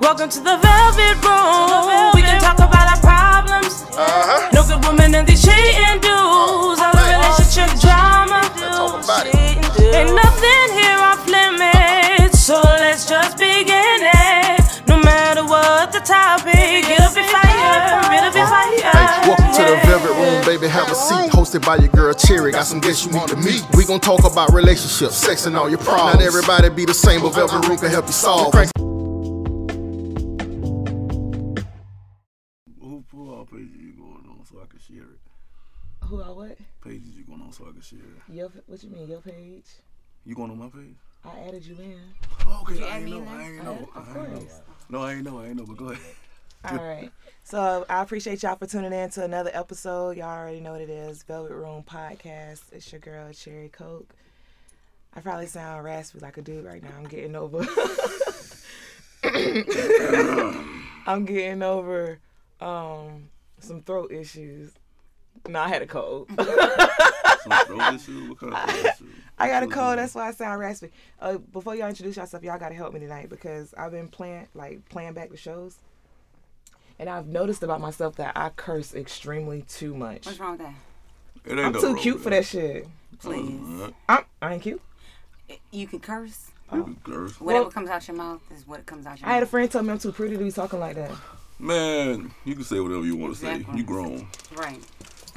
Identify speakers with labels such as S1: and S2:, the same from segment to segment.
S1: Welcome to the velvet room. we can talk about our problems.
S2: Uh-huh.
S1: No good woman and these cheating dudes. All the
S2: right.
S1: relationship drama.
S2: all about it.
S1: Ain't nothing here off limits. So let's just begin it. No matter what the topic, it'll be fire. It'll be fire.
S2: Hey, welcome to the Velvet Room, baby. Have a seat. Hosted by your girl Cherry. Got some guests you need to meet. We gon' talk about relationships, sex, and all your problems. Not everybody be the same, but Velvet Room can help you solve. 'em.
S3: Who who all pages you going on so I can share it?
S4: Who I what?
S3: Pages you going on so I can share it.
S4: Your what you mean your page?
S3: You going on my page?
S4: I added you in.
S3: Oh, okay. I ain't know. I ain't know.
S4: Of
S3: I ain't know.
S4: course.
S3: No, I ain't know. I ain't know. But go ahead.
S4: All right. So I appreciate y'all for tuning in to another episode. Y'all already know what it is. Velvet Room Podcast. It's your girl Cherry Coke. I probably sound raspy like a dude right now. I'm getting over. I'm getting over um some throat issues. No, I had a cold.
S3: Some throat issue. What kind of throat issue?
S4: I got a cold. That's why I sound raspy. Uh, before y'all introduce yourself, y'all gotta help me tonight because I've been playing like playing back the shows, and I've noticed about myself that I curse extremely too much.
S5: What's wrong with that?
S3: It ain't
S4: I'm
S3: no
S4: too
S3: road,
S4: cute for
S3: man.
S4: that shit.
S5: Please.
S4: I'm, I ain't cute.
S5: You can curse.
S3: You can
S4: Oh.
S3: curse.
S5: Whatever
S4: Well-
S5: comes out your mouth is what comes out your
S4: I had a
S5: mouth.
S4: friend tell me I'm too pretty to be talking like that.
S3: Man, you can say whatever you want to say.
S5: Exactly.
S3: You grown.
S5: right.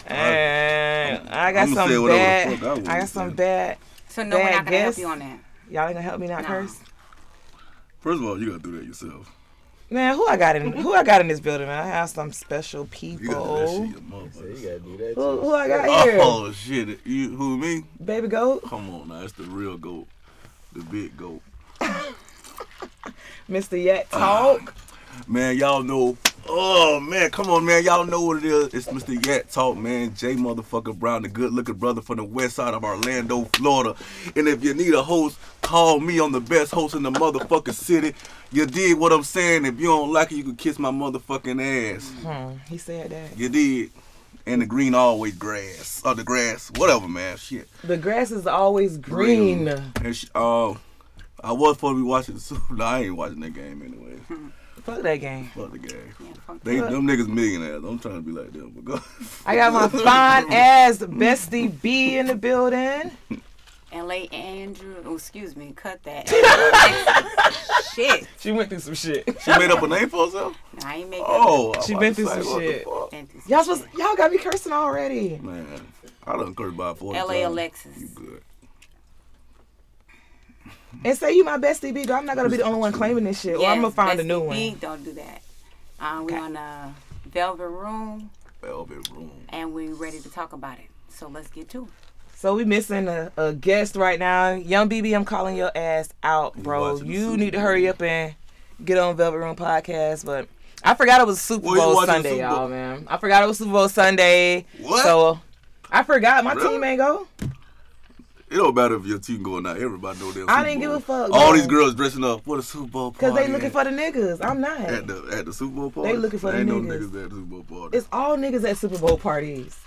S4: And I got
S3: I'ma
S4: some
S3: say whatever the
S4: bad.
S3: fuck I
S4: I,
S3: want to
S4: got some
S3: say.
S4: bad.
S5: So no, we're
S4: Bad
S5: not gonna help
S4: guess.
S5: you on that.
S4: Y'all ain't gonna help me not
S5: Nah.
S4: curse.
S3: First of all, you gotta do that yourself.
S4: Man, who I got in who I got in this building? I have some special
S3: You gotta do that shit,
S4: people.
S3: your mother.
S6: gotta do that.
S4: Who, who I got here?
S3: Oh shit! You who me?
S4: Baby goat,
S3: Come on now, it's the real goat, the big goat.
S4: Mr. Yet
S3: Ah.
S4: Talk.
S3: Man, y'all know. Oh man, come on, man. Y'all know what it is. It's Mr. Yat Talk, man. J motherfucker Brown, the good looking brother from the west side of Orlando, Florida. And if you need a host, call me. I'm the best host in the motherfucking city. You did what I'm saying. If you don't like it, you can kiss my motherfucking ass.
S4: Hmm, he said that.
S3: You did. And the green always grass. Or the grass. Whatever, man. Shit.
S4: The grass is always green.
S3: And sh- uh, I was supposed to be watching the Super Nah, I ain't watching that game anyway.
S4: Fuck that game.
S3: Fuck the game.
S5: Yeah, fuck
S3: They
S5: that.
S3: them niggas millionaires. I'm trying to be like them, but go.
S4: I got my fine ass bestie B in the building.
S5: L.A. Andrew. Oh, excuse me. Cut that. shit.
S4: She went through some shit.
S3: She made up a name for herself.
S5: Nah, I ain't making.
S3: Oh, I'm
S4: She
S3: about to
S4: been through
S3: say,
S4: some
S3: what the
S4: shit.
S3: fuck?
S4: Y'all supposed y'all got me cursing already.
S3: Man, I done cursed by four
S5: L.A.
S3: times.
S5: Alexis.
S3: You good?
S4: And say you my bestie B, girl. I'm not gonna be the only one claiming this shit. or I'm gonna
S5: Yes,
S4: find a
S5: that's
S4: new
S5: the
S4: one.
S5: thing, Don't do that. Uh, we
S4: Okay.
S5: on a velvet room
S3: Velvet room.
S5: and we ready to talk about it. So let's get to it.
S4: So we missing a, a guest right now. Young BB, I'm calling your ass out, bro.
S3: watching the
S4: You
S3: Super
S4: need to hurry up and get on Velvet Room podcast. But I forgot it was Super
S3: Well, you
S4: Bowl
S3: watching the
S4: Sunday,
S3: Super Bowl.
S4: y'all, man. I forgot it was Super Bowl Sunday.
S3: What?
S4: So I forgot my
S3: Really?
S4: team ain't go.
S3: It don't matter if your team going out. Everybody know them.
S4: I didn't give a fuck,
S3: All
S4: man.
S3: these girls dressing up for the Super Bowl party.
S4: Cause they looking for the niggas. I'm
S3: at
S4: not.
S3: the at the Super Bowl party.
S4: They looking for the
S3: ain't no
S4: niggas.
S3: niggas at the Super Bowl party.
S4: It's all niggas at Super Bowl parties.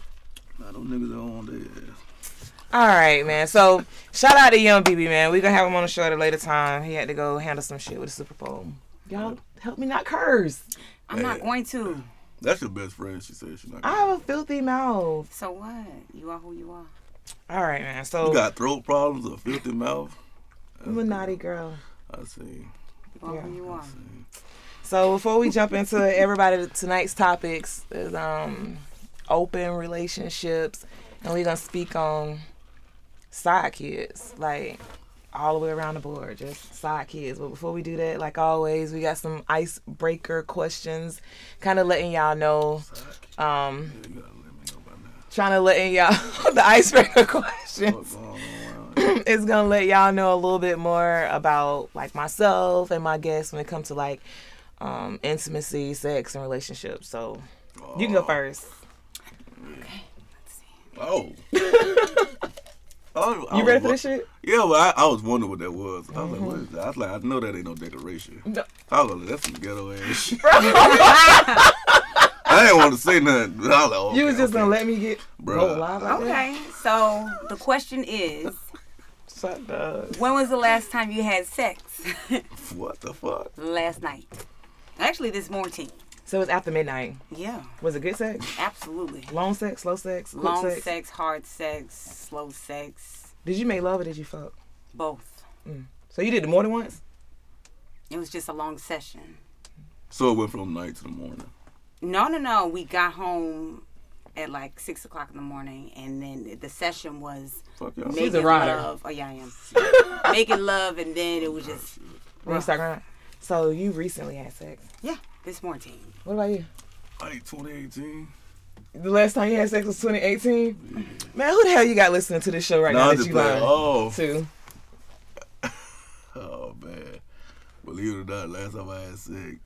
S3: nah, them niggas are on their ass.
S4: All right, man. So shout out to Young BB, man. We gonna have him on the show at a later time. He had to go handle some shit with the Super Bowl. Y'all help me not curse.
S5: I'm not going to.
S3: That's your best friend. She said she not.
S4: I have a filthy mouth.
S5: So what? You are who you are.
S4: All right, man.
S3: you
S4: So
S3: got throat problems or filthy mouth.
S4: I'm a naughty girl.
S3: I see.
S5: You are who you are.
S4: So before we jump into everybody tonight's topics is um open relationships and we're gonna speak on side kids, like all the way around the board, just side kids. But before we do that, like always, we got some icebreaker questions, kinda letting y'all know um
S3: You gotta let me know by now.
S4: trying to letting y'all the icebreaker questions.
S3: What's going on?
S4: it's gonna let y'all know a little bit more about like myself and my guests when it comes to like um, intimacy, sex, and relationships. So you can go first.
S3: Oh. oh I was
S4: You ready for
S3: wo-
S4: this shit? Mm-hmm.
S3: Yeah, well, I, I was wondering what that was. I was like, what is that? I was like, I know that ain't no decoration.
S4: No.
S3: I was like, that's some ghetto ass shit. I didn't want to say nothing. But I was like, okay,
S4: you was just
S3: okay.
S4: gonna let me get
S3: Bruh.
S4: go live like that?
S5: Okay. So the question is,
S4: Shut the.
S5: when was the last time you had sex?
S3: What the fuck?
S5: last night. Actually, this morning.
S4: So it was after midnight.
S5: Yeah,
S4: Was it good sex?
S5: absolutely.
S4: Long sex? Slow sex? Quick
S5: Long
S4: sex?
S5: sex. hard sex, slow sex,
S4: Did you make love or did you fuck?
S5: both.
S4: So you did it more than once?
S5: It was just a long session.
S3: So it went from night to the morning.
S5: No, no, no. We got home at like six o'clock in the morning, and then the session was
S3: Fuck y'all.
S5: making
S4: a rider.
S5: love. Oh yeah, I am making love, and then it was just
S4: Then you start grinding. So you recently had sex.
S5: yeah. This morning,
S4: What about you?
S3: Like 2018.
S4: The last time you had sex was 2018? Man, who the hell you got listening to this show right
S3: Nah,
S4: now
S3: I
S4: that
S3: just
S4: you
S3: like,
S4: lying
S3: oh,
S4: to?
S3: oh man. Believe it or not, last time I had sex,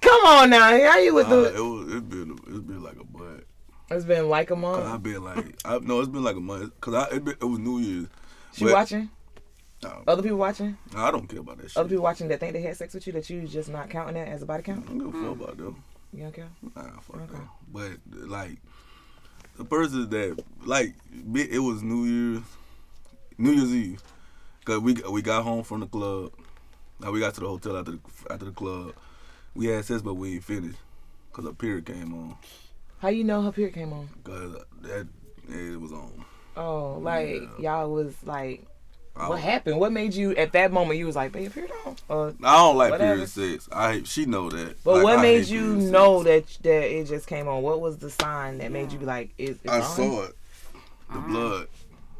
S4: Come on now, how you with
S3: uh,
S4: the...
S3: it was it's been it's been like a month.
S4: It's been like a month.
S3: I've been like, I, no, it's been like a month. Cause I it, been, it was New Year's.
S4: She
S3: but-
S4: watching?
S3: Nah,
S4: Other people watching?
S3: nah, I don't care about that shit.
S4: Oh. Other people watching that think they had sex with you that you just not counting that as a body count?
S3: I don't give a fuck about them.
S4: You don't care?
S3: Nah, fuck that. But like the person that like bi- it was New Year's, New Year's Eve, cause we we got home from the club. Now we got to the hotel after the, after the club. We had sex, but we ain't finished, cause a period came on.
S4: How you know her period came on?
S3: Cause that it was on.
S4: Oh, like y'all was like,
S3: I
S4: what
S3: don't-
S4: happened? What made you at that moment? You was like, babe, period on. Or,
S3: I don't like
S4: Whatever.
S3: period sex. I hate- she know that.
S4: but
S3: Like,
S4: what
S3: I
S4: made
S3: hate
S4: you
S3: period
S4: know
S3: sex.
S4: that that it just came on? What was the sign that made you be like, is it
S3: I
S4: on?
S3: saw it. The blood.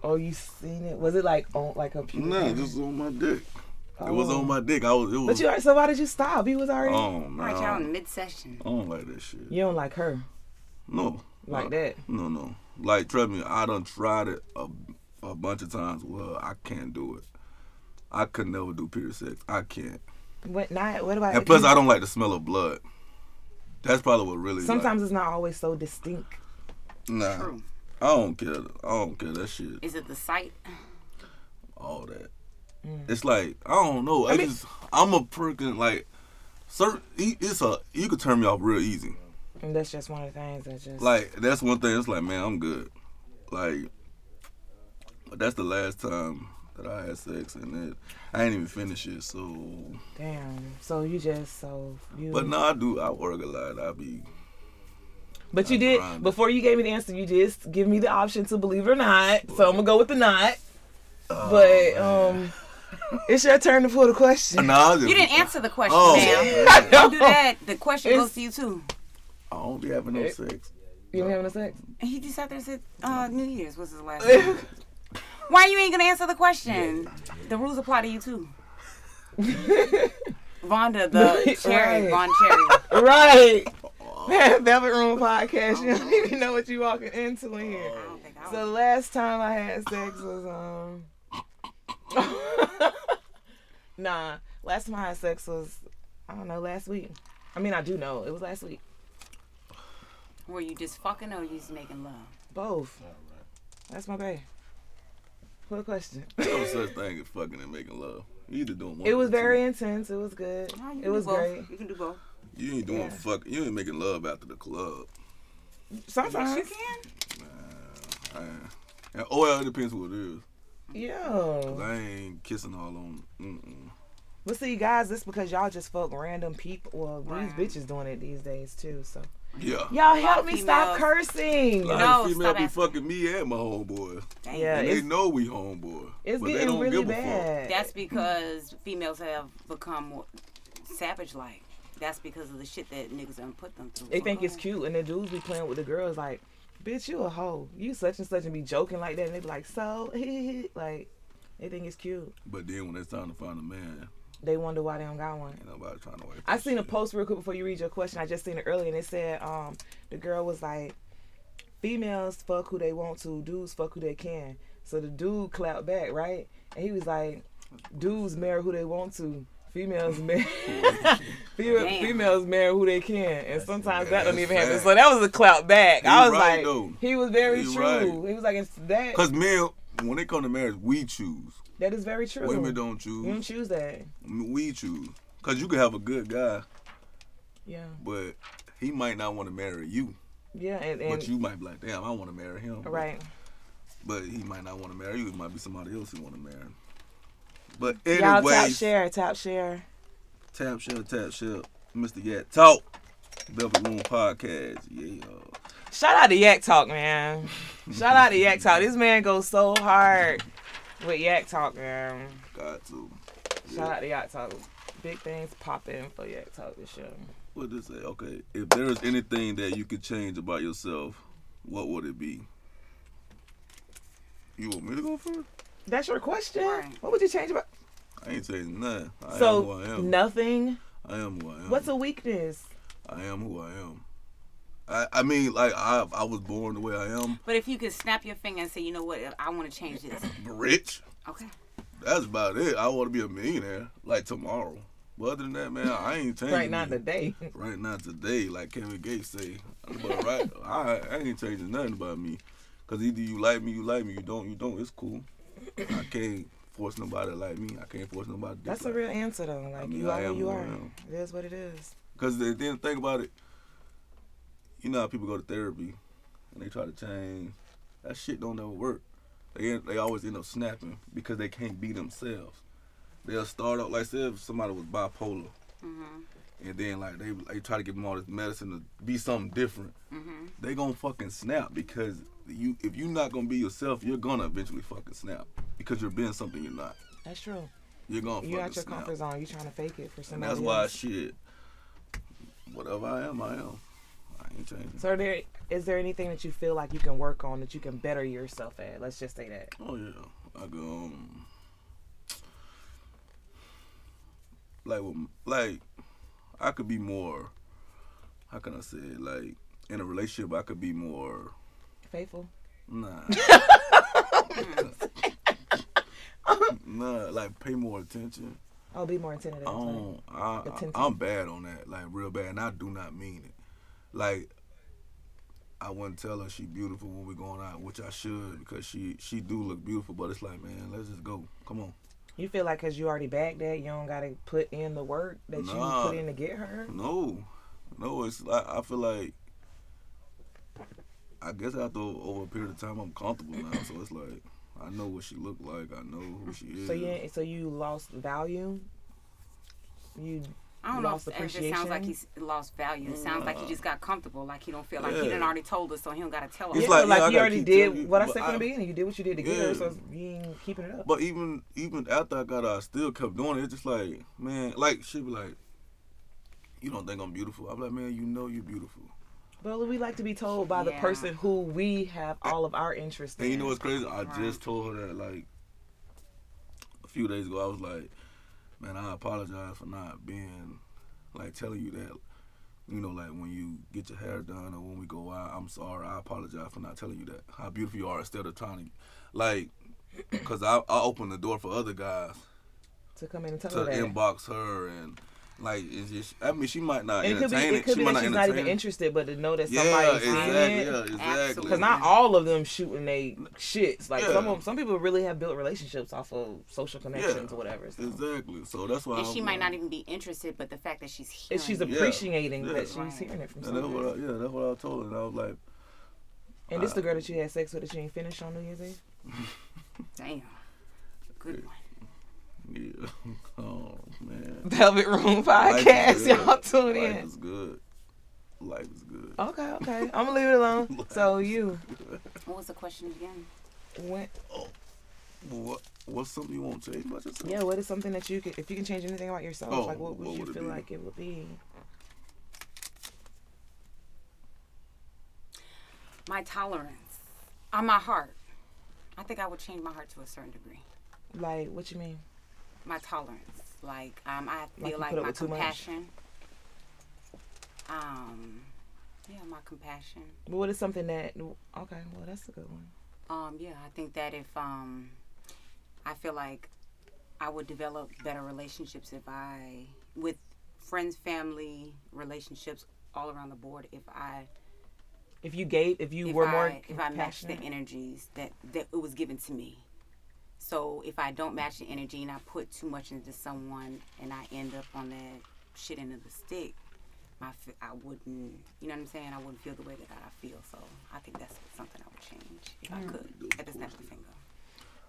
S4: Oh, you seen it? Was it like on like a period?
S3: No,
S4: came
S3: it
S4: on?
S3: was on my dick. It was
S4: Oh.
S3: on my dick. I was. It was.
S4: But you already. So why did you stop? You was already.
S3: Oh man.
S5: right
S3: I
S5: y'all
S3: don't-
S5: in mid session.
S3: I don't like that shit.
S4: You don't like her
S3: No.
S4: like
S3: Uh,
S4: that.
S3: No, no. Like, trust me, I done tried it a, a bunch of times. Well, I can't do it. I could never do period sex. I can't.
S4: What not? What about?
S3: And plus, I don't like the smell of blood. That's probably what really.
S4: Sometimes it's not always so distinct.
S3: like, nah.
S5: True.
S3: I don't care. I don't care that shit.
S5: Is it the sight?
S3: All that. It's like I don't know. I, just I'm a freaking like. Certain, it's a you could turn me off real easy.
S4: And that's just one of the things that just.
S3: like that's one thing. It's like, man, I'm good. Like, but that's the last time that I had sex, and it, I ain't even finished it. So,
S4: Damn. So you just so you.
S3: but no, I do. I work a lot. I be
S4: But you did
S3: grinding.
S4: before you gave me the answer. You just give me the option to believe or not. So I'm gonna go with the not. but um, it's your turn to pull the question.
S3: nah. I just,
S5: You didn't answer the question,
S3: Oh.
S5: ma'am. Don't do that. The question
S4: It's-
S5: goes to you too.
S3: I don't be having no sex.
S4: You ain't having a sex.
S5: He just sat there and said, uh, New Year's was his last name. Why you ain't gonna answer the question? The rules apply to you too. Vonda, the cherry,
S4: Right.
S5: Von Cherry.
S4: right. Man, Velvet Room podcast. You don't even know what you're walking into in here.
S5: I don't think I
S4: So
S5: was.
S4: last time I had sex was um. nah, last time I had sex was I don't know last week. I mean I do know it was last week.
S5: Were you just fucking or you just making love?
S4: Both. That's my bae. What a question.
S3: No such thing as fucking and making love. You either doing one.
S4: It
S3: or
S4: was
S3: two.
S4: very intense. It was good.
S5: No, you
S4: It
S5: can
S4: was
S5: do both.
S4: great.
S5: You can do both.
S3: You ain't doing
S4: yeah.
S3: fuck. You ain't making love after the club.
S4: Sometimes,
S3: And, oh well, it depends what it is.
S4: yeah.
S3: I ain't kissing all on. Mm-mm.
S4: But see, guys, this because y'all just fuck random people. Well,
S5: Right.
S4: these bitches doing it these days too. So
S3: Yeah.
S4: y'all
S5: of
S4: help me stop
S5: females-
S4: cursing.
S3: Like,
S5: No,
S3: female
S5: stop
S3: be
S5: asking.
S3: fucking me and my homeboy.
S4: Yeah,
S3: And they
S4: it's,
S3: know we homeboy.
S4: it's
S3: but they
S4: getting
S3: don't
S4: really
S3: give a Fuck.
S4: bad.
S5: That's because females have become more savage like. That's because of the shit that niggas done put them through.
S4: they
S5: So
S4: think
S5: go
S4: it's
S5: ahead.
S4: cute, and the dudes be playing with the girls like, "Bitch, you a hoe. You such and such," and be joking like that, and they be like, "So," like they think it's cute.
S3: But then when it's time to find a man,
S4: They wonder why they don't got one.
S3: ain't nobody trying to wait. for
S4: I
S3: that
S4: seen a
S3: shit.
S4: post real quick before you read your question. I just seen it earlier, and it said um, the girl was like, "Females fuck who they want to, dudes fuck who they can." So the dude clapped back, right? And he was like, "Dudes marry who they want to, females marry female,
S5: Damn.
S4: females marry who they can." And sometimes
S3: yeah,
S4: that don't
S3: that's
S4: even happen.
S3: sad.
S4: So that was a clap back.
S3: He
S4: I was
S3: right,
S4: like,
S3: though.
S4: he was very
S3: He
S4: true.
S3: right.
S4: He was like, "It's that
S3: Cause men, when they come to marriage, we choose.
S4: that is very true." Mm.
S3: Women don't
S4: You don't
S3: choose.
S4: choose that.
S3: We choose. Cause you can have a good guy,
S4: Yeah,
S3: but he might not want to marry you.
S4: yeah, and,
S3: But
S4: and
S3: you might be like, damn, I want to marry him.
S4: right.
S3: But he might not want to marry you. It might be somebody else he want to marry. But
S4: Y'all
S3: anyway,
S4: top share, top share.
S3: Tap Shell, Tap Shell, Mr. Yat Talk, Velvet Room Podcast. Yeah. uh,
S4: Shout out to Yak Talk, man. Shout out to Yak Talk. This man goes so hard with Yak Talk, man.
S3: Got to.
S4: Shout out to Yak Talk. Big things popping for Yak Talk this year.
S3: What did it say? Okay. If there is anything that you could change about yourself, what would it be? You want me to go first?
S4: That's your question.
S5: Right.
S4: What would you change about?
S3: I ain't saying nothing. I am who I
S4: so
S3: am.
S4: nothing.
S3: I am who I am.
S4: What's a weakness?
S3: I am who I am. I, I mean, like I I was born the way I am.
S5: But if you could snap your finger and say, you know what, I want to change this.
S3: Rich.
S5: Okay.
S3: That's about it. I want to be a millionaire like tomorrow. But other than that, man, I ain't changing.
S4: Right now,
S3: nothing.
S4: today.
S3: Right now today, like Kevin Gates say. But right, I, I ain't changing nothing about me. Cause either you like me, you like me. You don't, you don't. It's cool. I can't force nobody to like me. I can't force nobody. To
S4: That's a
S3: dislike
S4: real answer, though. Like,
S3: mean,
S4: you
S3: I
S4: are who
S3: am
S4: you
S3: who I
S4: are.
S3: am.
S4: It is what it is.
S3: Because then think about it. You know how people go to therapy and they try to change. That shit don't ever work. They end, they always end up snapping because they can't be themselves. They'll start out like say if somebody was bipolar, and then like they they try to give them all this medicine to be something different. They gonna fucking snap because you if you're not gonna be yourself, you're gonna eventually fucking snap because you're being something you're not.
S4: That's true.
S3: You're gonna
S4: You
S3: fucking
S4: out your
S3: snap.
S4: comfort zone. You trying to fake it for
S3: And
S4: somebody
S3: that's why
S4: else.
S3: shit. Whatever I am, I am. I ain't changing.
S4: So, are there is there anything that you feel like you can work on that you can better yourself at? Let's just say that.
S3: Oh yeah, I go um, like with, like I could be more. How can I say it? like in a relationship? I could be more.
S4: Faithful.
S3: Nah. nah, like pay more attention.
S4: Oh, be more attentive.
S3: I don't. I,
S4: Attentive.
S3: I, am bad on that, like real bad, and I do not mean it. Like, I wouldn't tell her she beautiful when we going out, which I should because she she do look beautiful. But it's like, man, let's just go. Come on.
S4: You feel like because you already bagged that, you don't got to put in the work that
S3: Nah.
S4: you put in to get her.
S3: No, no. It's like I feel like. I guess after over a period of time, I'm comfortable now. So it's like I know what she look like. I know who she is.
S4: So you ain't- so you lost value. You
S5: I don't know
S4: Lost
S5: if, if it sounds like
S4: appreciation?
S5: he's lost value. It sounds like he just got comfortable. Like he don't feel like
S3: Mm. Yeah.
S5: he done already told us, so he don't gotta tell us.
S3: It's
S4: yeah,
S3: like,
S4: like,
S3: yeah, I
S4: you
S3: gotta
S4: already
S3: keep
S4: did
S3: telling you,
S4: what I
S3: but
S4: said from
S3: I-
S4: the beginning. You did what you did to get
S3: Yeah.
S4: her, so you ain't keeping it up.
S3: But even even after I got out, I still kept doing it. It's just like, man, like she be like, You don't think I'm beautiful. I'm like, man, you know you're beautiful.
S4: But we like to be told by the
S5: Yeah.
S4: person who we have all of our interests in.
S3: And you know what's crazy? I just told her that like a few days ago. I was like, man, I apologize for not being like telling you that. You know, like when you get your hair done or when we go out, I'm sorry. I apologize for not telling you that how beautiful you are instead of trying to, like, cause I I open the door for other guys
S4: to come in and tell
S3: to
S4: her that.
S3: inbox her and like it's just. I mean, she might not
S4: and it could be
S3: entertain it.
S4: it could
S3: she
S4: be
S3: might
S4: that she's not
S3: entertain
S4: even
S3: it.
S4: interested, but to know that
S3: Yeah,
S4: somebody's seeing
S3: exactly.
S4: it.
S3: Yeah, exactly.
S5: Absolutely.
S4: Cause not all of them shooting they shits. Like
S3: Yeah.
S4: some of, some people really have built relationships off of social connections or whatever. So.
S3: Exactly. So that's why.
S5: and
S3: I'm
S5: she might
S3: like-
S5: not even be interested, but the fact that she's here.
S4: And she's
S3: Yeah.
S4: appreciating
S3: Yeah.
S4: that she's
S5: Right.
S4: hearing it from
S3: And that's
S4: someone.
S3: what I, yeah, that's what I told her. And I was like,
S4: and this the girl that you had sex with that you ain't finished on New Year's Eve.
S5: Damn. Good one.
S3: yeah, oh man,
S4: Velvet Room
S3: Life is
S4: podcast.
S3: good.
S4: Y'all tune
S3: Life
S4: in. Oh.
S3: is good. Life is good.
S4: Okay, okay. I'm gonna leave it alone. So you
S5: What was the question again?
S4: went.
S3: What what's something you won't change about yourself?
S4: Yeah. What is something that you could, if you can change anything about yourself,
S3: Oh,
S4: like what would
S3: what
S4: you
S3: would it
S4: feel
S3: be?
S4: like it would be?
S5: My tolerance. On my heart. I think I would change my heart to a certain degree.
S4: Like what you mean?
S5: My tolerance. Like um, I
S4: Like you
S5: feel like,
S4: put up
S5: my
S4: with too much.
S5: compassion. Um, yeah, my compassion.
S4: But what is something that? Okay. Well, that's a good one.
S5: Um, yeah, I think that if um, I feel like I would develop better relationships if I with friends, family, relationships all around the board. If I
S4: If you gave, if you
S5: if
S4: were
S5: I,
S4: more
S5: if I match the
S4: compassionate.
S5: energies that that it was given to me. So if I don't match the energy and I put too much into someone and I end up on that shit end of the stick, my f- I wouldn't, you know what I'm saying? I wouldn't feel the way that I feel. So I think that's something I would change if I could at the snap of a finger.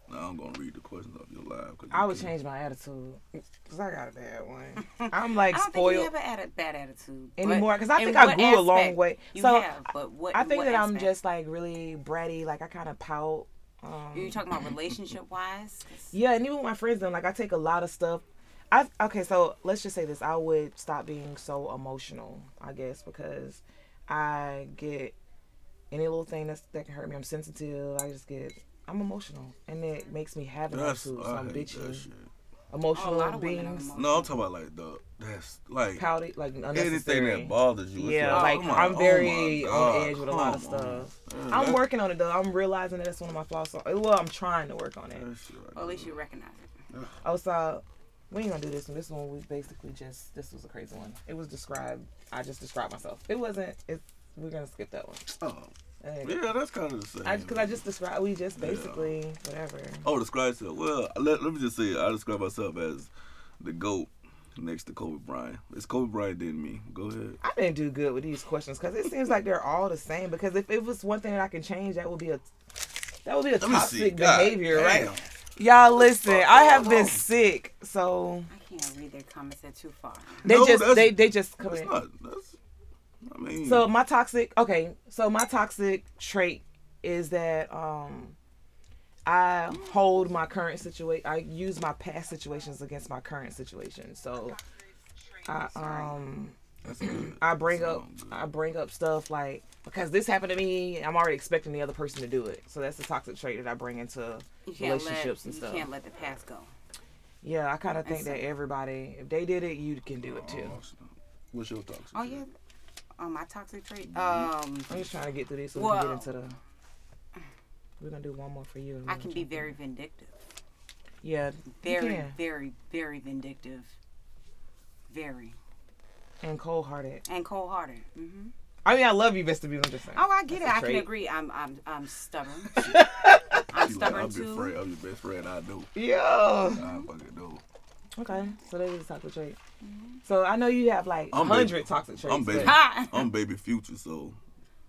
S3: Now I'm gonna read the question of your live. 'cause
S4: I
S3: you
S4: would
S3: can't-
S4: change my attitude because I got a bad one. I'm like
S5: I don't
S4: spoiled.
S5: think you ever had a bad attitude but-
S4: Anymore, 'cause I
S5: in
S4: think I
S5: what
S4: grew a long
S5: aspect?
S4: way.
S5: You
S4: So,
S5: have, but what?
S4: I
S5: in
S4: think
S5: what
S4: that I'm
S5: aspect?
S4: just like really bratty. Like I kind of pout. Um,
S5: Are you talking about relationship wise?
S4: Yeah, and even with my friends, then like I take a lot of stuff. I okay, so let's just say this: I would stop being so emotional, I guess, because I get any little thing that's, that can hurt me. I'm sensitive. I just get I'm emotional, and it makes me have an
S3: That's
S4: attitude. So
S3: I hate
S4: I'm
S3: that
S4: bitchy,
S3: shit.
S5: Oh, a
S4: emotional
S5: lot of women are
S4: beings,
S5: emotional.
S3: No, I'm talking about like the that's like
S4: pouty, like
S3: anything
S4: unnecessary.
S3: that bothers you. it's
S4: yeah, like
S3: come on,
S4: I'm
S3: oh
S4: very
S3: my
S4: on
S3: God,
S4: edge with a lot of
S3: come on.
S4: stuff.
S3: Man,
S4: I'm
S3: that-
S4: working on it though. I'm realizing that that's one of my flaws. So, well, I'm trying to work on it.
S3: that shit right
S5: Or at
S3: there.
S5: least you recognize it.
S4: Oh, so we ain't gonna do this one. This one was basically just this was a crazy one. It was described. I just described myself. It wasn't. It, we're gonna skip that one.
S3: Oh,
S4: Uh,
S3: yeah, that's kind of the same.
S4: I because I just described. We just basically whatever.
S3: Oh, describe yourself. Well, let, let me just say, I describe myself as the GOAT next to Kobe Bryant. It's Kobe Bryant, than me. Go ahead.
S4: I didn't do good with these questions because it seems like they're all the same. Because if it was one thing that I can change, that would be a that would be a
S3: Let me see.
S4: toxic
S3: God
S4: behavior,
S3: damn.
S4: right? Y'all listen, I have been sick, so
S5: I can't read their comments. They're too far.
S4: they
S3: No,
S4: just
S3: that's-
S4: they they just come
S3: That's
S4: in.
S3: not. That's. I mean.
S4: So my toxic okay, so my toxic trait is that um I hold my current situation I use my past situations against my current situation. So I um
S3: that's good.
S4: I bring up
S3: Sound
S4: I bring up stuff like because this happened to me, I'm already expecting the other person to do it. So that's the toxic trait that I bring into
S5: You can't let
S4: relationships and
S5: you
S4: stuff.
S5: can't let the past go.
S4: Yeah, I kind of think
S5: so-
S4: that everybody if they did it, you can do it too.
S3: Awesome. What's your toxic?
S5: Oh yeah, um, my toxic trait. Um,
S4: I'm just trying to get through this so we can get
S5: Well-
S4: into the we're gonna do one more for you. and
S5: I
S4: we'll
S5: can
S4: jump
S5: be
S4: in.
S5: very vindictive.
S4: Yeah,
S5: Very,
S4: you can.
S5: very, very vindictive. Very
S4: and cold hearted.
S5: and cold-hearted. hmm
S4: I mean, I love you, Mr. B. I'm just saying.
S5: Oh, I get it.
S4: That's a
S5: I can
S4: trait.
S5: agree. I'm, I'm, I'm stubborn.
S3: I'm
S5: stubborn
S3: I'm
S5: too. Mm-hmm.
S3: your friend. I'm your best friend. I know.
S4: Yeah.
S3: I fucking know.
S4: Okay, so that is a toxic trait.
S5: Mm-hmm.
S4: So I know you have like a
S3: I'm
S4: hundred
S3: baby-
S4: toxic traits.
S3: I'm baby.
S4: but-
S5: Ha!
S3: I'm baby future. So,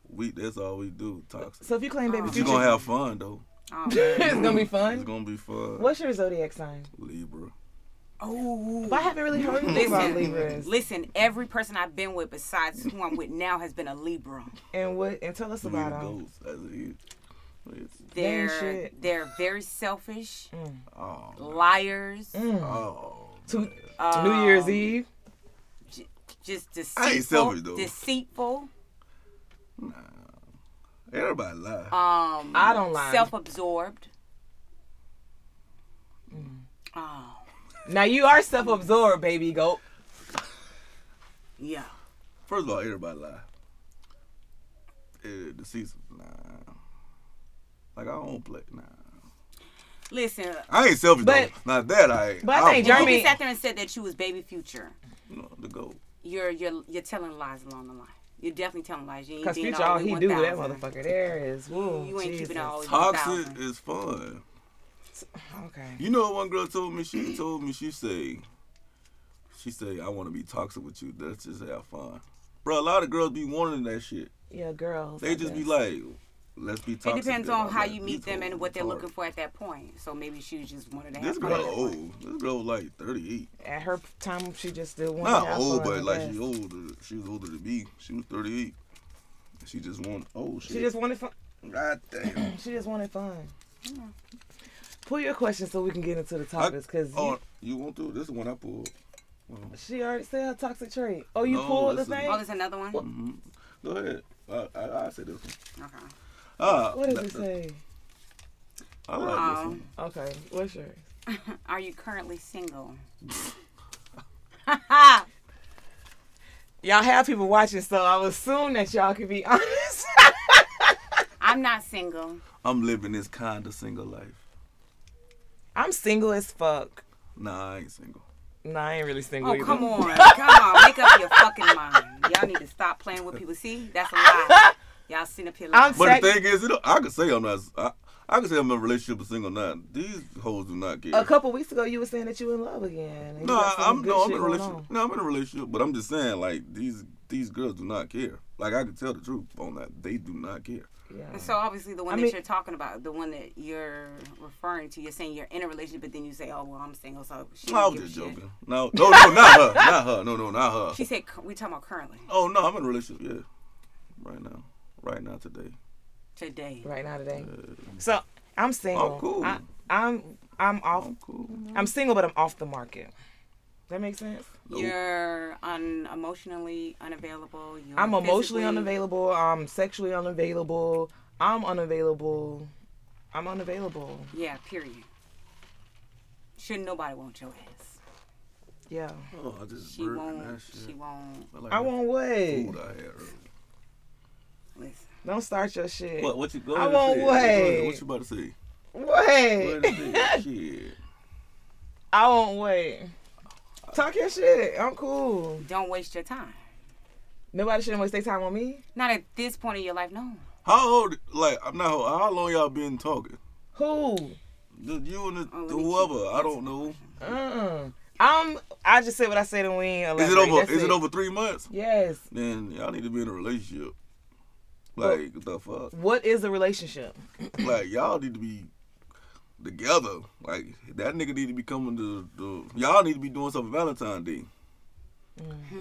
S3: we. That's all we do. Toxic.
S4: So if you claim baby
S3: But you
S4: future,
S3: gonna have fun though.
S5: Oh, man.
S4: it's gonna be
S3: It's
S4: fun.
S3: gonna be fun.
S4: What's your zodiac sign?
S3: Libra.
S5: oh,
S4: But I haven't really heard anything about Libras.
S5: listen, listen. Every person I've been with, besides who I'm with now, has been a Libra.
S4: And what? And tell us
S3: We the
S4: about them.
S3: ghosts. That's it. It's-
S5: They're,
S4: shit. Mm.
S5: they're very selfish,
S3: Oh,
S5: liars,
S3: oh.
S4: To New
S5: Um,
S4: Year's Eve.
S5: j- just deceitful.
S3: I ain't selfish, though.
S5: Deceitful.
S3: Everybody lie.
S4: Uh.
S5: Um,
S4: I don't lie.
S5: self-absorbed.
S4: Mm.
S5: Oh,
S4: now you are self-absorbed, baby goat.
S5: yeah.
S3: First of all, everybody lie. Eh, the season, nah. Like I don't play, nah.
S5: Listen,
S3: I ain't selfish
S4: But-
S3: though. Not that I ain't.
S4: but I think
S5: if
S3: I'm-
S4: Jeremy-
S5: you sat there and said that you was baby future,
S3: you know, the goat.
S5: you're you're you're telling lies along the line. You're definitely telling lies. You ain't
S4: Cause
S5: being
S4: future,
S5: all
S4: all
S5: the way
S4: he do with that
S5: 1000.
S4: motherfucker there is. Woo,
S5: You ain't keeping it all. the way
S3: Toxic
S5: 1000.
S3: is fun.
S4: Okay.
S3: You know, one girl told me. She told me. She say, she say, I want to be toxic with you. Let's just have fun, bro. A lot of girls be wanting that shit.
S4: Yeah, girls. I
S3: They just be
S4: guess.
S3: like, let's be toxic.
S5: It depends
S3: then.
S5: on
S3: I'm
S5: how
S3: like,
S5: you
S3: these
S5: meet them
S3: hoes
S5: and what they're
S3: retarded.
S5: looking for at that point. So maybe she just wanted to have
S3: This
S5: fun.
S3: girl
S5: at that point.
S3: old. This girl like 38.
S4: at her time, she just still wanted. to
S3: Not
S4: have
S3: old,
S4: fun, I
S3: but like
S4: guess.
S3: she older. She was older than me. She was 38. She just wanted. Oh shit.
S4: She just wanted fun.
S3: God damn.
S4: She just wanted fun. Pull your question so we can get into the
S3: I-
S4: topics, cause you-
S3: oh, you want to? This is one I pulled.
S4: she already said her toxic trait. Oh, you
S3: No,
S4: pulled the
S3: this is-
S4: thing.
S5: Oh, there's another one.
S3: Mm-hmm. Go ahead. I I, I say this one.
S5: Okay.
S3: Ah,
S4: What does
S3: that-
S4: it say?
S3: I like this one.
S5: Um,
S4: Okay, what's yours?
S5: Are you currently single?
S4: Y'all have people watching, so I would assume that y'all can be honest.
S5: I'm not single.
S3: I'm living this kind of single life.
S4: I'm single as fuck.
S3: Nah, I ain't single.
S4: Nah, I ain't really single
S5: Oh,
S4: either.
S5: come on. Come on. Make up your fucking mind. Y'all need to stop playing with people. See? That's a lie. Y'all sitting up here
S4: I'm
S5: like,
S3: But
S4: Sec-
S3: the thing is, it, I could say I'm not. I, I can say I'm in a relationship with single nine. These hoes do not care.
S4: A couple weeks ago, you were saying that you in love again. and you
S3: No,
S4: got
S3: I,
S4: some
S3: am
S4: good
S3: no, I'm
S4: shit
S3: in a
S4: going
S3: relationship. No, I'm in a relationship, but I'm just saying like these these girls do not care. Like I can tell the truth on that. They do not care.
S4: on. Yeah.
S5: So obviously, the one
S4: I
S5: that
S4: mean-
S5: you're talking about, the one that you're referring to, you're saying you're in a relationship, but then you say, "Oh well, I'm single, so she."
S3: No,
S5: don't
S3: I'm
S5: give a
S3: just
S5: shit.
S3: joking. No, no, no, not her, not her. No, no, not her.
S5: She said, "We talking about currently
S3: Oh no, I'm in a relationship. Yeah, right now, right now today.
S5: today."
S4: Right now today. So I'm single.
S3: I'm Uh, Oh, cool.
S4: I, am I'm off.
S3: I'm cool.
S4: I'm single, but I'm off the market. That makes sense.
S5: You're un- emotionally unavailable. You're
S4: I'm emotionally
S5: physically-
S4: unavailable. I'm sexually unavailable. I'm unavailable. I'm unavailable.
S5: Yeah, period. Shouldn't nobody want your ass.
S4: Yeah.
S3: Oh, I just
S5: She
S3: burped that
S5: won't.
S3: shit.
S5: She won't.
S3: like
S4: I
S3: that
S4: want
S3: Food
S4: what?
S3: I had earlier.
S5: Listen.
S4: Don't start your shit.
S3: What? What you go?
S4: I
S3: ahead and say it.
S4: won't
S3: Go ahead.
S4: wait.
S3: What you about to say? Go ahead and say
S4: Wait.
S3: it. Shit.
S4: I won't wait. Talk your shit. I'm cool.
S5: Don't waste your time.
S4: Nobody shouldn't waste their time on me.
S5: Not at this point in your life, no.
S3: How old? Like I'm not. old. How long y'all been talking?
S4: Who?
S3: Just you and the,
S5: Oh, let me
S3: whoever.
S5: keep-
S3: I don't know.
S4: Uh-uh. I'm. I just said what I said, and we ain't
S3: Is it
S4: elaborate.
S3: over?
S4: That's
S3: Is it over three months?
S4: Yes.
S3: Then y'all need to be in a relationship. Like what the fuck?
S4: What is a relationship?
S3: Like y'all need to be together. Like that nigga need to be coming to the. Y'all need to be doing something for Valentine's Day.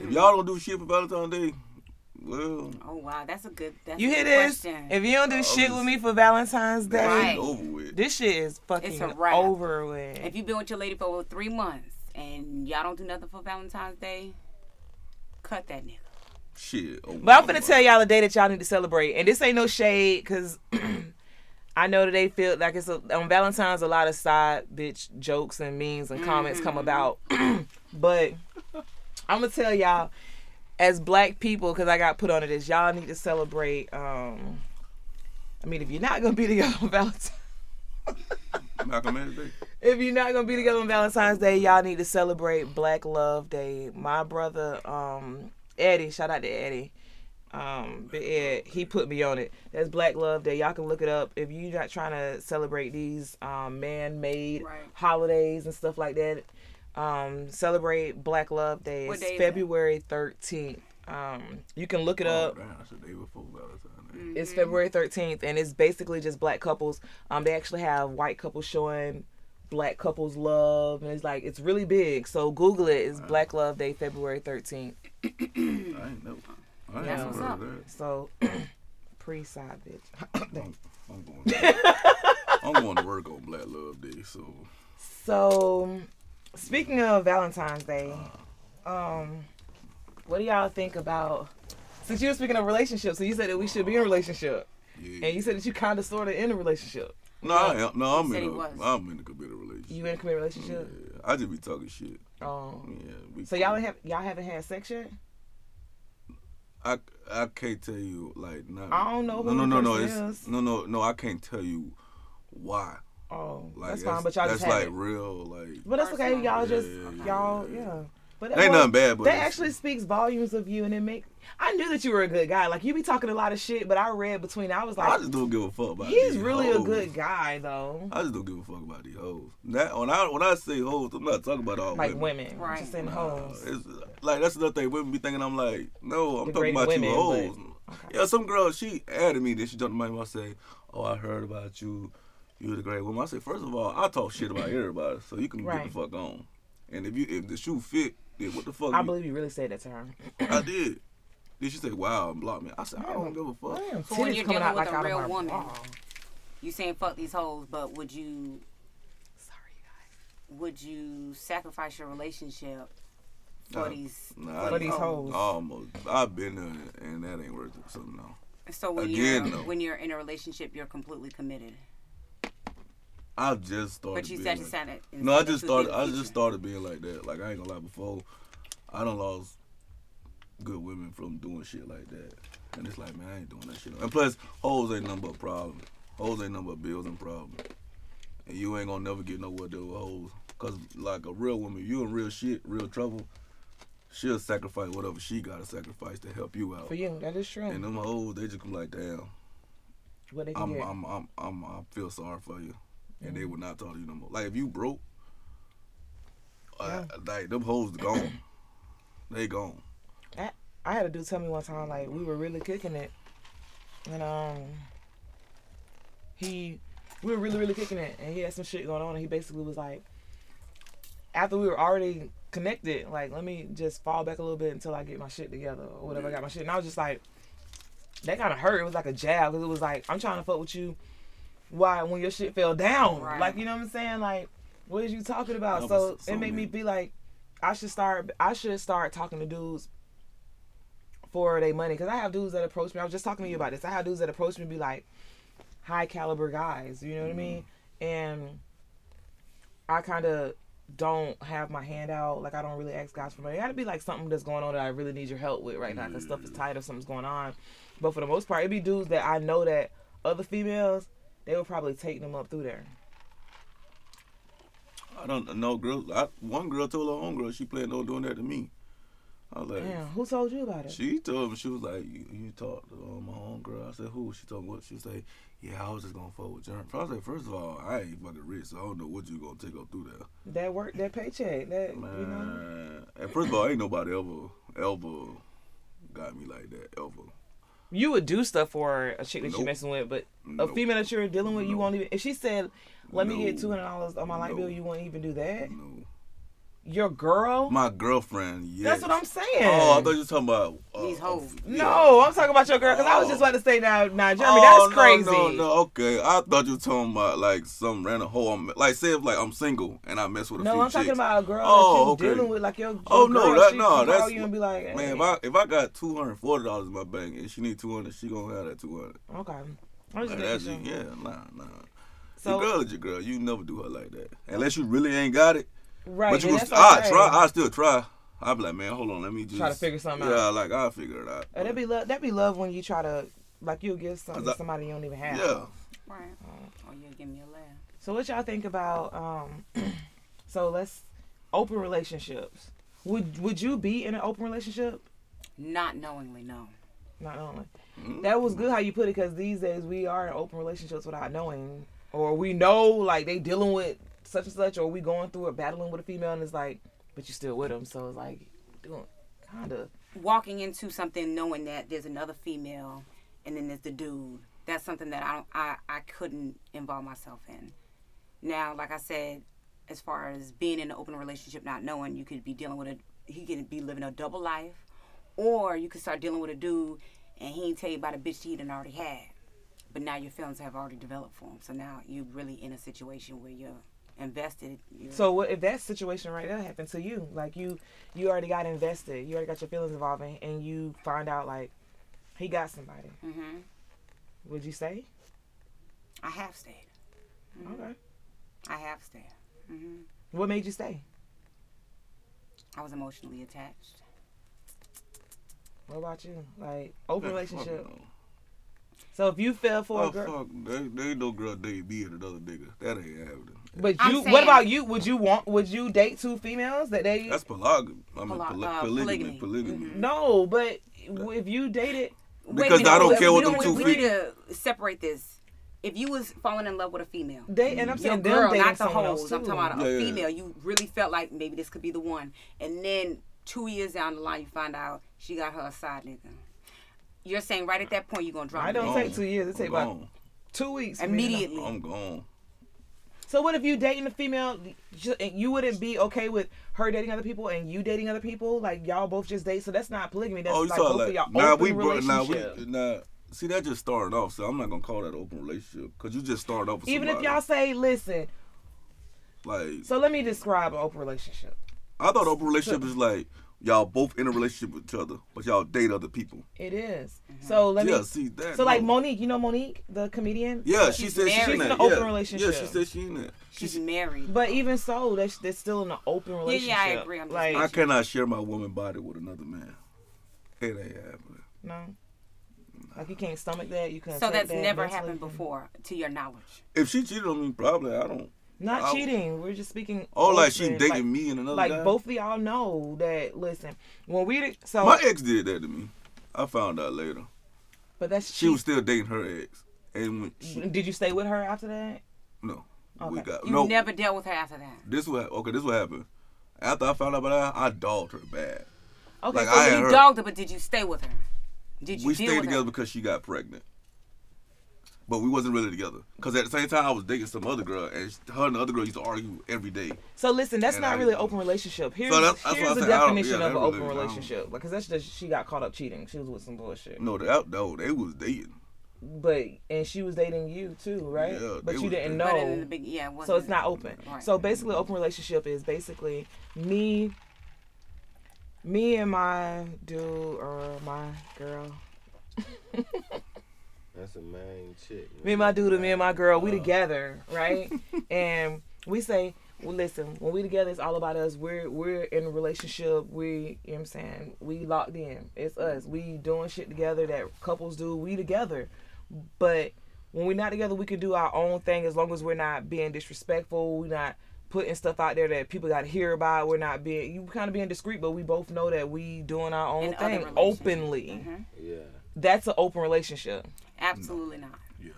S3: If y'all don't do shit for Valentine's Day, well,
S5: Oh wow, that's a good. That's
S4: You
S5: a
S4: hear
S5: good
S4: this?
S5: Question.
S4: If you don't do shit with me for Valentine's Day,
S3: that
S5: Right.
S3: shit over with.
S4: this shit is fucking
S5: It's a wrap.
S4: over with.
S5: If you've been with your lady for over three months and y'all don't do nothing for Valentine's Day, cut that nigga.
S3: Shit. Oh
S4: But I'm
S3: my
S4: gonna tell y'all a day that y'all need to celebrate, and this ain't no shade, cause I know that they feel like it's a, on Valentine's a lot of side bitch jokes and memes and comments
S5: Mm-hmm.
S4: come about, but I'm gonna tell y'all as black people, cause I got put on it as y'all need to celebrate. Um, I mean, if you're not gonna be together on Valentine's,
S3: Malcolm X Day.
S4: if you're not gonna be together on Valentine's Day, y'all need to celebrate Black Love Day. My brother, um, Eddie, shout out to Eddie. Um, but Ed, he put me on it. That's Black Love Day. Y'all can look it up if you're not trying to celebrate these um, man-made
S5: Right.
S4: holidays and stuff like that. Um, celebrate Black Love Day.
S5: What
S4: It's
S5: day is that?
S4: February 13th. Um, you can look it
S3: Oh,
S4: up.
S3: damn, that's the day before Valentine's Day.
S4: It's February 13th, and it's basically just black couples. Um, they actually have white couples showing black couples love, and it's like it's really big. So Google it. It's Black Love Day, February 13th.
S3: I ain't know. I
S5: That's
S3: ain't never
S5: what's
S3: heard
S5: up.
S3: of
S4: So pre side bitch.
S3: that. I'm, I'm going. To, I'm going to work on Black Love Day. So
S4: So speaking of Valentine's Day, um, what do y'all think about? Since you were speaking of relationships, so you said that we should be in a relationship,
S3: yeah.
S4: and you said that you kind of sort of in a relationship.
S3: no, I am. No, I'm
S5: He said
S3: in.
S5: he was.
S3: A, I'm in a committed relationship.
S4: You in a committed relationship?
S3: Yeah, I just be talking shit.
S4: Um,
S3: Yeah. We
S4: so y'all ain't have y'all haven't had sex yet?
S3: I I can't tell you like not.
S4: I don't know who
S3: no,
S4: the
S3: no, no,
S4: person
S3: no.
S4: is.
S3: It's, no, no, no. I can't tell you why.
S4: Oh,
S3: Like
S4: that's fine, but y'all
S3: that's
S4: just have
S3: like
S4: it.
S3: real. Like
S4: But that's okay.
S5: personal.
S4: Y'all just
S3: Yeah, yeah,
S4: y'all
S3: yeah.
S4: yeah. But
S3: It ain't nothing bad, but
S4: that
S3: it's-
S4: actually speaks volumes of you, and it make. I knew that you were a good guy. Like you be talking a lot of shit, but I read between. I was
S3: I
S4: like,
S3: just don't give a fuck about.
S4: he's
S3: these
S4: really a
S3: hoes.
S4: good guy though.
S3: I just don't give a fuck about these hoes. That when I when I say hoes, I'm not talking about all
S4: Like
S3: women.
S4: women,
S5: Right.
S4: just in
S3: Uh,
S4: hoes.
S3: It's like that's another thing. Women be thinking I'm like, no, I'm talking
S4: Degrading
S3: about you
S4: women,
S3: hoes. Yeah, some girl she added me that she jumped in my mouth say, oh, I heard about you. You're the great woman. I say, first of all, I talk shit about everybody, so you can
S4: Right.
S3: get the fuck on. And if you if the shoe fit, then what the fuck?
S4: I
S3: you-
S4: believe you really said that to her.
S3: I did. Then she said, wow, and blocked me. I said, I don't give a fuck.
S4: Damn,
S5: So when
S4: titties
S5: you're
S4: coming
S5: dealing
S4: out
S5: with
S4: like
S5: a
S4: out of
S5: real
S4: my
S5: woman,
S4: bra.
S5: you saying fuck these hoes, but would you
S4: Sorry, guys.
S5: would you sacrifice your relationship for
S3: Nah.
S5: these?
S3: Nah,
S4: For these hoes.
S3: Almost. I've been there, and that ain't worth it. So no.
S5: So when
S3: Again,
S5: you're
S3: though.
S5: when you're in a relationship, you're completely committed.
S3: I just started.
S5: But you
S3: being
S5: said
S3: like-
S5: you said it.
S3: No, I just started. I just started being like that. Like I ain't gonna lie. Before, I done lost good women from doing shit like that. And it's like, man, I ain't doing that shit. And plus, hoes ain't number problem. Hoes ain't number bills and problem. And you ain't gonna never get nowhere dealing with hoes. Cause like a real woman, you in real shit, real trouble. She'll sacrifice whatever she gotta sacrifice to help you out.
S4: For you, that is true.
S3: And them hoes, they just come like, damn.
S4: What they can
S3: I'm,
S4: get.
S3: I'm, I'm, I'm, I feel sorry for you, and
S4: Mm-hmm.
S3: they will not talk to you no more. Like if you broke, uh, like them hoes gone, they gone.
S4: I, I had a dude tell me one time like we were really kicking it, and um, he we were really really kicking it, and he had some shit going on, and he basically was like, after we were already connected, like let me just fall back a little bit until I get my shit together or whatever. I got my shit, and I was just like, that kind of hurt. It was like a jab because it was like I'm trying to fuck with you, why when your shit fell down,
S5: Right.
S4: like you know what I'm saying, like what is you talking about?
S3: That
S4: So
S3: was
S4: it made me
S3: something.
S4: be like, I should start. I should start talking to dudes for their money because I have dudes that approach me. I was just talking to you about this. I have dudes that approach me and be like high caliber guys. You know what I mean? And I kind of don't have my hand out. Like I don't really ask guys for money. It had to be like something that's going on that I really need your help with right now because stuff is tight or something's going on. But for the most part, it'd be dudes that I know that other females they would probably take them up through there.
S3: I don't know, girl. I, one girl told her homegirl she planned on doing that to me. I was like,
S4: Damn, who told you about it?
S3: She told me she was like, "You, you talked to uh, my homegirl." I said, "Who?" She told me what she was like. Yeah, I was just gonna fuck with Jeremy. I was like, first of all, I ain't fucking rich, so I don't know what you gonna take up through there.
S4: That work, that paycheck, that you know.
S3: Man, and first of all, ain't nobody ever, ever got me like that ever.
S4: You would do stuff for a chick that
S3: Nope.
S4: you're messing with, but a
S3: Nope.
S4: female that you're dealing with, you
S3: No.
S4: won't even. If she said, "Let me get
S3: No.
S4: two hundred dollars on my light bill,"
S3: No.
S4: you won't even do that.
S3: No,
S4: Your girl.
S3: my girlfriend. Yes.
S4: That's what I'm saying.
S3: Oh, I thought you were talking about uh,
S5: These hoes.
S3: yeah.
S4: No, I'm talking about your girl because I was just about to say now, now Jeremy, that's crazy.
S3: Oh, No, no, no, okay. I thought you were talking about like some random hoe. I'm, like, say if like I'm single and I mess with a
S4: No,
S3: few
S4: I'm talking
S3: chicks.
S4: about a girl
S3: Oh,
S4: that you
S3: okay.
S4: dealing with, like your. your
S3: Oh
S4: girl,
S3: no, that
S4: she
S3: no,
S4: can call
S3: that's
S4: you and be like,
S3: man. If I if I got two hundred forty dollars in my bank and she need two hundred, she gonna have that two hundred.
S4: okay, I'm just
S3: Like,
S4: making
S3: that's
S4: sure.
S3: yeah, nah, nah.
S4: So
S3: your girl is your girl. You never do her like that unless you really ain't got it.
S4: right,
S3: but you,
S4: and
S3: was-
S4: that's
S3: I
S4: okay.
S3: try. I still try. I be like, man, hold on, let me just
S4: to figure something
S3: yeah,
S4: out.
S3: like I'll figure it out.
S4: Oh, that'd be love. That'd be love when you try to like you'll give something to
S3: Cause I-
S4: somebody you don't even have.
S3: yeah.
S5: Right. Or you'll Oh, give me a laugh.
S4: So what y'all think about um so let's open relationships. Would would you be in an open relationship?
S5: Not knowingly, no.
S4: Not knowing. That was good how you put it because these days we are in open relationships without knowing, or we know like they dealing with such and such, or we going through or battling with a female, and it's like, but you still with them, so it's like doing kind of.
S5: walking into something knowing that there's another female and then there's the dude that's something that i don't i, I couldn't involve myself in now like i said as far as being in an open relationship not knowing you could be dealing with a he could be living a double life or you could start dealing with a dude and he ain't tell you about a bitch he done already had but now your feelings have already developed for him so now you're really in a situation where you're invested you're,
S4: So what if that situation right there happened to you? Like you, you already got invested, you already got your feelings involved, and, and you find out like he got somebody.
S5: hmm
S4: Would you say?
S5: i have stayed
S4: Okay.
S5: i have stayed
S4: Mm-hmm.
S5: hmm
S4: What made you stay?
S5: i was emotionally attached
S4: What about you? Like open
S3: Yeah,
S4: relationship.
S3: fuck no.
S4: So if you fell for
S3: Oh,
S4: a girl,
S3: fuck, there, there ain't no girl date me and another nigga. That ain't happening.
S4: but
S5: I'm
S4: you, what
S5: saying-
S4: about you? Would you want? Would you date two females that they?
S3: That's polygamy. I mean,
S5: Poly-
S3: poly-
S5: uh, polygamy.
S3: polygamy,
S5: Mm-hmm.
S3: polygamy.
S4: no, but if you dated,
S5: Wait a
S3: Because
S5: minute,
S3: I don't
S5: we-
S3: care
S5: we
S3: what them two
S5: We
S3: feet-
S5: need to separate this. If you was falling in love with a female,
S4: they and
S5: your
S4: I'm saying them
S5: girl,
S4: dating
S5: not the
S4: someone else
S5: hoes.
S4: too.
S5: I'm talking about a
S3: Yeah, yeah.
S5: female. You really felt like maybe this could be the one, and then two years down the line, you find out she got her a side nigga. You're saying right at that point you're gonna drop.
S4: I don't
S5: it
S4: take two years, it take
S3: I'm
S4: about-
S3: gone.
S4: two weeks for me to know.
S5: immediately.
S3: I'm gone.
S4: So what if you dating a female? ju- and You wouldn't be okay with her dating other people and you dating other people. Like y'all both just date. So that's not polygamy. That's
S3: Oh, you
S4: like
S3: saw
S4: both of
S3: like
S4: y'all
S3: nah,
S4: open
S3: we brought nah, we
S4: relationship.
S3: nah. See, that just started off, so I'm not gonna call that open relationship because you just started off. With
S4: Even if
S3: somebody.
S4: y'all say, listen.
S3: like,
S4: So let me describe an open relationship.
S3: I thought open relationship is like y'all both in a relationship with each other, but y'all date other people.
S4: It is.
S5: Mm-hmm.
S4: So let
S3: yeah,
S4: me.
S3: see that.
S4: So like
S3: no.
S4: Monique, you know Monique, the comedian.
S3: Yeah, she said
S5: married.
S3: she
S5: She's
S3: in
S5: in
S3: that.
S4: an open
S3: yeah.
S4: relationship.
S3: Yeah, she said she in that.
S5: She's married.
S4: But even so, that's that's still in an open
S5: yeah, I
S4: relationship.
S5: agree. I'm just
S4: like
S3: I cannot share my woman body with another man. It ain't happening.
S4: no. Like you can't stomach that. You can't.
S5: so
S4: take
S5: that's
S4: that
S5: never
S4: mentally.
S5: happened before, to your knowledge.
S3: If she cheated on me, probably I don't.
S4: Not
S3: I-
S4: cheating. We're just speaking.
S3: Oh, like she
S4: open,
S3: dating
S4: like-
S3: me and another
S4: Like
S3: guy?
S4: both of y'all know that. Listen, when we so,
S3: My ex did that to me. I found out later.
S4: but that's
S3: She was
S4: cheating.
S3: still dating her ex. And when she,
S4: Did you stay with her after that?
S3: no, we
S4: Okay.
S3: got
S5: You
S3: no.
S5: never dealt with her after that.
S3: This what okay. This what happened. After I found out about that, I dogged her bad.
S4: Okay,
S3: Like I
S4: so
S5: So
S3: had
S5: you
S3: her.
S5: dogged her, but did you stay with her? Did you
S3: we
S5: deal
S3: stayed
S5: with
S3: together
S5: her?
S3: because she got pregnant. But we wasn't really together. Cause at the same time I was dating some other girl, and she- her and the other girl used to argue every day.
S4: So listen, that's
S3: And
S4: not
S3: I-
S4: really open relationship. Here's,
S3: that's- that's
S4: here's
S3: what I
S4: the
S3: said. I don't-
S4: definition
S3: yeah,
S4: of an
S3: that really-
S4: open
S3: I don't-
S4: relationship. Because that's just she got caught up cheating. She was with some bullshit.
S3: No, that no, they was dating.
S4: But and she was dating you too, right?
S3: Yeah,
S4: but
S3: they
S4: you
S3: was dating.
S4: didn't know.
S5: But in the big, yeah, it
S4: so it's
S5: wasn't-
S4: not open.
S5: Right.
S4: So basically, open relationship is basically me, me and my dude or my girl,
S6: That's a main chick.
S4: me and my dude or me and my girl, we together, right? and we say, well, listen, when we together, it's all about us. We're we're in a relationship. We, you know what I'm saying, we locked in. It's us. We doing shit together that couples do. We together, but when we're not together, we can do our own thing as long as we're not being disrespectful. We're not putting stuff out there that people got to hear about. We're not being you kind of being discreet, but we both know that we doing our own
S5: In other
S4: thing
S5: relationships. Mm-hmm.
S4: openly.
S6: Yeah.
S4: That's an open relationship.
S5: Absolutely not.
S3: Yeah.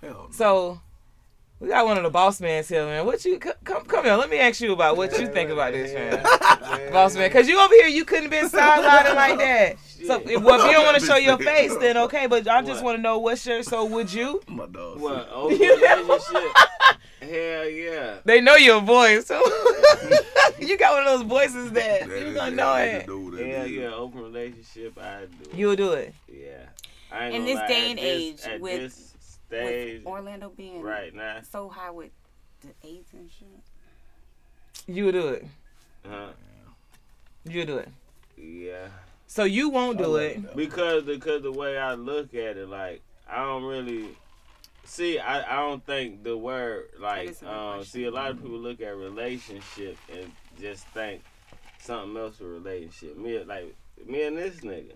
S3: Hell no.
S4: So we got one of the boss mans here, man. What you c- come come here? Let me ask you about what you think about this, man. Boss man, cause you over here, you couldn't been sidelining like that. So if, well, if you don't want to show your face, then okay. But I just
S6: What?
S4: want to know what's your. So would you?
S3: my dog.
S6: What? Open relationship? Hell yeah.
S4: They know your voice. So you got one of those voices that you gonna know it.
S6: Hell yeah. Open relationship, I do.
S4: You'll do it.
S6: Yeah. I ain't
S5: In
S6: gonna
S5: this
S6: lie,
S5: day
S6: at
S5: and
S6: this-
S5: age
S6: at
S5: with-
S6: this stage
S5: With Orlando being
S6: right now,
S5: so high with the AIDS and shit.
S4: You'll do it.
S6: huh?
S4: You'll do it.
S6: Yeah.
S4: So you won't do it.
S6: Because because the way I look at it, like I don't really see. I, I don't think the word
S5: is
S6: like
S5: a good
S6: um,
S5: question.
S6: see a lot of people look at relationship and just think something else with relationship. Me like me and this nigga,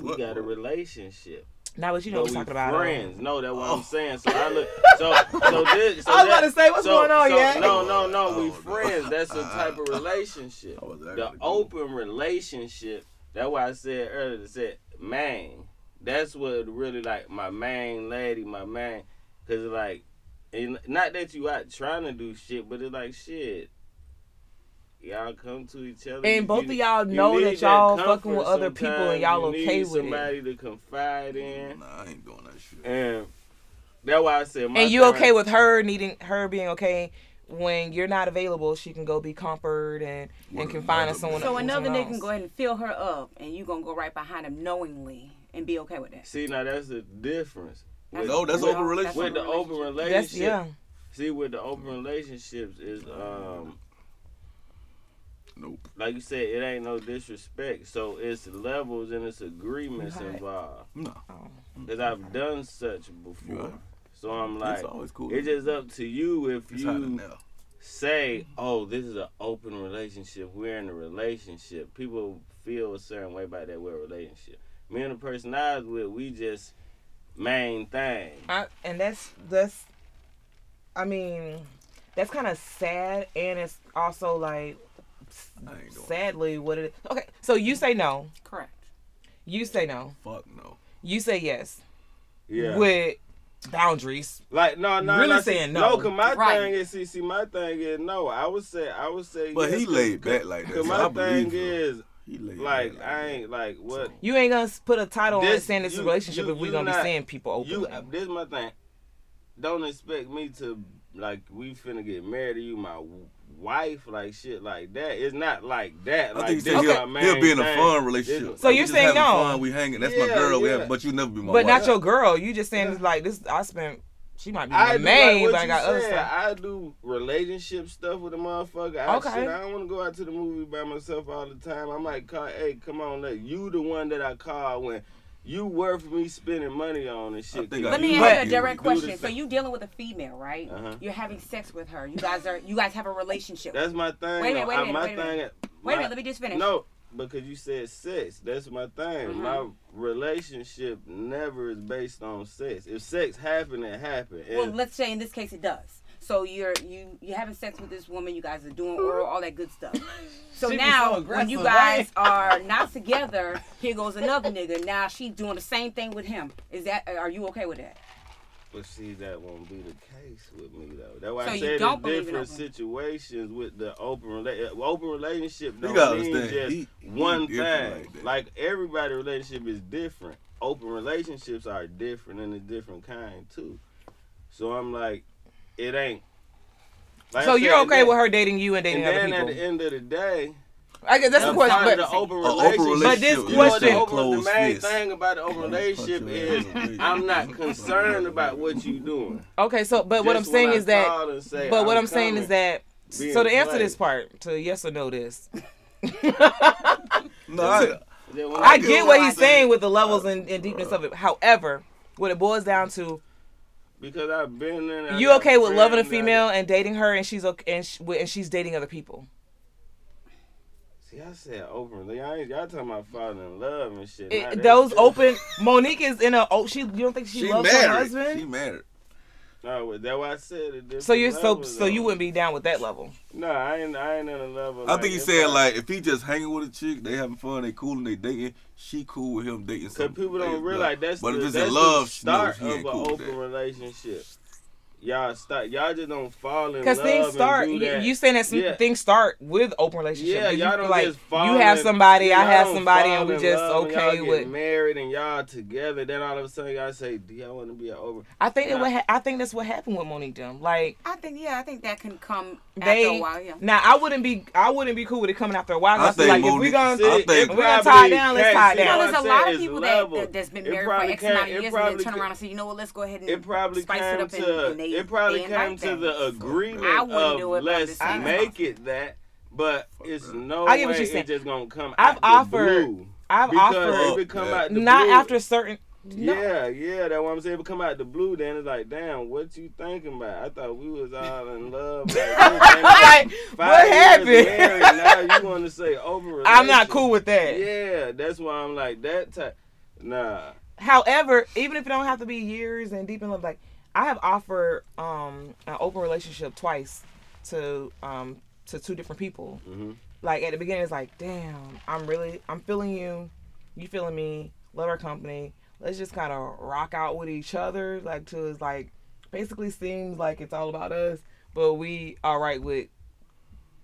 S6: we got a relationship.
S4: Now, but you know
S6: But
S4: what I'm talking
S6: we
S4: about. um, Oh.
S6: friends. No, that's what I'm saying. So I look. So so this. So
S4: I was about
S6: that-
S4: to say, what's
S6: so-
S4: going on,
S6: so,
S4: yeah?
S6: No,
S3: Oh,
S6: no, no. We
S3: no. Uh-huh.
S6: friends. That's a type of relationship.
S3: Oh, that
S6: The
S3: gotta go.
S6: open relationship. That's why I said earlier. I said man. That's what really like my main lady, my man. Cause like, and not that you out trying to do shit, but it's like shit. Y'all come to each other.
S4: And
S6: You-
S4: both
S6: you-
S4: of y'all
S6: you
S4: know
S6: need
S4: that y'all
S6: comfort
S4: fucking with other people and
S6: sometimes.
S4: y'all
S6: You
S4: okay
S6: need
S4: with it.
S6: somebody to confide in.
S3: Nah, I ain't doing that shit.
S6: And that's why I said, my
S4: And you okay
S6: parents-
S4: with her needing her being okay when you're not available? She can go be comforted and and confine in someone.
S5: So another
S4: someone
S5: nigga
S4: else.
S5: can go ahead and fill her up, and you gonna go right behind him knowingly and be okay with that.
S6: See, now that's the difference. With,
S3: No, that's
S6: with,
S3: open relationship.
S6: with the open
S4: That's
S6: relationship.
S4: yeah.
S6: See, with the open relationships is um
S3: Nope.
S6: like you said, it ain't no disrespect. So it's levels and it's agreements
S4: Right.
S6: involved.
S3: No.
S6: Cause I've done such before.
S3: Yeah.
S6: So I'm like,
S3: it's always cool.
S6: it's just up to you if
S3: It's hotter
S6: you
S3: now.
S6: say, "Oh, this is an open relationship. We're in a relationship." People feel a certain way about that word relationship. Me and the person I was with, we just main thing.
S4: I, and that's that's. I mean, that's kind of sad, and it's also like
S3: I ain't doing
S4: sadly what it. Okay, so you say no.
S5: Correct.
S4: You say no.
S3: Fuck no.
S4: You say yes
S6: Yeah.
S4: with boundaries.
S6: like no, no,
S4: Really
S6: no,
S4: saying
S6: see,
S4: no.
S6: No, cause my
S5: Right.
S6: thing is, see, see, my thing is no. I would say, I would say.
S3: But
S6: yes,
S3: he
S6: cause-
S3: laid back like that.
S6: Cause
S3: so
S6: my
S3: I
S6: thing
S3: believe him.
S6: is,
S3: he laid
S6: like,
S3: back
S6: I
S3: that.
S6: ain't like what.
S4: You ain't gonna put a title on it
S6: This-
S4: saying this is a
S6: you-
S4: relationship
S6: you-
S4: if we're
S6: you
S4: gonna be
S6: not-
S4: seeing people open.
S6: You, this is my thing. Don't expect me to like we finna get married to you, my w- wife, like shit, like that. It's not like that.
S3: I
S6: like
S3: think
S6: this
S3: he
S6: is
S3: said
S6: my
S3: he'll,
S6: main
S3: he'll be in a
S6: thing.
S3: fun relationship.
S6: This-
S4: So
S3: Like, we
S4: you're
S3: just
S4: saying
S3: having
S4: no.
S3: Fun, we hanging. That's my
S6: Yeah,
S3: girl. We
S6: yeah.
S3: have, but you never be my
S4: But
S3: wife.
S4: not your girl. You just saying it's like this. I spent. She might be
S6: I
S4: my
S6: do
S4: main, but
S6: like what
S4: I
S6: you
S4: got other
S6: said.
S4: stuff.
S6: I do relationship stuff with a motherfucker. I,
S4: Okay.
S6: shit, I don't want to go out to the movie by myself all the time. I might call, hey, come on, let you the one that I call when you worth me spending money on and shit.
S3: think I
S6: Cause
S5: Let
S3: do.
S5: me
S3: But-
S5: ask you a direct
S6: You do the
S5: question. So
S6: same.
S5: you dealing with a female, right?
S6: Uh-huh.
S5: You're having sex with her. You guys are you guys have a relationship.
S6: That's my thing.
S5: Wait a minute,
S6: though.
S5: wait a
S6: I-
S5: minute,
S6: my
S5: wait a
S6: thing,
S5: minute. Wait a
S6: my-
S5: minute, let me just finish. Mm-hmm.
S6: No, because you said sex. That's my thing. My relationship never is based on sex. If sex happened, it happened.
S5: Well,
S6: And-
S5: let's say in this case it does. So you're you you having sex with this woman. You guys are doing oral, all that good stuff. So
S4: She be
S5: now
S4: so
S5: when you guys
S4: aggressive,
S5: are not together, here goes another nigga. Now she's doing the same thing with him. Is that are you okay with that?
S6: But see, that won't be the case with me though. That's why
S5: So
S6: I
S5: you
S6: said the
S5: don't believe in
S6: different
S5: open-
S6: situations with the open rela- uh, open relationship
S3: You
S6: don't
S3: gotta
S6: mean
S3: understand,
S6: just
S3: he- he
S6: one thing.
S3: different like
S6: Like,
S3: that.
S6: everybody relationship is different. Open relationships are different and a different kind too. So I'm like, it ain't. Like I
S4: So you're
S6: said,
S4: okay
S6: that-
S4: with her dating you and dating
S6: And
S4: other
S6: then at
S4: people?
S6: the end of the day,
S4: I guess that's the
S6: I'm
S4: question.
S6: part of
S4: But
S6: the open
S3: A open
S6: relationship.
S3: relationship.
S4: this
S3: is
S6: You know what
S4: question-
S6: the,
S3: a
S6: open, the
S3: closed
S6: main
S3: fist.
S6: thing about the open
S3: Punch
S6: relationship
S3: your ass,
S6: is
S3: nigga.
S6: I'm not concerned about what you doing.
S4: okay, so but what I'm
S6: Just
S4: saying
S6: when I
S4: is that.
S6: call and say,
S4: But what I'm saying
S6: coming,
S4: is that.
S6: being
S4: So to answer
S6: polite.
S4: this part, to yes or no this,
S3: No, I,
S6: then when
S4: I
S6: do
S4: get what
S6: I
S4: he's
S6: do,
S4: saying with the levels and, and deepness of it. However, what it boils down to,
S6: Because I've been in. I
S4: you
S6: got
S4: okay with loving a
S6: friends, I-
S4: female and dating her, and she's okay, and, sh- and she's dating other people.
S6: See, I said openly. I ain't. Y'all talking about falling in love and shit.
S4: It-
S6: Nah, that's
S4: those
S6: different.
S4: open Monique is in a oh she you don't think she,
S3: she
S4: loves her
S3: married.
S4: husband?
S3: She married.
S6: No, but that's why I said it.
S4: so you're so so you wouldn't be down with that level.
S6: No, I ain't. I ain't in a level.
S3: I think he said like if he just hanging with a chick, they having fun, they cool, and they dating. She cool with him dating.
S6: Cause
S3: some-
S6: people
S3: they-
S6: don't realize that's
S3: But
S6: the,
S3: if it's
S6: that's
S3: in love,
S6: the
S3: she knows
S6: start
S3: he ain't
S6: of
S3: cool
S6: an
S3: with
S6: open
S3: that.
S6: relationship. Y'all start. Y'all just don't fall in love.
S4: Because things
S6: and
S4: start.
S6: do
S4: You,
S6: that.
S4: you saying that some
S6: Yeah.
S4: things start with open relationship.
S6: Yeah,
S4: but
S6: y'all
S4: you,
S6: don't
S4: like
S6: just fall.
S4: you have
S6: in-
S4: somebody, I
S6: y'all
S4: have
S6: don't
S4: somebody,
S6: fall
S4: and we
S6: in
S4: just
S6: love and
S4: okay
S6: y'all
S4: with.
S6: Get married and y'all together. Then all of a sudden y'all say, "Do y'all want to be an over?"
S4: I think that
S6: Nah.
S4: what ha- I think that's what happened with Monique. Them like
S5: I think yeah, I think that can come after
S4: they
S5: a while. Yeah.
S4: now I wouldn't be I wouldn't be cool with it coming after a while. 'cause
S3: I
S4: I, feel
S3: think
S4: like if we
S3: Monique-
S4: gonna
S3: I think-
S4: if we gonna tie it down, let's
S6: It
S4: tie it
S6: probably
S5: No, there's
S4: down.
S6: can't. See,
S5: a
S6: what I'm
S5: lot of
S6: saying
S5: people
S6: is
S5: that,
S6: level.
S5: that that's been
S6: It
S5: married for
S6: probably
S5: X amount of
S6: can't- it
S5: years and they turn
S6: probably can't-
S5: around and say, you know what, let's go ahead and
S6: It probably
S5: spice it
S6: came
S5: up and,
S6: to
S5: and they,
S6: it probably
S5: they invite
S6: came to
S5: them.
S6: the agreement
S5: I wouldn't
S6: of
S5: do it, but I'm
S6: let's
S5: just saying.
S6: make it that, but it's no
S4: I get what
S6: way
S4: you're saying.
S6: it's just gonna come.
S4: I've
S6: out the
S4: offered-
S6: blue.
S4: I've
S6: because
S4: offered
S6: if it come
S3: Yeah.
S6: out the
S4: not
S6: blue,
S4: after certain. No.
S6: Yeah, yeah, that's what I'm saying. If it come out the blue, then it's like, damn, what you thinking about? I thought we was all in love. Like,
S4: Like, what happened?
S6: Married, now you want to say over?
S4: I'm not cool with that.
S6: Yeah, that's why I'm like that type. Nah,
S4: However, even if it don't have to be years and deep in love, like I have offered um an open relationship twice to um to two different people. Like at the beginning, it's like, damn, I'm really I'm feeling you, you feeling me, love our company. Let's just kind of rock out with each other, like to it's like basically seems like it's all about us, but we all right with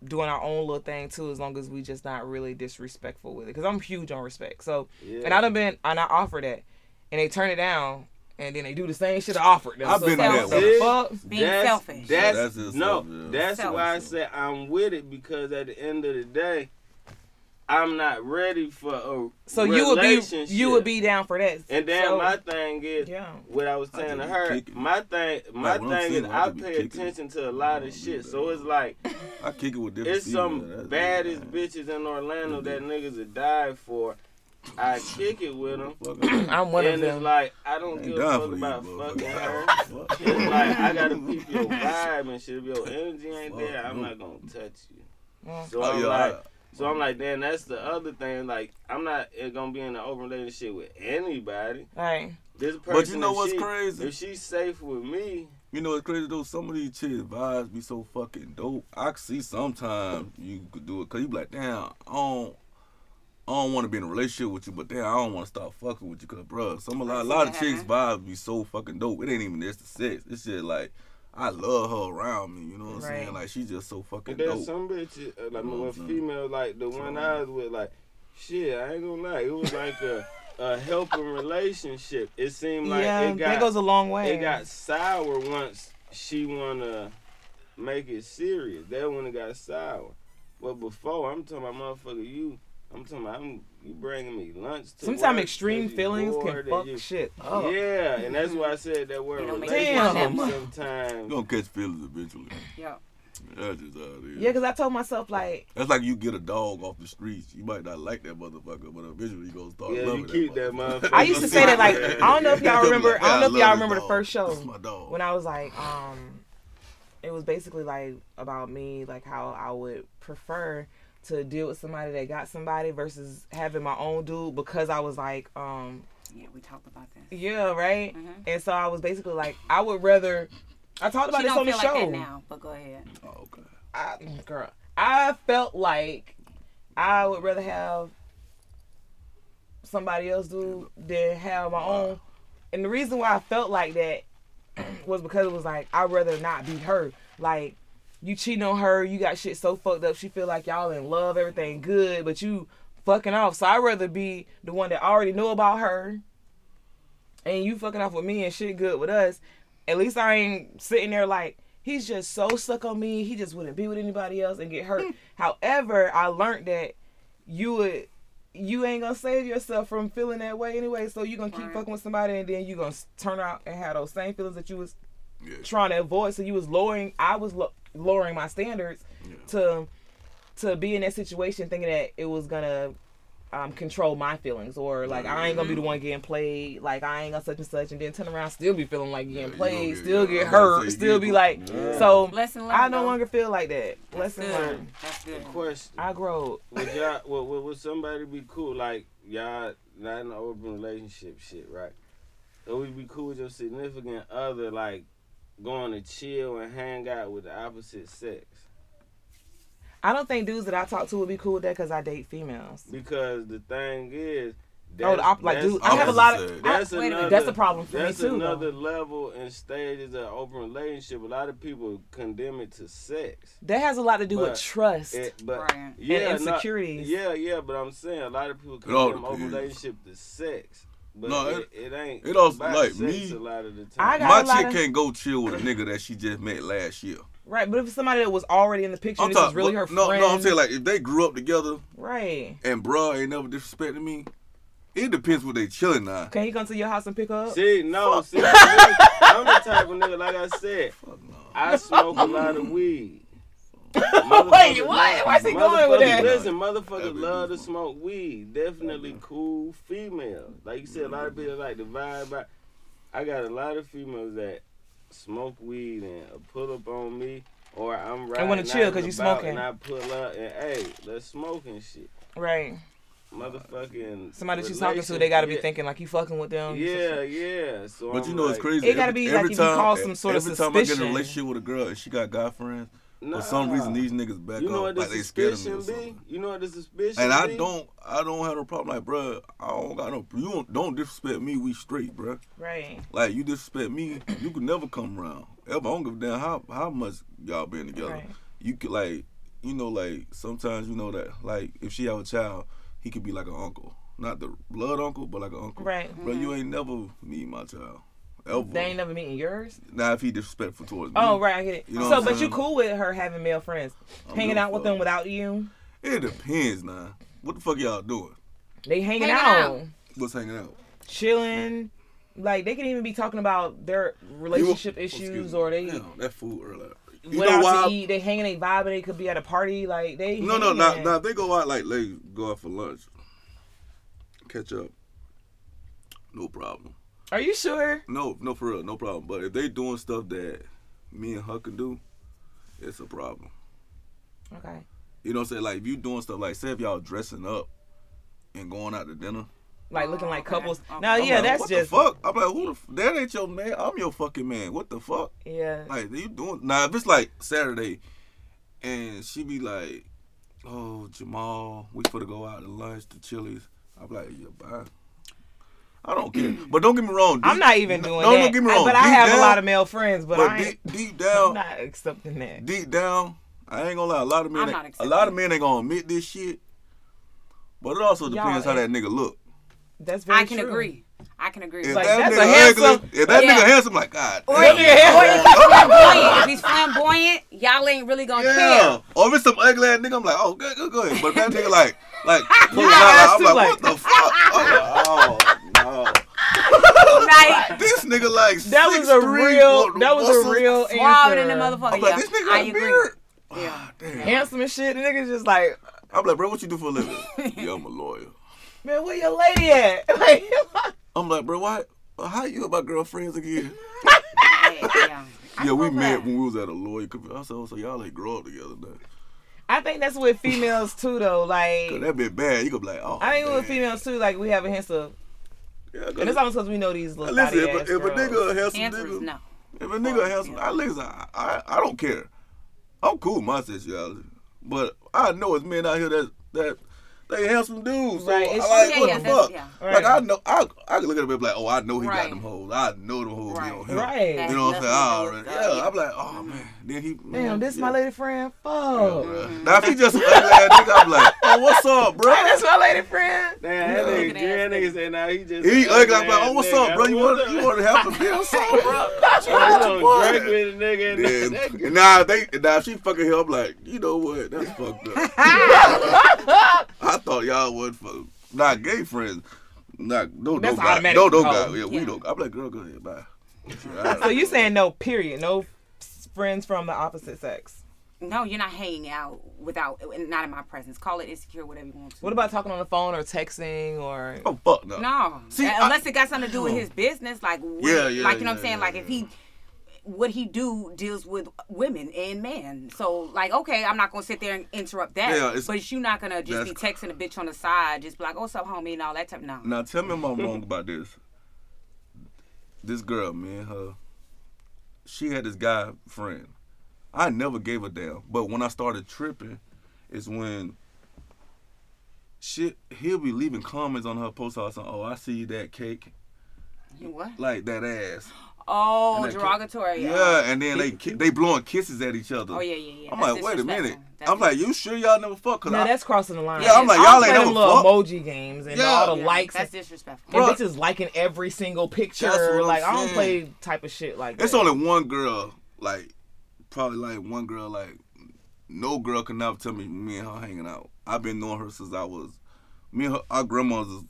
S4: doing our own little thing too, as long as we just not really disrespectful with it. Because I'm huge on respect. So, and I done been, and I offer that, and they turn it down, and then they do the same shit I offered them.
S3: I've
S4: So
S3: been
S4: it's like,
S3: that
S4: what the
S3: way.
S4: fuck?
S5: Being
S6: that's,
S5: selfish.
S6: That's,
S3: Yeah, that's just
S6: no.
S3: selfish, yeah.
S6: That's why I
S5: Selfish.
S6: said I'm with it because at the end of the day, I'm not ready for a
S4: So you would be,
S6: relationship.
S4: you would be down for that.
S6: And then
S4: So-
S6: my thing is,
S4: Yeah.
S6: what I was
S3: I
S6: saying to
S3: just be
S6: her,
S3: kicking.
S6: my thing, my
S3: Like, when I'm
S6: thing is,
S3: single, I
S6: I
S3: just be
S6: pay
S3: kicking.
S6: attention to a lot of
S3: do
S6: shit.
S3: that.
S6: So it's like
S3: I kick it with different.
S6: it's some
S3: females, that's it,
S6: baddest
S3: man.
S6: bitches in Orlando that niggas have died for. I kick it with them,
S3: Fuck,
S4: I'm one of
S6: and it's
S4: them.
S6: like I don't
S3: I
S6: give
S3: ain't
S6: a
S3: done for
S6: fuck
S3: you,
S6: about fucking her.
S3: motherfucker. Fuck.
S6: It's like I gotta peep your vibe and shit. If your energy ain't there,
S3: Fuck,
S6: I'm
S3: no.
S6: not gonna touch you.
S4: Mm.
S6: So
S3: Oh,
S6: I'm
S3: yeah,
S6: like,
S3: I-
S6: so I'm like, then that's the other thing. Like I'm not eh, gonna be in an open relationship with anybody.
S4: Right.
S6: This person,
S3: But you know
S6: if
S3: what's
S6: she-
S3: crazy?
S6: If she's safe with me,
S3: You know it's crazy though. Some of these chicks vibes be so fucking dope. I can see sometimes you could do it because you be like, damn, I don't, I don't want to be in a relationship with you, but damn, I don't want to stop fucking with you because, bro, some a lot, a lot of chicks vibes be so fucking dope. It ain't even just the sex. It's just like I love her around me. You know what I'm saying?
S4: Right.
S3: Like she just so fucking
S6: And then
S3: dope.
S6: some bitches, uh,
S3: You know
S6: like
S3: what
S6: when
S3: I'm saying?
S6: female, like the one I was with, like, shit, I ain't gonna lie, it was like a, a helping relationship. It seemed like
S4: yeah,
S6: it
S4: that goes
S6: got
S4: a long way.
S6: it got sour once she wanna make it serious. That one it got sour. But before, I'm talking about motherfucker, you, I'm talking about I'm, you bringing me lunch. To
S4: Sometimes
S6: work
S4: extreme
S6: 'cause you
S4: feelings can
S6: bored and
S4: fuck
S6: you-
S4: shit up.
S6: Yeah, and that's why I said that word
S5: It don't make
S4: you want that
S6: relationship
S4: much.
S3: You
S6: sometimes.
S3: gonna catch feelings eventually.
S5: Yeah.
S3: That's just how it is.
S4: Yeah, because I told myself like,
S3: That's like you get a dog off the streets. You might not like that motherfucker, but eventually you gonna start
S6: Yeah,
S3: loving
S6: you keep that motherfucker.
S4: I used to say that like, I don't know if y'all remember.
S3: Like,
S4: I don't know if
S3: yeah, I
S4: y'all
S3: love
S4: remember
S3: this dog.
S4: the first show.
S3: This is my dog.
S4: When I was like, um, it was basically like about me, like how I would prefer to deal with somebody that got somebody versus having my own dude because I was like, um,
S5: Yeah, we talked about that.
S4: yeah, right.
S5: Mm-hmm.
S4: And so I was basically like, I would rather. I talked about
S5: She
S4: this on
S5: don't
S4: the
S5: feel like that
S4: show.
S5: now, but go ahead.
S3: Oh, okay.
S4: I, girl, I felt like I would rather have somebody else do than have my own. And the reason why I felt like that was because it was like I'd rather not be her. Like you cheating on her, you got shit so fucked up. She feel like y'all in love, everything good, but you fucking off. So I'd rather be the one that already knew about her, and you fucking off with me and shit good with us. At least I ain't sitting there like he's just so stuck on me. He just wouldn't be with anybody else and get hurt. However, I learned that you would you ain't gonna save yourself from feeling that way anyway. So you gonna keep fucking with somebody, and then you gonna s- turn out and have those same feelings that you was trying to avoid. So you was lowering. I was lo- lowering my standards to to be in that situation, thinking that it was gonna um, control my feelings, or like I ain't gonna be the one getting played. Like I ain't gonna such and such, and then turn around, still be feeling like getting
S3: you
S4: played,
S3: gonna get-
S4: still
S3: yeah,
S4: get
S3: I was gonna
S4: hurt,
S3: say,
S4: still
S3: you-
S4: be like. So
S5: Lesson learned.
S4: I no
S5: though.
S4: longer feel like that. Lesson
S5: Good.
S4: learned.
S5: That's good.
S6: Question.
S4: I grow.
S6: would y'all would, would, would somebody be cool like y'all not in an open relationship shit right it would you be cool with your significant other like going to chill and hang out with the opposite sex
S4: I don't think dudes that I talk to would be cool with that because I date females.
S6: because the thing is
S4: No, Oh, the op- like,
S6: that's-
S4: dude, I have a lot of. I-
S6: that's
S5: wait a minute.
S6: another,
S4: that's a problem for me
S6: that's
S4: too, though.
S6: another level and stages of open relationship a lot of people condemn it to sex
S4: that has a lot to do
S6: But
S4: with trust.
S6: It, but
S5: Right.
S6: yeah,
S4: And
S6: not-
S4: insecurities.
S6: yeah, yeah, but I'm saying a lot of people
S3: all
S6: condemn open
S3: depends.
S6: relationship to sex, but
S3: No,
S6: it, it ain't.
S3: it also,
S6: about
S3: like,
S6: sex
S3: me-
S6: a lot of the time.
S4: I got
S3: My
S4: a lot
S3: chick
S4: of-
S3: can't go chill with a nigga that she just met last year.
S4: right, but if it's somebody that was already in the picture, and this is really her
S3: no,
S4: friend.
S3: no. I'm saying like if they grew up together
S4: right.
S3: and bruh ain't never disrespecting me. It depends what they chilling on.
S4: Can he come to your house and pick her up?
S6: See, no, see, I'm the type of nigga. Like I said, I smoke a lot of weed. Wait,
S4: what? Where's he going with that?
S6: Listen, motherfuckers
S3: That'd be
S6: love to
S3: beautiful.
S6: smoke weed. Definitely cool female. Like you said, a lot of people like the vibe. I, I got a lot of females that smoke weed and pull up on me, or I'm riding.
S4: wanna
S6: out
S4: chill
S6: and
S4: 'cause you
S6: about
S4: smoking.
S6: And I pull up and hey, let's smoke and shit.
S4: Right.
S6: Motherfucking.
S4: Somebody that you talking to,
S6: relation-
S4: they gotta be
S6: yeah,
S4: thinking like you fucking with them.
S6: Yeah, yeah. So
S3: But
S6: I'm
S3: you know it's
S6: like,
S3: crazy.
S4: It gotta be, like, if you call some sort of
S3: every time I get in a
S4: suspicion.
S3: relationship with a girl and she got guy friends, for some
S6: nah.
S3: reason these niggas back
S6: You know
S3: up
S6: what the
S3: like they scared of me.
S6: suspicion
S3: or
S6: be?
S3: something.
S6: You know what the suspicion
S3: And
S6: be?
S3: I don't, I don't have no problem. Like, bruh, I don't got no. You don't, don't disrespect me. We straight, bruh.
S4: Right.
S3: Like you disrespect me, you could never come around. Ever, I don't give a damn how how much y'all been together.
S4: Right.
S3: You could like, you know, like sometimes you know that like if she have a child, he could be like an uncle, not the blood uncle, but like an uncle.
S4: Right.
S3: Bro, you ain't never meet my child. Ever.
S4: They ain't never meeting yours.
S3: now if he disrespectful towards me.
S4: Oh, right. I get it.
S3: You know what
S4: so,
S3: I'm
S4: but you
S3: saying?
S4: cool with her having male friends, hanging
S3: good
S4: out with
S3: fuck.
S4: them without you?
S3: It depends now. What the fuck y'all doing?
S4: They hanging,
S5: Hanging
S4: out,
S5: out.
S3: What's hanging out?
S4: chilling. Like they can even be talking about their relationship
S3: You- excuse
S4: issues
S3: me.
S4: or they
S3: Damn, that food earlier. You
S4: went out
S3: know why?
S4: to eat. They hanging, they vibing. They could be at a party. Like they.
S3: No, no,
S4: hanging.
S3: now, now if they go out like they go out for lunch, catch up, no problem.
S4: Are you sure?
S3: No, no, for real, no problem. But if they doing stuff that me and her can do, it's a problem.
S4: Okay.
S3: You know what I'm saying? Like if you doing stuff like say if y'all dressing up and going out to dinner.
S4: Like looking like
S5: Okay.
S4: couples.
S5: Okay.
S4: No,
S5: I'm
S3: I'm
S4: yeah,
S3: like,
S4: that's
S3: what
S4: just
S3: the fuck. I'm like, who the f- that ain't your man. I'm your fucking man. What the fuck?
S4: yeah.
S3: Like you doing now if it's like Saturday and she be like, Oh, Jamal, we for to go out to lunch to Chili's. I'm like, Yeah, bye. I don't care.
S5: Mm.
S3: but don't get me wrong,
S4: I'm
S3: deep-
S4: not even
S3: no-
S4: doing
S3: no,
S4: that.
S3: Don't get me wrong.
S4: But I
S3: deep
S4: have
S3: down,
S4: a lot of male friends, but,
S3: but
S4: I ain't,
S3: deep, deep
S4: I'm
S3: down
S4: not accepting that.
S3: deep down, I ain't gonna lie, a lot of men
S5: I'm
S3: ain't-
S5: not
S3: a
S5: accepting
S3: lot of
S5: it.
S3: men ain't gonna admit this shit. But it also
S4: Y'all
S3: depends how that
S4: ain't-
S3: nigga look.
S4: That's very
S5: I can
S4: true.
S5: agree. I can agree.
S3: If
S4: Like,
S3: that
S4: that's
S3: nigga
S4: a handsome-
S3: ugly, if that
S5: Yeah.
S3: nigga handsome, like God,
S5: Or
S3: damn,
S5: if, or if he's flamboyant, if he's flamboyant, y'all ain't really gonna
S3: Yeah. Or Oh, if it's some ugly ass nigga, I'm like, oh, good, good, good. But if that nigga like, like, pulling out,
S4: that's
S3: I'm
S4: too
S3: like,
S4: like-
S3: what the fuck? I'm like, oh no.
S5: care. Like
S3: This nigga like
S4: That was a
S3: 6'3",
S4: real.
S3: with
S4: That was a
S3: muscles.
S4: real
S5: suave
S4: answer.
S5: than the motherfucker.
S3: I'm like,
S5: yeah,
S3: this nigga
S5: I
S3: got a
S5: agree.
S3: beard.
S5: Yeah.
S3: Damn.
S4: Handsome and shit. The niggas just like,
S3: I'm like, bro, what you do for a living? yeah, I'm a lawyer.
S4: man, where your lady at? Like,
S3: I'm like, bro, why? How you about girlfriends again?
S5: Yeah, yeah. I
S3: yeah, we
S5: fuck with
S3: met
S5: that.
S3: when we was at a lawyer. convention. I said, oh, so y'all ain't grow up together now.
S4: I think that's with females too, though. Like,
S3: Cause that been bad. You gonna be like, oh.
S4: I think with
S3: man.
S4: females too. Like, we have a handsome,
S3: Yeah, 'cause-
S4: and it's almost because we know these little.
S3: listen,
S4: body-ass
S3: if, a- if a
S4: girls.
S3: nigga a handsome
S5: Answer
S3: nigga,
S5: is no.
S3: If a nigga has, I listen, I, I I don't care. I'm cool with my sexuality, but I know it's men out here that that They handsome dudes. So
S4: Right,
S3: I
S4: it's-
S3: like,
S5: Yeah,
S3: what
S5: yeah,
S3: the
S5: that's-
S3: fuck?
S5: yeah.
S3: Like I know, I, I can look at him and be like, oh, I know he got
S5: Right.
S3: them hoes. I know them hoes. Be on
S5: Right.
S3: him.
S4: Right.
S3: You know what I'm saying? I already,
S5: That's nothing.
S3: yeah. I'm like, oh man. Then he, man,
S4: Damn, this
S3: yeah.
S4: my lady friend. Fuck.
S5: Mm-hmm.
S3: Bruh. Now if he just an ugly ass nigga, I'm like, oh, what's up, bro?
S4: Hey, that's my lady friend.
S6: Damn, that nigga,
S5: Looking ass
S6: that nigga said, now he just.
S3: He ugly. I'm
S6: ass
S3: like, oh, what's
S6: nigga.
S3: up, bro? You want to, you want to have some beer? What's up, bro?
S6: I'm
S3: What you
S6: gonna
S3: want?
S6: drink with a nigga. and
S3: Then,
S6: that nigga-
S3: and now they now if she fucking him. I'm like, you know what? That's fucked up. I thought y'all would fuck not gay friends. Not no no
S4: That's
S3: guy.
S4: automatic
S3: No no guy.
S4: control.
S3: Yeah, we
S5: Yeah.
S3: don't. I'm like, girl, go ahead, bye.
S4: So you saying no? Period. No s- friends from the opposite sex.
S5: No, you're not hanging out without, not in my presence. Call it insecure, whatever you want to.
S4: What about talking on the phone or texting or?
S3: Oh fuck no.
S5: No,
S3: See,
S5: Uh,
S3: I-
S5: unless it got something to do with his business, like what,
S3: Yeah, yeah,
S5: like you know what
S3: yeah,
S5: I'm saying.
S3: yeah,
S5: like if he, what he do deals with women and men. So like, okay, I'm not gonna sit there and interrupt that.
S3: Yeah, it's-
S5: but you're not gonna just be
S3: that's-
S5: texting a bitch on the side, just be like, oh, what's up, homie, and all that type. No,
S3: Now tell me if I'm wrong about this. This girl, me and her, she had this guy friend. I never gave a damn. But when I started tripping, is when shit he'll be leaving comments on her post or something. Oh, I see that cake.
S5: You what?
S3: Like that ass.
S5: Oh,
S3: And that
S5: derogatory.
S3: Yeah,
S5: Oh.
S3: and then they ki- they blowing kisses at each other.
S5: Oh, yeah, yeah, yeah.
S3: I'm
S5: That's
S3: like, wait a minute.
S5: disrespectful. That's
S3: I'm like, you sure y'all never fuck? Cause
S4: Now
S3: I,
S4: that's crossing the line.
S3: Yeah, I'm like,
S4: I
S3: y'all
S4: play
S3: ain't
S4: them
S3: never
S4: little
S3: fuck.
S4: emoji games and
S3: Yeah.
S4: all the
S5: Yeah,
S4: likes and
S5: That's disrespectful.
S4: And
S3: Bruh.
S4: bitches liking every single picture.
S3: That's what I'm
S4: like I don't
S3: saying.
S4: play type of shit like
S3: It's
S4: that.
S3: only one girl, like probably like one girl, like no girl can never tell me me and her hanging out. I've been knowing her since I was me and her, our grandmas was,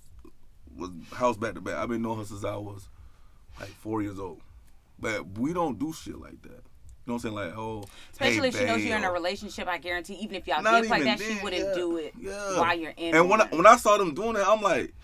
S3: was house back to back. I've been knowing her since I was like four years old, but we don't do shit like that. You know what I'm saying? Like oh,
S5: Especially if
S3: hey,
S5: she knows
S3: babe,
S5: you're in a
S3: or-
S5: relationship, I guarantee. Even if y'all
S3: Not
S5: did like
S3: even
S5: that, she
S3: then,
S5: wouldn't
S3: yeah.
S5: do it
S3: Yeah.
S5: while you're in.
S3: And when I,
S5: one.
S3: when I saw them doing that, I'm like,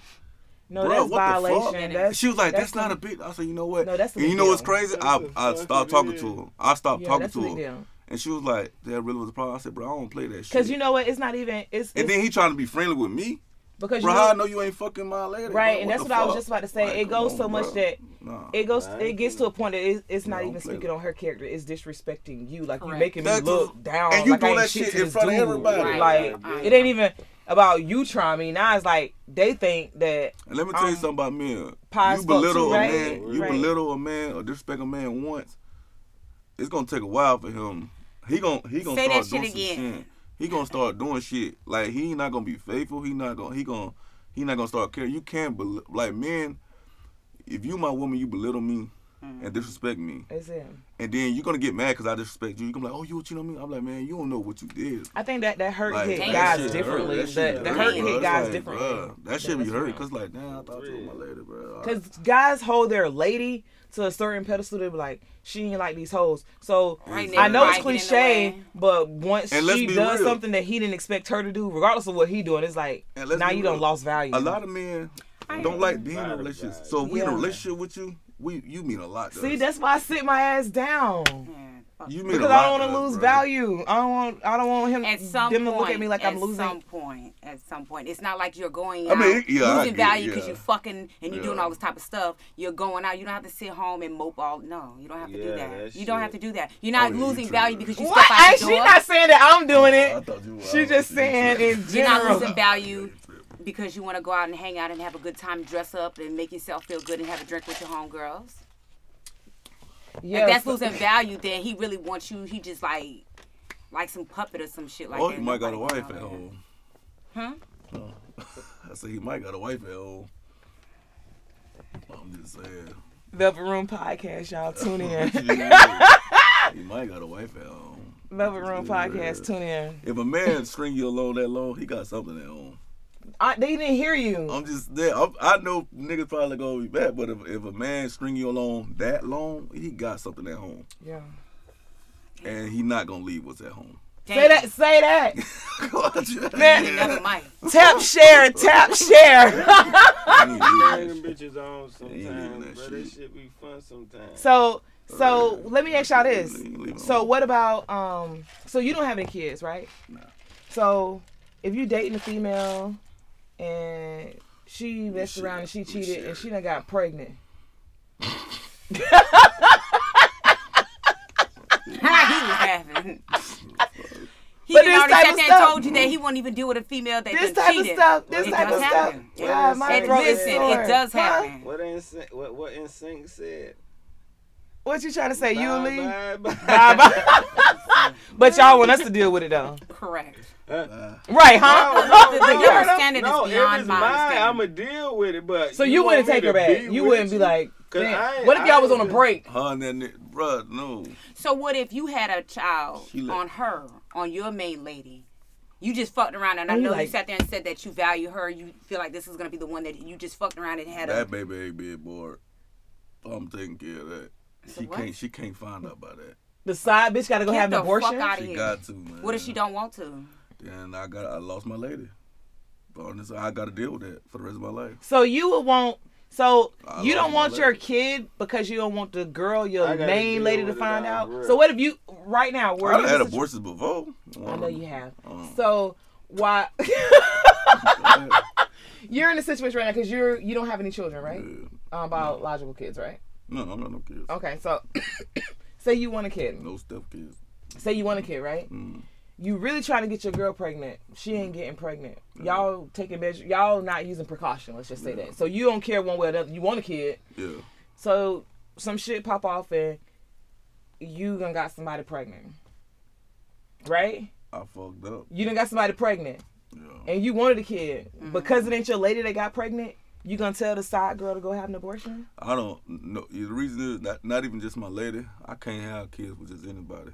S4: no,
S3: bro,
S4: Oh, that's
S3: what
S4: violation.
S3: the fuck?
S4: That's,
S3: she was like, "That's, not
S4: the-
S3: a big." I said, "You know what?
S4: No, that's a
S3: And you
S4: big
S3: know what's
S4: deal.
S3: crazy? I I stopped talking to her. I stopped
S4: Yeah,
S3: talking
S4: that's a
S3: to her,
S4: big deal.
S3: and she was like, "That really was a problem." I said, "Bro, I don't play that shit."
S4: Because you know what? It's not even. It's,
S3: and
S4: it's
S3: then he trying to be friendly with me,
S4: because
S3: bro.
S4: you
S3: how
S4: know-
S3: I know you ain't fucking my lady, bro?
S4: right, and that's
S3: the
S4: what I was
S3: fuck?
S4: just about to say.
S3: Like,
S4: it goes
S3: come
S4: so
S3: on,
S4: much
S3: bro.
S4: that
S3: Nah.
S4: it goes.
S6: Nah, I
S4: It
S6: ain't
S4: gets to a point that it, it's not
S3: don't
S4: even
S3: play
S4: speaking
S3: with
S4: on her character. It's disrespecting you. Like you're
S5: Correct.
S4: making me
S3: That's
S4: look
S3: just-
S4: down.
S3: and you
S4: like I
S3: do
S4: ain't
S3: that
S4: shit
S3: shit
S4: to
S3: in
S4: this
S3: front of
S4: dude.
S3: everybody.
S5: Right,
S4: Like
S5: right.
S4: it ain't even about you trying me. Now it's like they think that
S3: And let me tell
S4: Um,
S3: you something about men.
S4: pies
S3: You
S4: fuck
S3: belittle
S4: too,
S3: a
S4: right?
S3: man, you
S4: Right.
S3: belittle a man or disrespect a man once, it's gonna take a while for him. He gon' he gonna
S5: Say
S3: start
S5: that
S3: doing
S5: shit
S3: some
S5: again.
S3: shit. He gonna start doing shit. Like he not gonna be faithful. He not gonna he gonna he not gonna start caring. You can't bel- like men. If you my woman, you belittle me
S5: Mm-hmm.
S3: and disrespect me,
S4: it's him.
S3: and then you're gonna get mad because I disrespect you. You gonna be like, oh, you what you know me? I'm like, man, you don't know what you did.
S4: I think that that hurt
S3: Like,
S4: hit
S3: that
S4: guys
S3: shit hurt.
S4: differently.
S3: That shit
S4: The, the
S5: hurt,
S4: hurt
S5: bruh.
S4: hit
S3: It's
S4: guys
S3: like,
S4: differently.
S3: bruh, that shit be hurt because like, damn, I thought you was my lady, bro.
S4: Cause guys hold their lady to a certain pedestal. They be like, she ain't like these hoes. So
S5: Right,
S4: I know it's
S5: nigga, right, get in the
S4: cliche,
S5: way.
S4: but once
S3: And let's
S4: she
S3: be
S4: does
S3: real.
S4: something that he didn't expect her to do, regardless of what he doing, it's like
S3: And let's
S4: now
S3: be
S4: you
S3: real.
S4: don't lost value.
S3: A lot of men don't like being in a relationship. So if we in
S4: Yeah.
S3: a relationship with you, we you mean a lot. To
S4: See,
S3: us.
S4: that's why I sit my ass down
S5: Yeah, fuck.
S3: you mean
S4: because
S3: a lot
S4: I don't
S3: to
S4: want to
S3: us,
S4: lose
S3: bro.
S4: value. I don't want. I don't want him.
S5: at some
S4: them
S5: point,
S4: to look at me like I'm
S5: at
S4: losing.
S5: some point, at some point, it's not like you're going
S3: I
S5: out
S3: mean, yeah, I
S5: losing
S3: get it,
S5: value because
S3: yeah.
S5: you fucking and you're doing
S3: Yeah.
S5: all this type of stuff. You're going out. You don't have to sit home and mope all. No, you don't have to
S6: Yeah,
S5: do
S6: that
S5: that. You don't have to
S6: shit.
S5: do that. You're not
S3: Oh, yeah, you
S5: losing
S3: tripping.
S5: value because you
S4: What?
S5: step out
S4: Ain't
S5: the
S4: she
S5: door.
S4: not saying that I'm doing
S3: I
S4: it.
S3: thought you were- I
S4: She's
S3: was-
S4: just
S3: you
S4: saying
S3: tripping.
S4: in
S5: You're not
S4: general.
S5: losing value because you want to go out and hang out and have a good time, dress up and make yourself feel good and have a drink with your homegirls.
S4: Yeah,
S5: if that's
S4: so-
S5: losing value, then he really wants you. He just like, like some puppet or some shit like
S3: Oh,
S5: that.
S3: he might got a
S5: Nobody
S3: wife
S5: know
S3: at
S5: that.
S3: home.
S5: Huh?
S3: Oh. I said he might got a wife at home. I'm just saying.
S4: Velvet Room Podcast, y'all. Tune in.
S3: he might got a wife at home.
S4: Velvet Room Podcast, tune in.
S3: If a man string you along that long, he got something at home.
S4: I, they didn't hear you.
S3: I'm just there. I'm, I know niggas probably gonna be bad, but if, if a man string you along that long, he got something at home,
S4: Yeah.
S3: and he not gonna leave what's at home.
S4: Say that, say that. Man,
S5: Never mind.
S4: tap share, tap share.
S3: He ain't leaving that
S6: Bring them bitches on
S3: leaving that
S6: sometimes, bro.
S3: shit.
S6: That shit be fun sometimes.
S4: So, so let me ask y'all this.
S3: Leave- leave it
S4: So
S3: alone.
S4: what about um? So you don't have any kids, right?
S3: No.
S4: So if you dating a female and she messed around and she
S3: share- we
S4: cheated
S3: share.
S4: and she done got pregnant.
S5: he was laughing. He
S4: But
S5: sitting
S7: this
S5: on his
S7: type
S5: chest
S7: of
S5: and
S7: stuff.
S5: told you that he won't even deal with a female that
S7: This
S5: done
S7: type of
S5: cheated.
S7: stuff. This
S5: It
S7: type
S5: does
S7: of stuff.
S5: happen.
S7: Yeah, my
S5: And
S7: throat is
S5: listen,
S7: sore.
S5: it does
S7: Huh?
S5: happen.
S6: What in what what in sync said?
S7: What you trying to say? You
S6: Bye,
S7: leave?
S6: bye, bye.
S7: Bye-bye. but y'all want us to deal with it though,
S5: Correct.
S7: right? Huh?
S5: The, the your standard
S6: no,
S5: is
S6: if
S5: beyond
S6: it's
S5: my
S6: mine,
S5: understanding.
S6: I'ma deal with it. But
S4: So you wouldn't
S6: want me
S4: take
S6: to
S4: her back.
S6: be
S4: You
S6: with
S4: wouldn't be like,
S6: 'Cause
S4: "Man,
S6: I ain't-
S4: what if
S6: I
S4: y'all was on a
S6: ain't-
S4: break?
S3: Her and that nigga, bruh, no.
S5: So what if you had a child
S3: She like-
S5: on her, on your main lady? You just fucked around, and I
S4: And you
S5: know
S4: like-
S5: you sat there and said that you value her. You feel like this is gonna be the one that you just fucked around and had
S3: That
S5: a.
S3: baby ain't being bored. I'm taking care of that. She
S5: what?
S3: can't. She can't find out about that.
S4: The side bitch gotta go
S5: Get
S4: have an
S5: the
S4: abortion.
S5: fuck out of
S3: She
S5: here.
S3: got to man.
S5: What if she don't want to?
S3: Then I got. I lost my lady. Honestly, I got to deal with that for the rest of my life.
S4: So you would want. So
S3: I
S4: you
S3: love
S4: don't
S3: my
S4: want your
S3: lady.
S4: kid because you don't want the girl,
S6: I
S4: your
S6: gotta
S4: main
S6: deal
S4: lady, to
S6: with it
S4: find
S6: out
S4: out.
S6: of breath.
S4: So what if you right now? Where
S3: I
S4: you
S3: done had
S4: in a situ-
S3: abortions before.
S4: I know you have.
S3: Um,
S4: So why? you're in a situation right now because you're you don't have any children, right? Um, biological kids, right?
S3: No, I'm not no kids.
S4: Okay, so say you want a kid.
S3: No step kids.
S4: Say you want a kid, right?
S3: Mm.
S4: You really trying to get your girl pregnant. She ain't getting pregnant. Y'all taking measure. Y'all not using precaution. Let's just say that. So you don't care one way or the other. You want a kid.
S3: Yeah.
S4: So some shit pop off and you done got somebody pregnant, right?
S3: I fucked up.
S4: You done got somebody pregnant,
S3: Yeah.
S4: and you wanted a kid because it ain't your lady that got pregnant. You gonna tell the side girl to go have an abortion?
S3: I don't know. The reason is not, not even just my lady. I can't have kids with just anybody.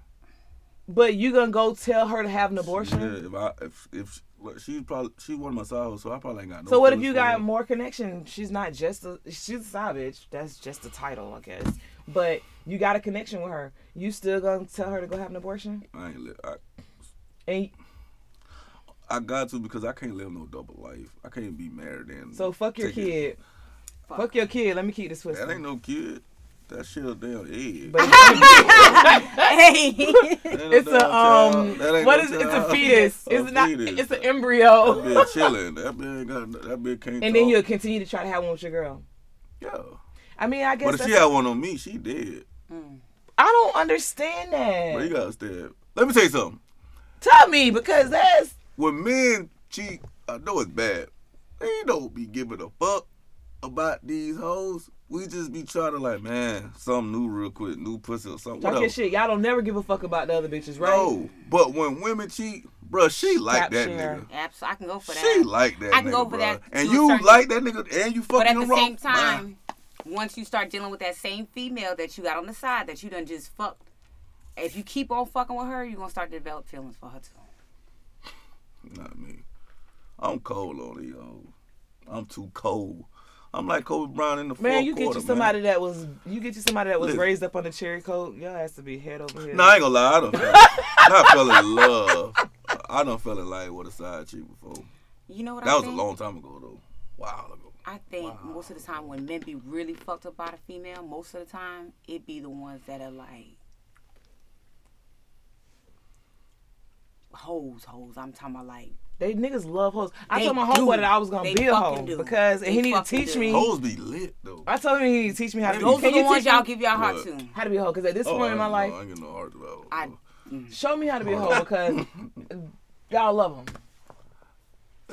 S4: But you gonna go tell her to have an abortion?
S3: Yeah. If I if if look, she's probably she's one of my sides, so I probably ain't got no.
S4: So what if you
S3: feelings for
S4: got
S3: her.
S4: more connection? She's not just a she's a savage. That's just the title, I guess. But you got a connection with her. You still gonna tell her to go have an abortion?
S3: I ain't. Li- I,
S4: And
S3: I got to because I can't live no double life. I can't be married and
S4: so fuck your
S3: take it.
S4: kid. Fuck. your kid. Let me keep this
S3: That
S4: twisted.
S3: ain't no kid. That shit a damn egg.
S4: But
S5: Hey,
S3: That ain't no
S4: it's
S3: damn
S4: a um.
S3: child. That ain't
S4: What
S3: no
S4: is it? it's a
S3: child.
S4: fetus?
S3: A
S4: It's not.
S3: fetus.
S4: It's an embryo.
S3: That bitch chilling. That bitch ain't got. That bitch can't.
S4: And then
S3: talk.
S4: you'll continue to try to have one with your girl.
S3: yeah.
S4: I mean, I guess
S3: But if she
S4: that's-
S3: had one on me, she dead.
S4: I don't understand that.
S3: But Oh, you gotta stay. Let me tell you something.
S4: Tell me because that's
S3: When men cheat, I know it's bad. They don't be giving a fuck about these hoes. We just be trying to like, man, something new real quick, new pussy or something.
S4: talk
S3: whatever.
S4: your shit. Y'all don't never give a fuck about the other bitches, right?
S3: No, but when women cheat, bruh, she like that
S4: share.
S3: nigga.
S5: absolutely, I can go for that.
S3: She like that.
S5: I can
S3: nigga,
S5: go for
S3: bruh.
S5: that
S3: And
S5: to a
S3: you
S5: certain-
S3: like that nigga, and you fucking
S5: But at the
S3: him wrong.
S5: same time, once you start dealing with that same female that you got on the side that you done just fucked, if you keep on fucking with her, you're gonna start to develop feelings for her too.
S3: Nah, not me. I'm cold on these hoes. I'm too cold. I'm like Kobe Bryant in the fourth
S4: Man, you get
S3: quarter,
S4: you
S3: man.
S4: somebody that was you get you somebody that was
S3: Listen.
S4: raised up on the cherry coat. Y'all has to be head over heels.
S3: No, I ain't gonna lie. I done fell, I fell in love. I done fell in love with a side chick before.
S5: You know what I
S3: That was a
S5: think?
S3: long time ago, though. Wow. ago.
S5: I think most of the time when men be really fucked up by a female, most of the time it be the ones that are like hoes, hoes. I'm talking about like
S4: They niggas love hoes. I
S5: They
S4: told my
S5: do.
S4: homeboy that I was gonna
S5: They
S4: be a
S5: fucking
S4: hoe
S5: do.
S4: because and
S5: They
S4: he need to
S5: fucking
S4: teach
S5: do.
S4: me.
S3: Hoes be lit, though.
S4: Mm. I told him he need to teach me how to.
S5: those
S4: Can
S5: are the
S4: you
S5: ones
S4: teach
S5: y'all
S4: me
S5: give y'all heart
S3: Look.
S5: to.
S4: how to be a hoe? Because at this
S3: Oh,
S4: point in my
S3: I ain't-
S4: life,
S3: I ain't getting no hard about
S5: I
S4: show me how to be a
S3: Oh.
S4: hoe because y'all love them.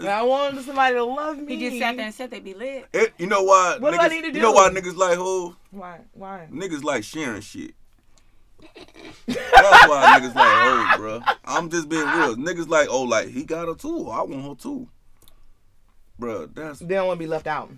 S4: I wanted somebody to love me.
S5: he just sat there and said they be lit.
S3: it, Eh, You know why?
S4: What
S3: niggas,
S4: do I need to
S3: You know
S4: do?
S3: why niggas like hoes?
S4: Why? Why?
S3: Niggas like sharing shit. That's why niggas like hoes, bro. I'm just being real. Niggas like, oh, like he got her too. I want her too, bro. That's
S4: They don't want to be left out.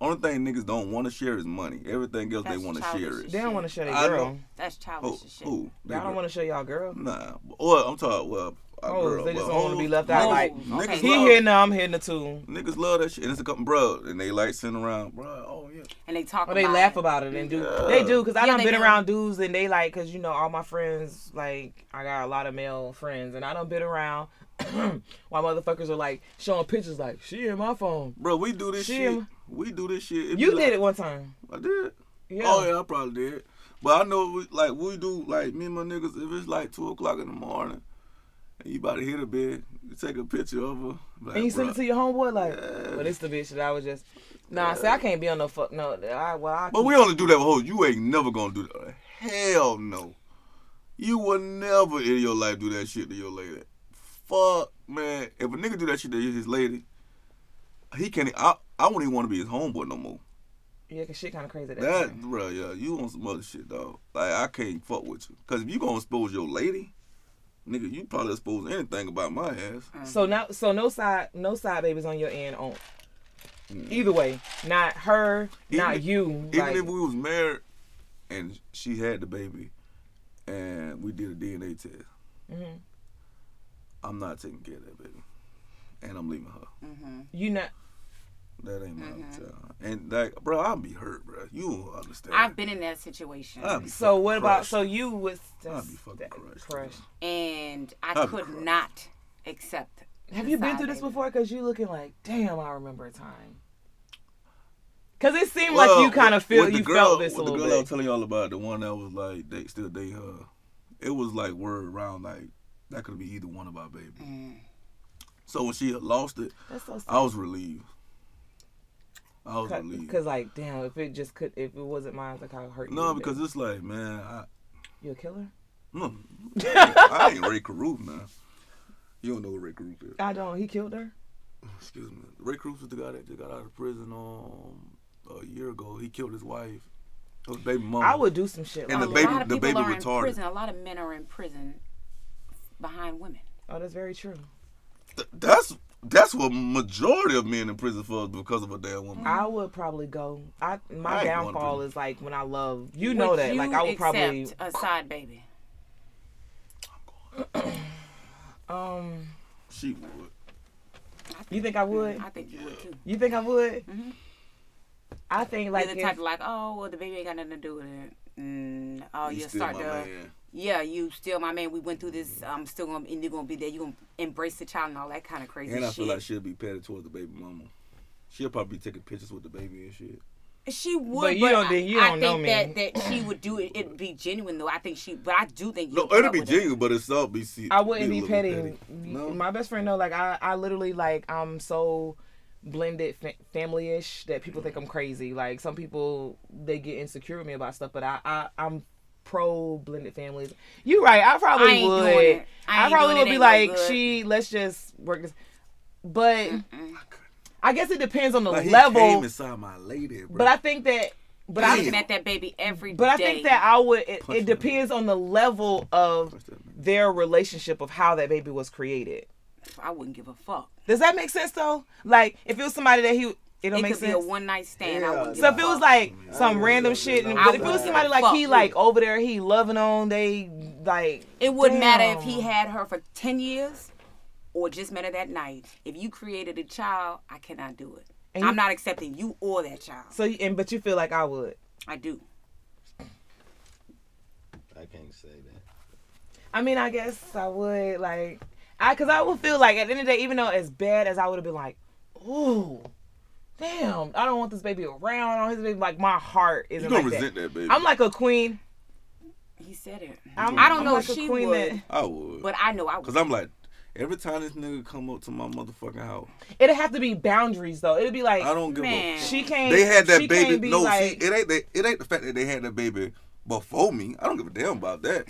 S3: only thing niggas don't want to share is money. Everything else
S5: That's
S3: they want to
S5: childish
S3: share
S5: as
S3: it.
S4: They don't want to show their
S3: I
S4: girl.
S3: know.
S5: That's
S3: Who?
S5: childish as shit.
S3: Who? They
S4: Y'all don't
S3: girl.
S4: want to show y'all girl.
S3: Oh, Nah. Or I'm talking well, a
S4: Hoes,
S3: girl.
S4: they just
S3: but
S4: Oh, don't wanna be
S3: hoes,
S4: left out,
S3: Niggas,
S5: like-
S3: niggas
S5: Okay.
S4: He
S3: love,
S4: here now. I'm here now too.
S3: Niggas love that shit, and it's a couple bro, and they like sitting around, bro. Oh yeah.
S5: And they talk
S4: Or they
S5: about
S4: laugh
S5: it.
S4: about it and do they do because I
S5: Yeah,
S4: done
S5: they
S4: been
S5: do.
S4: around dudes and they like because you know all my friends like I got a lot of male friends and I done been around while motherfuckers are like showing pictures like she in my phone.
S3: Bro, we do this
S4: Shit.
S3: shit. We do this shit. It be
S4: You
S3: like-
S4: did it one time.
S3: I did.
S4: Yeah.
S3: Oh yeah, I probably did. But I know we, like we do like me and my niggas. If it's like two o'clock in the morning, and you about to hit a bed, you take a picture of her. Like,
S4: And you send
S3: bruh,
S4: it to your homeboy like, well, this the bitch that I was just. Nah, see, I can't be on no fuck. No, I well, I.
S3: But
S4: keep-
S3: we only do that with hoes. You ain't never gonna do that. Hell no. You will never in your life do that shit to your lady. fuck, man. If a nigga do that shit to his lady, he can't. e, I, I wouldn't even want to be his homeboy no more.
S4: Yeah, cause shit kind of crazy. That,
S3: That,
S4: time.
S3: bro, yeah, you on some other shit, dog. Like I can't fuck with you, cause if you gonna expose your lady, nigga, you probably expose anything about my ass.
S4: So now, so no side, no side babies on your end. On either way, not her, not
S3: if-
S4: you.
S3: Mm. Even
S4: like,
S3: if we was married and she had the baby, and we did a DNA test,
S4: Mm-hmm.
S3: I'm not taking care of that baby, and I'm leaving her.
S4: you not.
S3: That ain't my
S4: Mm-hmm.
S3: child. And like, bro, I'll be hurt, bro. You don't understand.
S5: I've been in that situation,
S3: I'll be
S4: So
S3: fucking
S4: what about?
S3: crushed.
S4: So you was
S3: I'll
S4: just
S3: be fucking
S4: that-
S3: crushed,
S4: crushed.
S5: and I
S3: I'd be
S5: could
S3: crushed.
S5: not accept.
S4: Have
S5: the
S4: you been
S5: side
S4: through this
S5: baby.
S4: before? Cause you looking like, damn, I remember a time. Cause it seemed
S3: Well,
S4: like you kind of
S3: with-
S4: feel
S3: with the
S4: you
S3: girl-
S4: felt this a
S3: with the
S4: little
S3: girl I was
S4: bit.
S3: telling y'all about, the one that was like they still date her. It was like word around like that could be either one of our babies.
S4: Mm.
S3: So when she lost it,
S4: That's so sad.
S3: I was relieved. I was relieved.
S4: Because like, damn, if it just could, if it wasn't mine, like I hurt you.
S3: No,
S4: would've
S3: because
S4: been.
S3: it's like, man, I,
S4: you a killer.
S3: no, I ain't Ray Caruth, man. You don't know who Ray Caruth is.
S4: I don't. He killed her.
S3: Excuse me. Ray Caruth was the guy that just got out of prison um a year ago. He killed his wife, his baby mama.
S4: I would do some shit.
S3: And
S4: Like,
S5: A
S3: the baby-
S5: lot of
S3: the
S5: people
S3: baby
S5: are in
S3: retarded.
S5: prison. A lot of men are in prison behind women.
S4: oh, that's very true.
S5: Mm-hmm.
S3: Th- that's that's what majority of men in prison for is because of a damn woman.
S4: I would probably go. I my
S3: I ain't going
S4: downfall
S3: to.
S4: is like when I love you know that.
S5: you
S4: Like I would probably
S5: accept a side baby. uh,
S4: um.
S3: She would.
S4: You think I would?
S5: I think you would too.
S4: You think I would? I think like
S5: You're the
S4: if-
S5: type of like, oh, well, the baby ain't got nothing to do with it. Mm, oh, you
S3: You
S5: will
S3: still my
S5: start to,
S3: man.
S5: yeah, you still my man. We went through this. I'm still gonna, and you're gonna be there. You gonna embrace the child and all that kind of crazy
S3: And I
S5: shit.
S3: feel like she'll be petted towards the baby mama. She'll probably be taking pictures with the baby and shit.
S5: She would,
S4: But
S5: but,
S4: you don't think- you
S5: I,
S4: don't
S5: I
S4: know
S5: think
S4: me.
S5: that that she would do it. It'd be genuine though. I think she, but I do think
S3: No,
S5: you'll
S3: it'll
S5: fuck
S3: be
S5: with
S3: genuine, but it's all be. see-
S4: I wouldn't be
S3: a little
S4: petty.
S3: No?
S4: My best friend know like I I literally like I'm so blended fa- family-ish that people think I'm crazy. Like some people they get insecure with me about stuff, but I, I I'm pro blended families. You right. I probably
S5: I ain't
S4: would.
S5: doing it. I
S4: I,
S5: ain't
S4: probably
S5: doing it.
S4: would be
S5: Ain't no
S4: like
S5: good.
S4: she. Let's just work this. But I guess it depends on the
S3: Like, he
S4: level.
S3: came inside my lady, bro.
S4: But I think that. But
S5: I'm
S4: I
S5: looking at that baby every day.
S4: But I think that I would. It,
S3: Push
S4: it
S3: that.
S4: depends on the level of
S3: that man.
S4: their relationship of how that baby was created.
S5: I wouldn't give a fuck.
S4: Does that make sense though? Like if it was somebody that he, it don't
S5: It
S4: make
S5: could be
S4: sense.
S5: a one night stand. I wouldn't give
S4: so
S5: a
S4: if it was
S5: fuck.
S4: like some random shit, and,
S5: I
S4: but if it
S5: wouldn't
S4: was
S5: give
S4: somebody
S5: a
S4: like he
S5: fuck.
S4: like over there, he loving on they like.
S5: It wouldn't matter if
S4: Damn.
S5: he had her for 10 years or just met her that night. If you created a child, I cannot do it.
S4: And
S5: I'm
S4: you-
S5: not accepting you or that child.
S4: So you- and but you feel like I would.
S5: I do.
S6: I can't say that.
S4: I mean, I guess I would like, I because I would feel like at the end of the day, even though as bad as I would have been like, ooh, damn, I don't want this baby around. I don't want his baby. Like my heart isn't
S3: you gonna
S4: like
S3: resent
S4: that.
S3: that, baby.
S4: I'm like a queen.
S5: He said it.
S4: I'm,
S5: I don't know
S4: like
S5: if she
S4: a queen
S5: would,
S3: I would.
S5: but I know I
S3: Cause
S5: would.
S3: I'm like, every time this nigga come up to my motherfucking house,
S4: that it'd have to be boundaries though. It'd be like
S3: I don't give a.
S5: Man.
S4: she can't.
S3: They had that
S4: she
S3: baby.
S4: can't be
S3: No,
S4: like,
S3: see, it ain't that, it ain't the fact that they had that baby before me. I don't give a damn about that.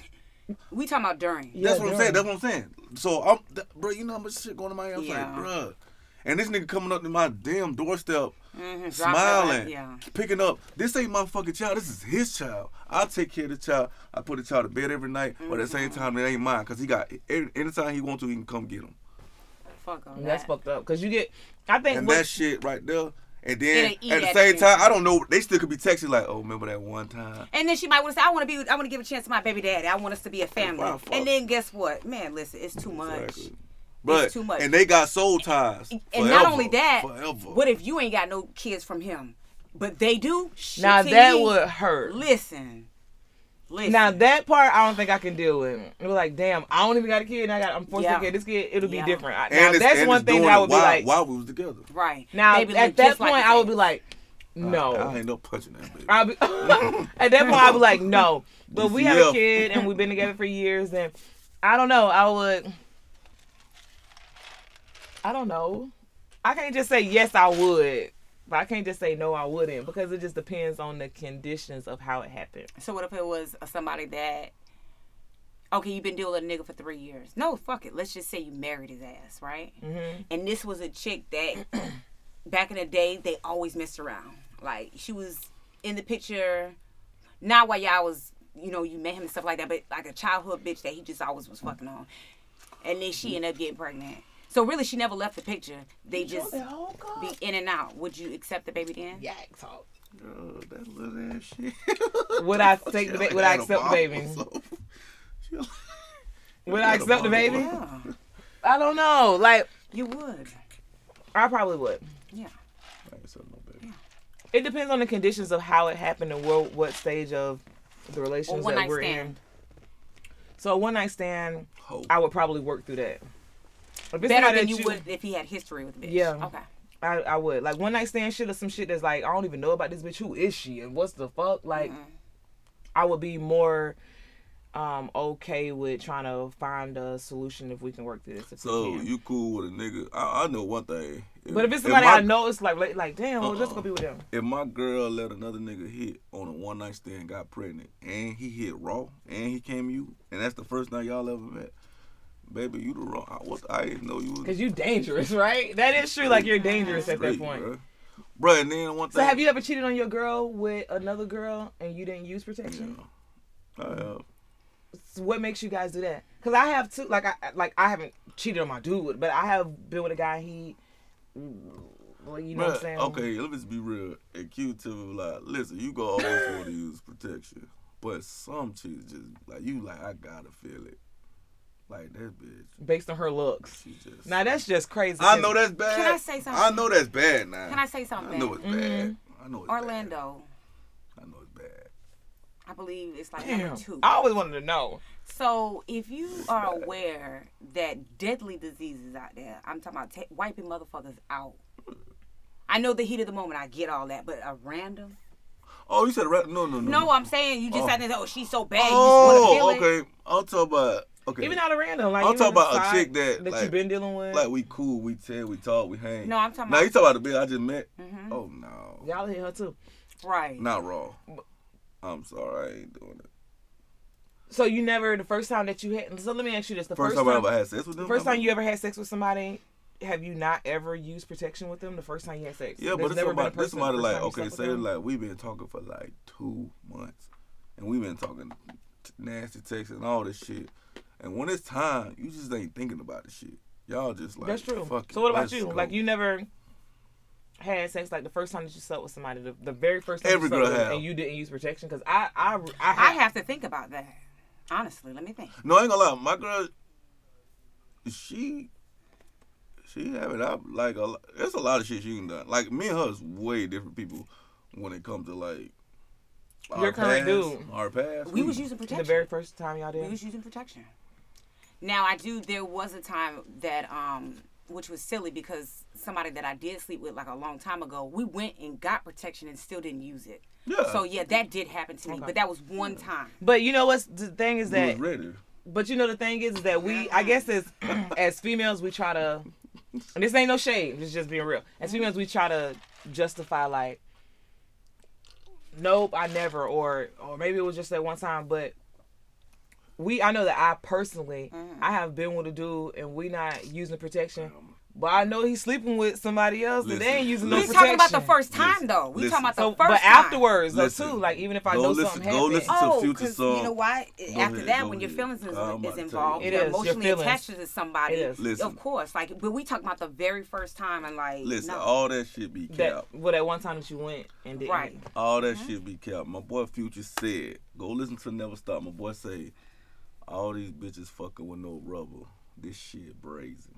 S5: We talking about during.
S4: Yeah,
S3: That's what I'm saying.
S4: during.
S3: That's what I'm saying. So I'm, th- bro. You know how much shit going on in my head. I'm
S5: Yeah.
S3: like, bro. And this nigga coming up to my damn doorstep,
S5: Mhm, drop her off,
S3: smiling,
S5: yeah.
S3: picking up. This ain't my fucking child. This is his child. I take care of the child. I put the child to bed every night. But at the
S5: Mm-hmm.
S3: same time, it ain't mine because he got any- anytime he wants to, he can come get him.
S5: Fuck on
S4: That's
S5: that.
S4: fucked up because you get. I think
S3: and
S4: what-
S3: that shit right there. And then
S5: It'll eat
S3: at the
S5: at
S3: same
S5: you.
S3: time, I don't know. They still could be texting like, "Oh, remember that one time?"
S5: And then she might want to say, I want to be, I want to give a chance to my baby daddy. I want us to be a family.
S3: Wow, fuck.
S5: and then guess what? Man, listen, it's too much.
S3: Exactly. But
S5: too much.
S3: and they got soul ties.
S5: And not
S3: forever,
S5: only that,
S3: forever.
S5: what if you ain't got no kids from him? But they do. Shit
S4: now
S5: to
S4: that
S5: me.
S4: would hurt.
S5: Listen. Listen.
S4: Now that part I don't think I can deal with. It was like, damn, I don't even got a kid, and I got I'm forced
S5: Yeah.
S4: to get this kid. It'll be
S5: Yeah.
S4: different. I,
S3: And
S4: now
S3: it's-
S4: that's
S3: and
S4: one
S3: it's
S4: thing
S3: doing
S4: that I
S3: it
S4: would be
S3: while,
S4: like.
S3: while we was together.
S5: Right.
S4: Now
S5: They be
S4: at
S5: look
S4: that
S5: just like
S4: point
S5: his
S4: I would
S5: ass.
S4: be like,
S3: Oh,
S4: no.
S3: I ain't no punching that baby.
S4: I'll be, at that point, I'll be like, no. But we have
S3: Yeah.
S4: a kid and we've been together for years, and I don't know. I would. I don't know. I can't just say yes, I would. But I can't just say no, I wouldn't because it just depends on the conditions of how it happened.
S5: So what if it was somebody that okay, you've been dealing with a nigga for three years. No, fuck it. Let's just say you married his ass, right?
S4: Mm-hmm.
S5: And this was a chick that back in the day they always messed around. Like she was in the picture, not while y'all was, you know, you met him and stuff like that, but like a childhood bitch that he just always was fucking on. And then she ended up getting pregnant. So really, she never left the picture. They just be in and out. Would you accept the baby then? Yeah.
S3: Girl, Oh, that little ass shit.
S4: Would I take the ba- would I accept the baby? Would I accept the baby? I don't know. Like
S5: You would.
S4: I probably would.
S5: Yeah.
S4: It depends on the conditions of how it happened and what what stage of the relations
S5: one
S4: that
S5: night
S4: we're in.
S5: stand.
S4: So a one night stand,
S3: Oh,
S4: I would probably work through that. If it's
S5: Better
S4: somebody
S5: than
S4: that
S5: you, would if he had history with the bitch.
S4: Yeah.
S5: Okay.
S4: I, I would like one night stand shit or some shit that's like I don't even know about this bitch. Who is she and what's the fuck? Like, I would be more um okay with trying to find a solution if we can work through this. If
S3: so
S4: we can.
S3: you cool with a nigga? I, I know one thing.
S4: but if it's somebody
S3: my- Uh-uh.
S4: I know, it's like like, like damn, we're just gonna be with them.
S3: if my girl let another nigga hit on a one night stand, got pregnant, and he hit raw, and he came you, and that's the first night y'all ever met, baby, you the wrong. I, what I didn't know you was
S4: Cause you dangerous, right? That is true. Like you're dangerous at that
S3: straight,
S4: point.
S3: bruh. Bruh, and then one
S4: So
S3: thing.
S4: have you ever cheated on your girl with another girl and you didn't use protection?
S3: I uh, have.
S4: So what makes you guys do that? Cause I have too. Like I like I haven't cheated on my dude, but I have been with a guy. He, well, you know what I'm
S3: Bruh,
S4: saying?
S3: okay, let me just be real. And Q-Tip was like, listen, you go always want to use protection. But some chicks just, like, you like, I gotta feel it. Like, that bitch,
S4: Based on her looks.
S3: she just.
S4: Now that's just crazy.
S3: I
S4: to
S3: know
S4: me.
S3: that's bad.
S5: Can I say something?
S3: I know that's bad now.
S5: Can I say something? Mm-hmm.
S3: I know it's bad. I know it's bad.
S5: Orlando.
S3: I know it's bad.
S5: I believe it's like
S4: Damn.
S5: number two.
S4: I always wanted to know.
S5: So if you are aware that deadly diseases out there, I'm talking about ta wiping motherfuckers out. I know the heat of the moment. I get all that, but a random.
S3: Oh, you said rat? No, no, no.
S5: No, I'm saying you just oh. there. Oh, she's so bad. you just
S3: Oh,
S5: want to feel it.
S3: okay. I'll talk about. Okay.
S4: Even out of random, like
S3: I'm
S4: you
S3: talking
S4: know,
S3: about a
S4: side
S3: chick that,
S4: that
S3: like-
S4: you've been dealing with.
S3: Like we cool, we tell, we talk, we hang.
S5: No, I'm talking about-
S3: Now
S5: Mm-hmm.
S3: you talking about the bitch I just met. Oh no,
S4: Y'all hit her too.
S5: Right.
S3: not raw. I'm sorry, I ain't doing it.
S4: So you never the first time that you had. So let me ask you this: the
S3: First,
S4: first,
S3: time, I ever had sex with them.
S4: First time you ever had sex with somebody, have you not ever used protection with them? The first time you had sex,
S3: Yeah, but
S4: There's
S3: it's
S4: never been a
S3: somebody, this
S4: person the
S3: somebody
S4: first
S3: like
S4: time you
S3: okay,
S4: slept with
S3: say
S4: them?
S3: like we been talking for like two months, and we been talking t- nasty texts and all this shit. And when it's time, you just ain't thinking about the shit. Y'all just like
S4: that's true.
S3: Fuck it,
S4: So what about
S3: let's
S4: you?
S3: go.
S4: Like you never had sex like the first time that you slept with somebody, the, the very first time
S3: Every
S4: you slept
S3: girl
S4: with them,
S3: have.
S4: and you didn't use protection because I I I,
S5: I
S4: have.
S5: have to think about that. Honestly, let me think.
S3: No, I ain't gonna lie. My girl, she, she have it out like a. lo- There's a lot of shit she can done. Like me and her is way different people when it comes to like our
S4: Your
S3: past,
S4: current dude.
S3: Our past.
S5: We was using
S4: Hmm. the
S5: protection.
S4: very first time y'all
S5: We
S4: did.
S5: was using protection. Now I do. There was a time that, um, which was silly because somebody that I did sleep with like a long time ago, we went and got protection and still didn't use it.
S3: Yeah.
S5: So yeah, that did happen to me, but that was one time.
S4: But you know what's the thing is
S3: We was
S4: that
S3: ready.
S4: But you know the thing is, is that we, I guess as as females, we try to. And this ain't no shade. It's just being real. As
S5: Mm-hmm.
S4: females, we try to justify like, nope, I never, or or maybe it was just that one time. But we, I know that I personally,
S5: Mm-hmm.
S4: I have been with a dude, and we not using protection. But I know he's sleeping with somebody else, and they
S3: Listen,
S4: ain't using
S5: We
S4: no
S3: listen.
S4: protection.
S5: talking about the first time
S3: Listen,
S5: though. We
S3: listen.
S5: talking about the
S4: So,
S5: first
S4: but
S5: time.
S4: afterwards, though,
S3: Listen,
S4: too, like even if I
S3: go
S4: know
S3: listen-
S4: something
S3: go
S4: happened,
S3: listen to
S5: Oh,
S3: Future
S5: because
S3: song.
S5: you know why?
S3: Go
S5: After
S3: ahead,
S5: that,
S3: go
S5: when your
S3: ahead.
S5: feelings is,
S3: I'm about
S5: is
S3: to
S5: involved,
S3: tell
S4: you. It
S5: you're
S4: is, your
S5: emotionally
S4: feelings.
S5: attached to somebody.
S4: It is.
S3: Listen.
S5: Of course, like, but we talking about the very first time and like,
S3: Listen,
S5: no.
S3: all that shit be
S4: that
S3: capped.
S4: well, that one time that you went and didn't.
S5: right.
S3: All that
S5: Uh-huh.
S3: shit be capped. My boy Future said, go listen to Never Stop. My boy say, all these bitches fucking with no rubber. This shit brazen.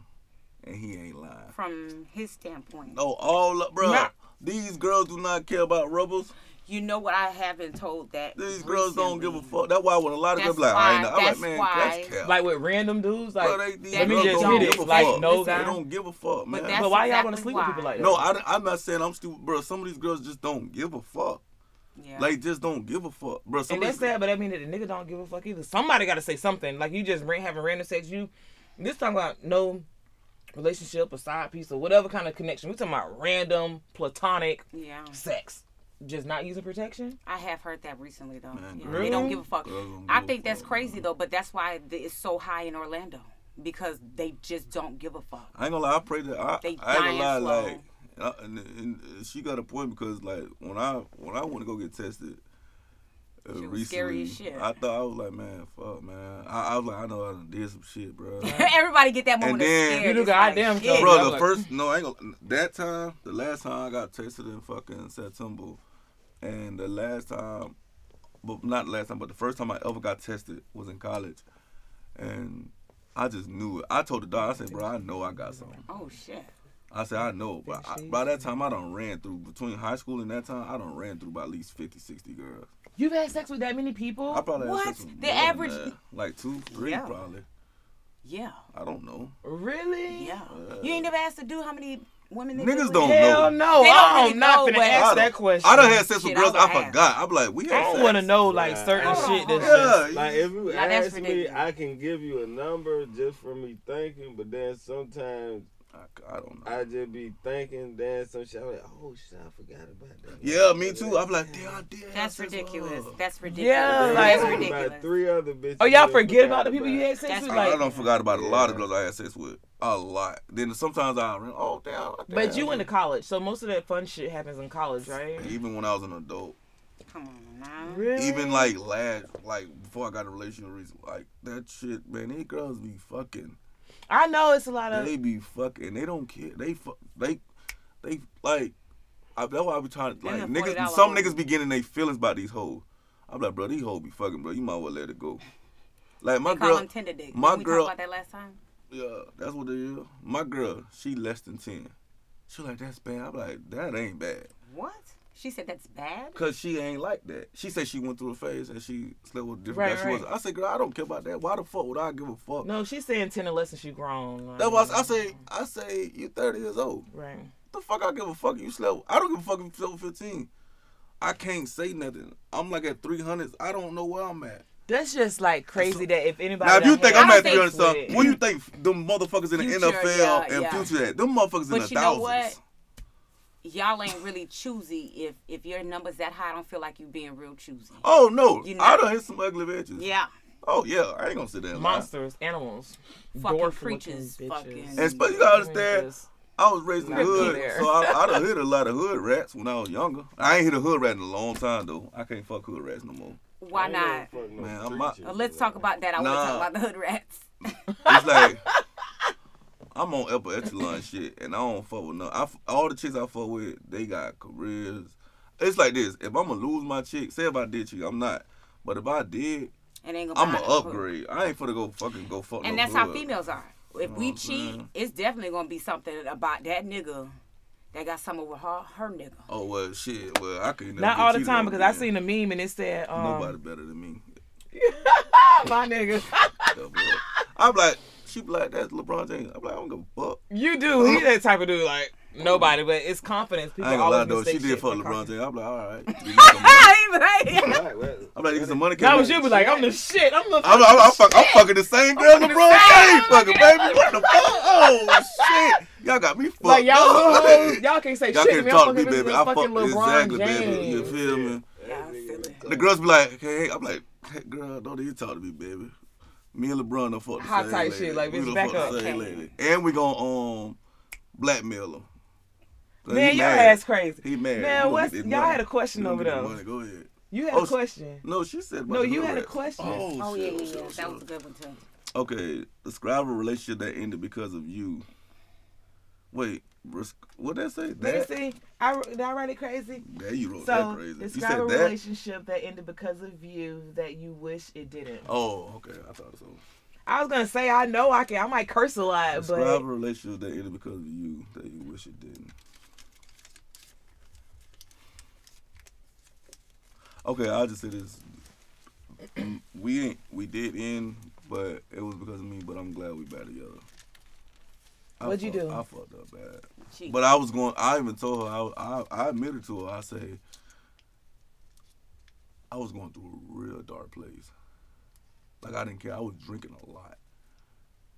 S3: And he ain't lying.
S5: From his standpoint,
S3: No, all up, bro.
S4: Nah.
S3: These girls do not care about rubbers.
S5: you know what I have been told that
S3: These girls don't give a
S5: recently.
S3: fuck. That's why when a lot of
S5: That's
S3: girls be like, I ain't know. I'm like,
S5: why-
S3: man,
S5: that's
S3: that's cap.
S4: Like with random dudes, like
S3: bro, they, these
S5: let me
S3: girls
S5: just
S3: don't
S5: hit it.
S3: give a
S4: Like,
S3: fuck.
S4: no
S3: they
S4: guy.
S3: don't give a fuck, man.
S5: that's-
S4: But why y'all want to
S5: exactly
S4: sleep with people
S5: why.
S4: like that?
S3: no, I, I'm not saying I'm stupid, bro. Some of these girls just don't give a fuck.
S5: Yeah.
S3: Like, just don't give a fuck, bro. Some
S4: and
S3: of
S4: that's
S3: these-
S4: sad, but that mean that the nigga don't give a fuck either. Somebody got to say something. Like you just ran, having random sex. You this talking about no relationship or side piece or whatever kind of connection. We talking about random platonic
S5: yeah.
S4: sex. just not using protection?
S5: I have heard that recently though.
S3: Man,
S5: Yeah,
S3: girl.
S5: They don't give a fuck.
S3: Girls don't
S5: I
S3: give a
S5: think that's
S3: fuck,
S5: crazy though, but that's why th- it's so high in Orlando because they just don't give a fuck.
S3: I ain't gonna lie. I pray that I,
S5: They
S3: I ain't
S5: dying
S3: gonna lie.
S5: slow.
S3: Like, and I- and, and she got a point because like when I when I went to go get tested.
S5: She
S3: Uh, recently,
S5: was scary as shit.
S3: I thought I was like, man, fuck, man. I, I was like, I know I done did some shit, bro.
S5: Everybody get that moment
S3: then-
S5: of scared.
S3: You
S4: do
S5: It's like,
S4: goddamn
S5: shit.
S4: job.
S3: Bro,
S4: Yeah,
S3: the
S4: like-
S3: first no, I ain't gonna, that time, the last time I got tested in fucking September, and the last time, but not last time, but the first time I ever got tested was in college, and I just knew it. I told the doc, I said, bro, I know I got something.
S5: Oh shit.
S3: I said, I know, but I, by that time I done ran through between high school and that time I done ran through by at least 50, 60 girls.
S4: You've had sex with that many people?
S3: I probably
S5: What?
S3: Had sex with
S5: The
S3: more than
S5: average-
S3: that. like two, three,
S5: Yeah.
S3: probably.
S5: Yeah.
S3: I don't know.
S4: really?
S5: Yeah. you ain't never asked a dude how many women they
S3: Niggas
S5: been
S3: don't
S5: with?
S3: know.
S4: Hell no.
S5: They don't
S4: I'm
S5: really
S4: not
S5: know
S4: gonna
S5: what-
S3: I
S4: ask
S3: done-
S4: that question.
S3: I done had sex with
S5: Shit, I
S3: girls I,
S5: would've asked.
S3: forgot. I'm like, we had
S4: I
S3: sex.
S4: don't want to know like
S6: Yeah.
S4: certain
S5: Hold on,
S4: shit
S5: hold
S4: that's
S5: on.
S4: just-
S3: Yeah,
S6: Like if you
S5: Now, that's
S6: ask me,
S5: ridiculous.
S6: I can give you a number just from me thinking, but then sometimes
S3: I, I don't know.
S6: I just be thinking, then some shit. I'm like, oh shit, I forgot about that.
S3: Yeah, me too. I'm like, damn, I did. have
S5: That's
S3: sex with
S5: ridiculous.
S3: her.
S5: That's ridiculous.
S4: Yeah,
S6: Then
S4: like-
S5: that's
S6: about
S5: ridiculous.
S6: three other bitches.
S4: Oh y'all
S6: I
S4: forget
S6: forgot
S4: about the people you
S6: about.
S4: had sex
S5: That's
S4: with,
S5: right.
S3: I
S4: like.
S3: don't forgot about a lot of girls I had sex with. A lot. Then sometimes I rem- oh damn.
S4: But you
S3: in
S4: went to college, so most of that fun shit happens in college, right?
S3: even when I was an adult,
S5: Come on now.
S4: Really?
S3: even like last, like before I got in a relationship, reason, like that shit, man. These girls be fucking.
S4: I know it's a lot
S5: Uh.
S4: of.
S3: They be fucking. They don't care. They fuck. They, they like. I, that's why I be trying to like
S5: that
S3: niggas.
S5: $40
S3: Some
S5: hole.
S3: niggas be getting their feelings about these hoes. I'm like, bro, these hoes be fucking, bro. You might well let it go. Like my
S5: They call
S3: girl,
S5: them Tinder dick.
S3: my
S5: Didn't we
S3: girl-
S5: talk about that last time?
S3: Yeah, that's what it is. My girl, she less than ten. She like that's bad. I'm like that ain't bad,
S5: What? She said that's bad.
S3: cause she ain't like that. She said she went through a phase and she slept with different
S4: Right,
S3: guys. She
S4: right.
S3: was- I said, girl, I don't care about that. Why the fuck would I give a fuck?
S4: No, she's saying ten unless she grown. Like,
S3: That was I say. I say you 30 years old.
S4: right.
S3: The fuck I give a fuck? if You slept. with- I don't give a fuck if you slept with 15. I can't say nothing. I'm like at 300. I don't know where I'm at.
S4: That's just like crazy that if anybody.
S3: Now, if you
S4: done
S3: think
S4: had
S3: I'm at
S4: sex
S3: 300
S4: with-
S3: something, what do you think them motherfuckers in the
S5: Future,
S3: NFL
S5: yeah,
S3: and
S5: yeah.
S3: future at? Them motherfuckers in
S5: But
S3: the
S5: you know what?
S3: thousands.
S5: Y'all ain't really choosy. If if your number's that high, I don't feel like you being real choosy.
S3: Oh no,
S5: You
S3: I
S5: know-
S3: done hit some ugly bitches.
S5: Yeah.
S3: Oh yeah, I ain't gonna sit there and lie.
S4: monsters, animals,
S5: Fucking
S4: dwarf-looking
S5: creatures,
S4: bitches.
S5: fucking-
S3: And but you gotta
S4: I mean,
S3: understand,
S4: just-
S3: I was raised in the
S4: Not
S3: hood,
S4: there.
S3: so I, I done hit a lot of hood rats when I was younger. I ain't hit a hood rat in a long time though. I can't fuck hood rats no more.
S5: Why not?
S3: Man, I'm not-
S5: Uh, Let's talk about that. I want to
S3: Nah.
S5: talk about the hood rats.
S3: It's like I'm on upper echelon shit, and I don't fuck with no. I f all the chicks I fuck with, they got careers. It's like this: if I'm gonna lose my chick, say if I did you, I'm not. But if I did,
S5: And ain't gonna
S3: I'm
S5: buy
S3: going
S5: no
S3: to
S5: hood.
S3: upgrade. I ain't finna go fucking go fuck.
S5: And
S3: no
S5: that's how
S3: hood.
S5: females are. If we
S3: Mhm.
S5: cheat, it's definitely gonna be something about that nigga that got something with her her nigga.
S3: Oh well, shit. Well, I could
S4: Not all the time because I seen a meme and it said, um,
S3: nobody better than me.
S4: my nigga,
S3: Double up. I'm like, she be like, that's LeBron James. I'm like, I don't give a fuck.
S4: you do. He that type of dude, like nobody, but it's confidence. People
S3: I ain't gonna lie
S4: always
S3: though, she
S4: mistake
S3: did
S4: shit
S3: fuck
S4: for
S3: LeBron
S4: confidence.
S3: James. I'm like, all right. You need some money. I'm like, you need some money.
S4: That was
S3: Kevin?
S4: you, be like, I'm the shit. I'm the.
S3: I'm, I'm, I'm, fuck, I'm fucking the same girl LeBron James fucking, baby. What the fuck? Oh, shit. Y'all got me fucked
S4: like y'all,
S3: up.
S4: hoes, y'all can't say
S3: Y'all
S4: shit. to
S3: can't
S4: me.
S3: talk
S4: I'm
S3: to me,
S4: fucking this
S3: baby. I fuck
S4: fucking LeBron
S3: exactly, baby. You
S4: James.
S3: feel me?
S5: Yeah, silly.
S3: The girls be like, hey, I'm like, hey, girl, don't even talk to me, baby. Me and LeBron done fuck the
S4: Hot
S3: same
S4: type
S3: lady.
S4: shit, like,
S3: we
S4: bitch,
S3: done
S4: back
S3: fuck the
S4: up.
S3: same
S5: Okay.
S3: lady. And we gonna um blackmail him. So
S4: Man,
S3: he
S4: your
S3: mad.
S4: ass crazy.
S3: He mad. You
S4: Man,
S3: gonna
S4: what's
S3: get
S4: y'all
S3: this money.
S4: had a question
S3: You gonna
S4: over
S3: get this
S4: though?
S3: money. Go ahead.
S4: You had
S3: Oh,
S4: a
S3: s-
S4: question.
S3: No, she said. about
S4: No,
S3: the
S4: you
S3: hood
S4: had a
S3: rats.
S4: question.
S3: Oh,
S5: Oh yeah,
S3: shit,
S5: yeah,
S3: shit,
S5: yeah.
S3: shit.
S5: That was a good one too.
S3: Okay, describe a relationship that ended because of you. Wait, res- what did I say?
S4: Let me
S3: That,
S4: see. I, wr- did I write it crazy?
S3: that you wrote that
S4: So
S3: crazy. You
S4: describe a
S3: said that.
S4: relationship that ended because of you that you wish it didn't.
S3: Oh, okay. I thought so.
S4: I was gonna say I know I can. I might curse a lot,
S3: Describe
S4: but
S3: a relationship that ended because of you that you wish it didn't. Okay, I'll just say this. we ain't we did end, but it was because of me. But I'm glad we back together. I
S4: What'd you
S3: fuck-
S4: do?
S3: I fucked up bad.
S5: Cheat.
S3: But I was going. I even told her. I, I I admitted to her. I say. I was going through a real dark place. Like I didn't care. I was drinking a lot.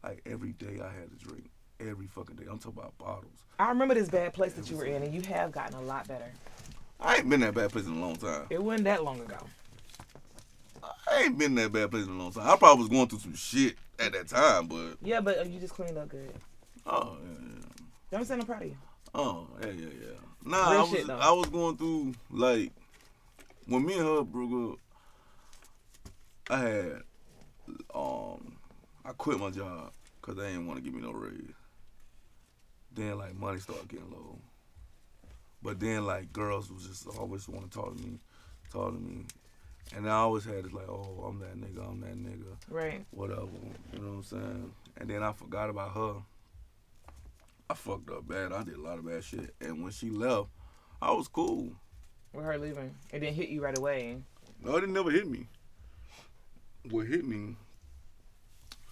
S3: Like every day I had to drink. Every fucking day. I'm talking about bottles.
S4: I remember this bad place that you were in, and you have gotten a lot better.
S3: I ain't been that bad place in a long time.
S4: It wasn't that long ago.
S3: I ain't been that bad place in a long time. I probably was going through some shit at that time, but
S4: Yeah, but uh, you just cleaned up good.
S3: oh yeah, yeah.
S4: I'm saying I'm proud of you.
S3: Oh, yeah, yeah, yeah. Nah,
S4: Real
S3: I was
S4: shit, though.
S3: I was going through like when me and her broke up, I had um I quit my job because they didn't want to give me no raise. Then like money started getting low. But then like girls was just always want to talk to me, talk to me. And I always had this like, oh, I'm that nigga, I'm that nigga
S4: Right.
S3: whatever. You know what I'm saying? And then I forgot about her. I fucked up bad. I did a lot of bad shit. And when she left, I was cool.
S4: With her leaving. It didn't hit you right away.
S3: No, it never hit me. What hit me,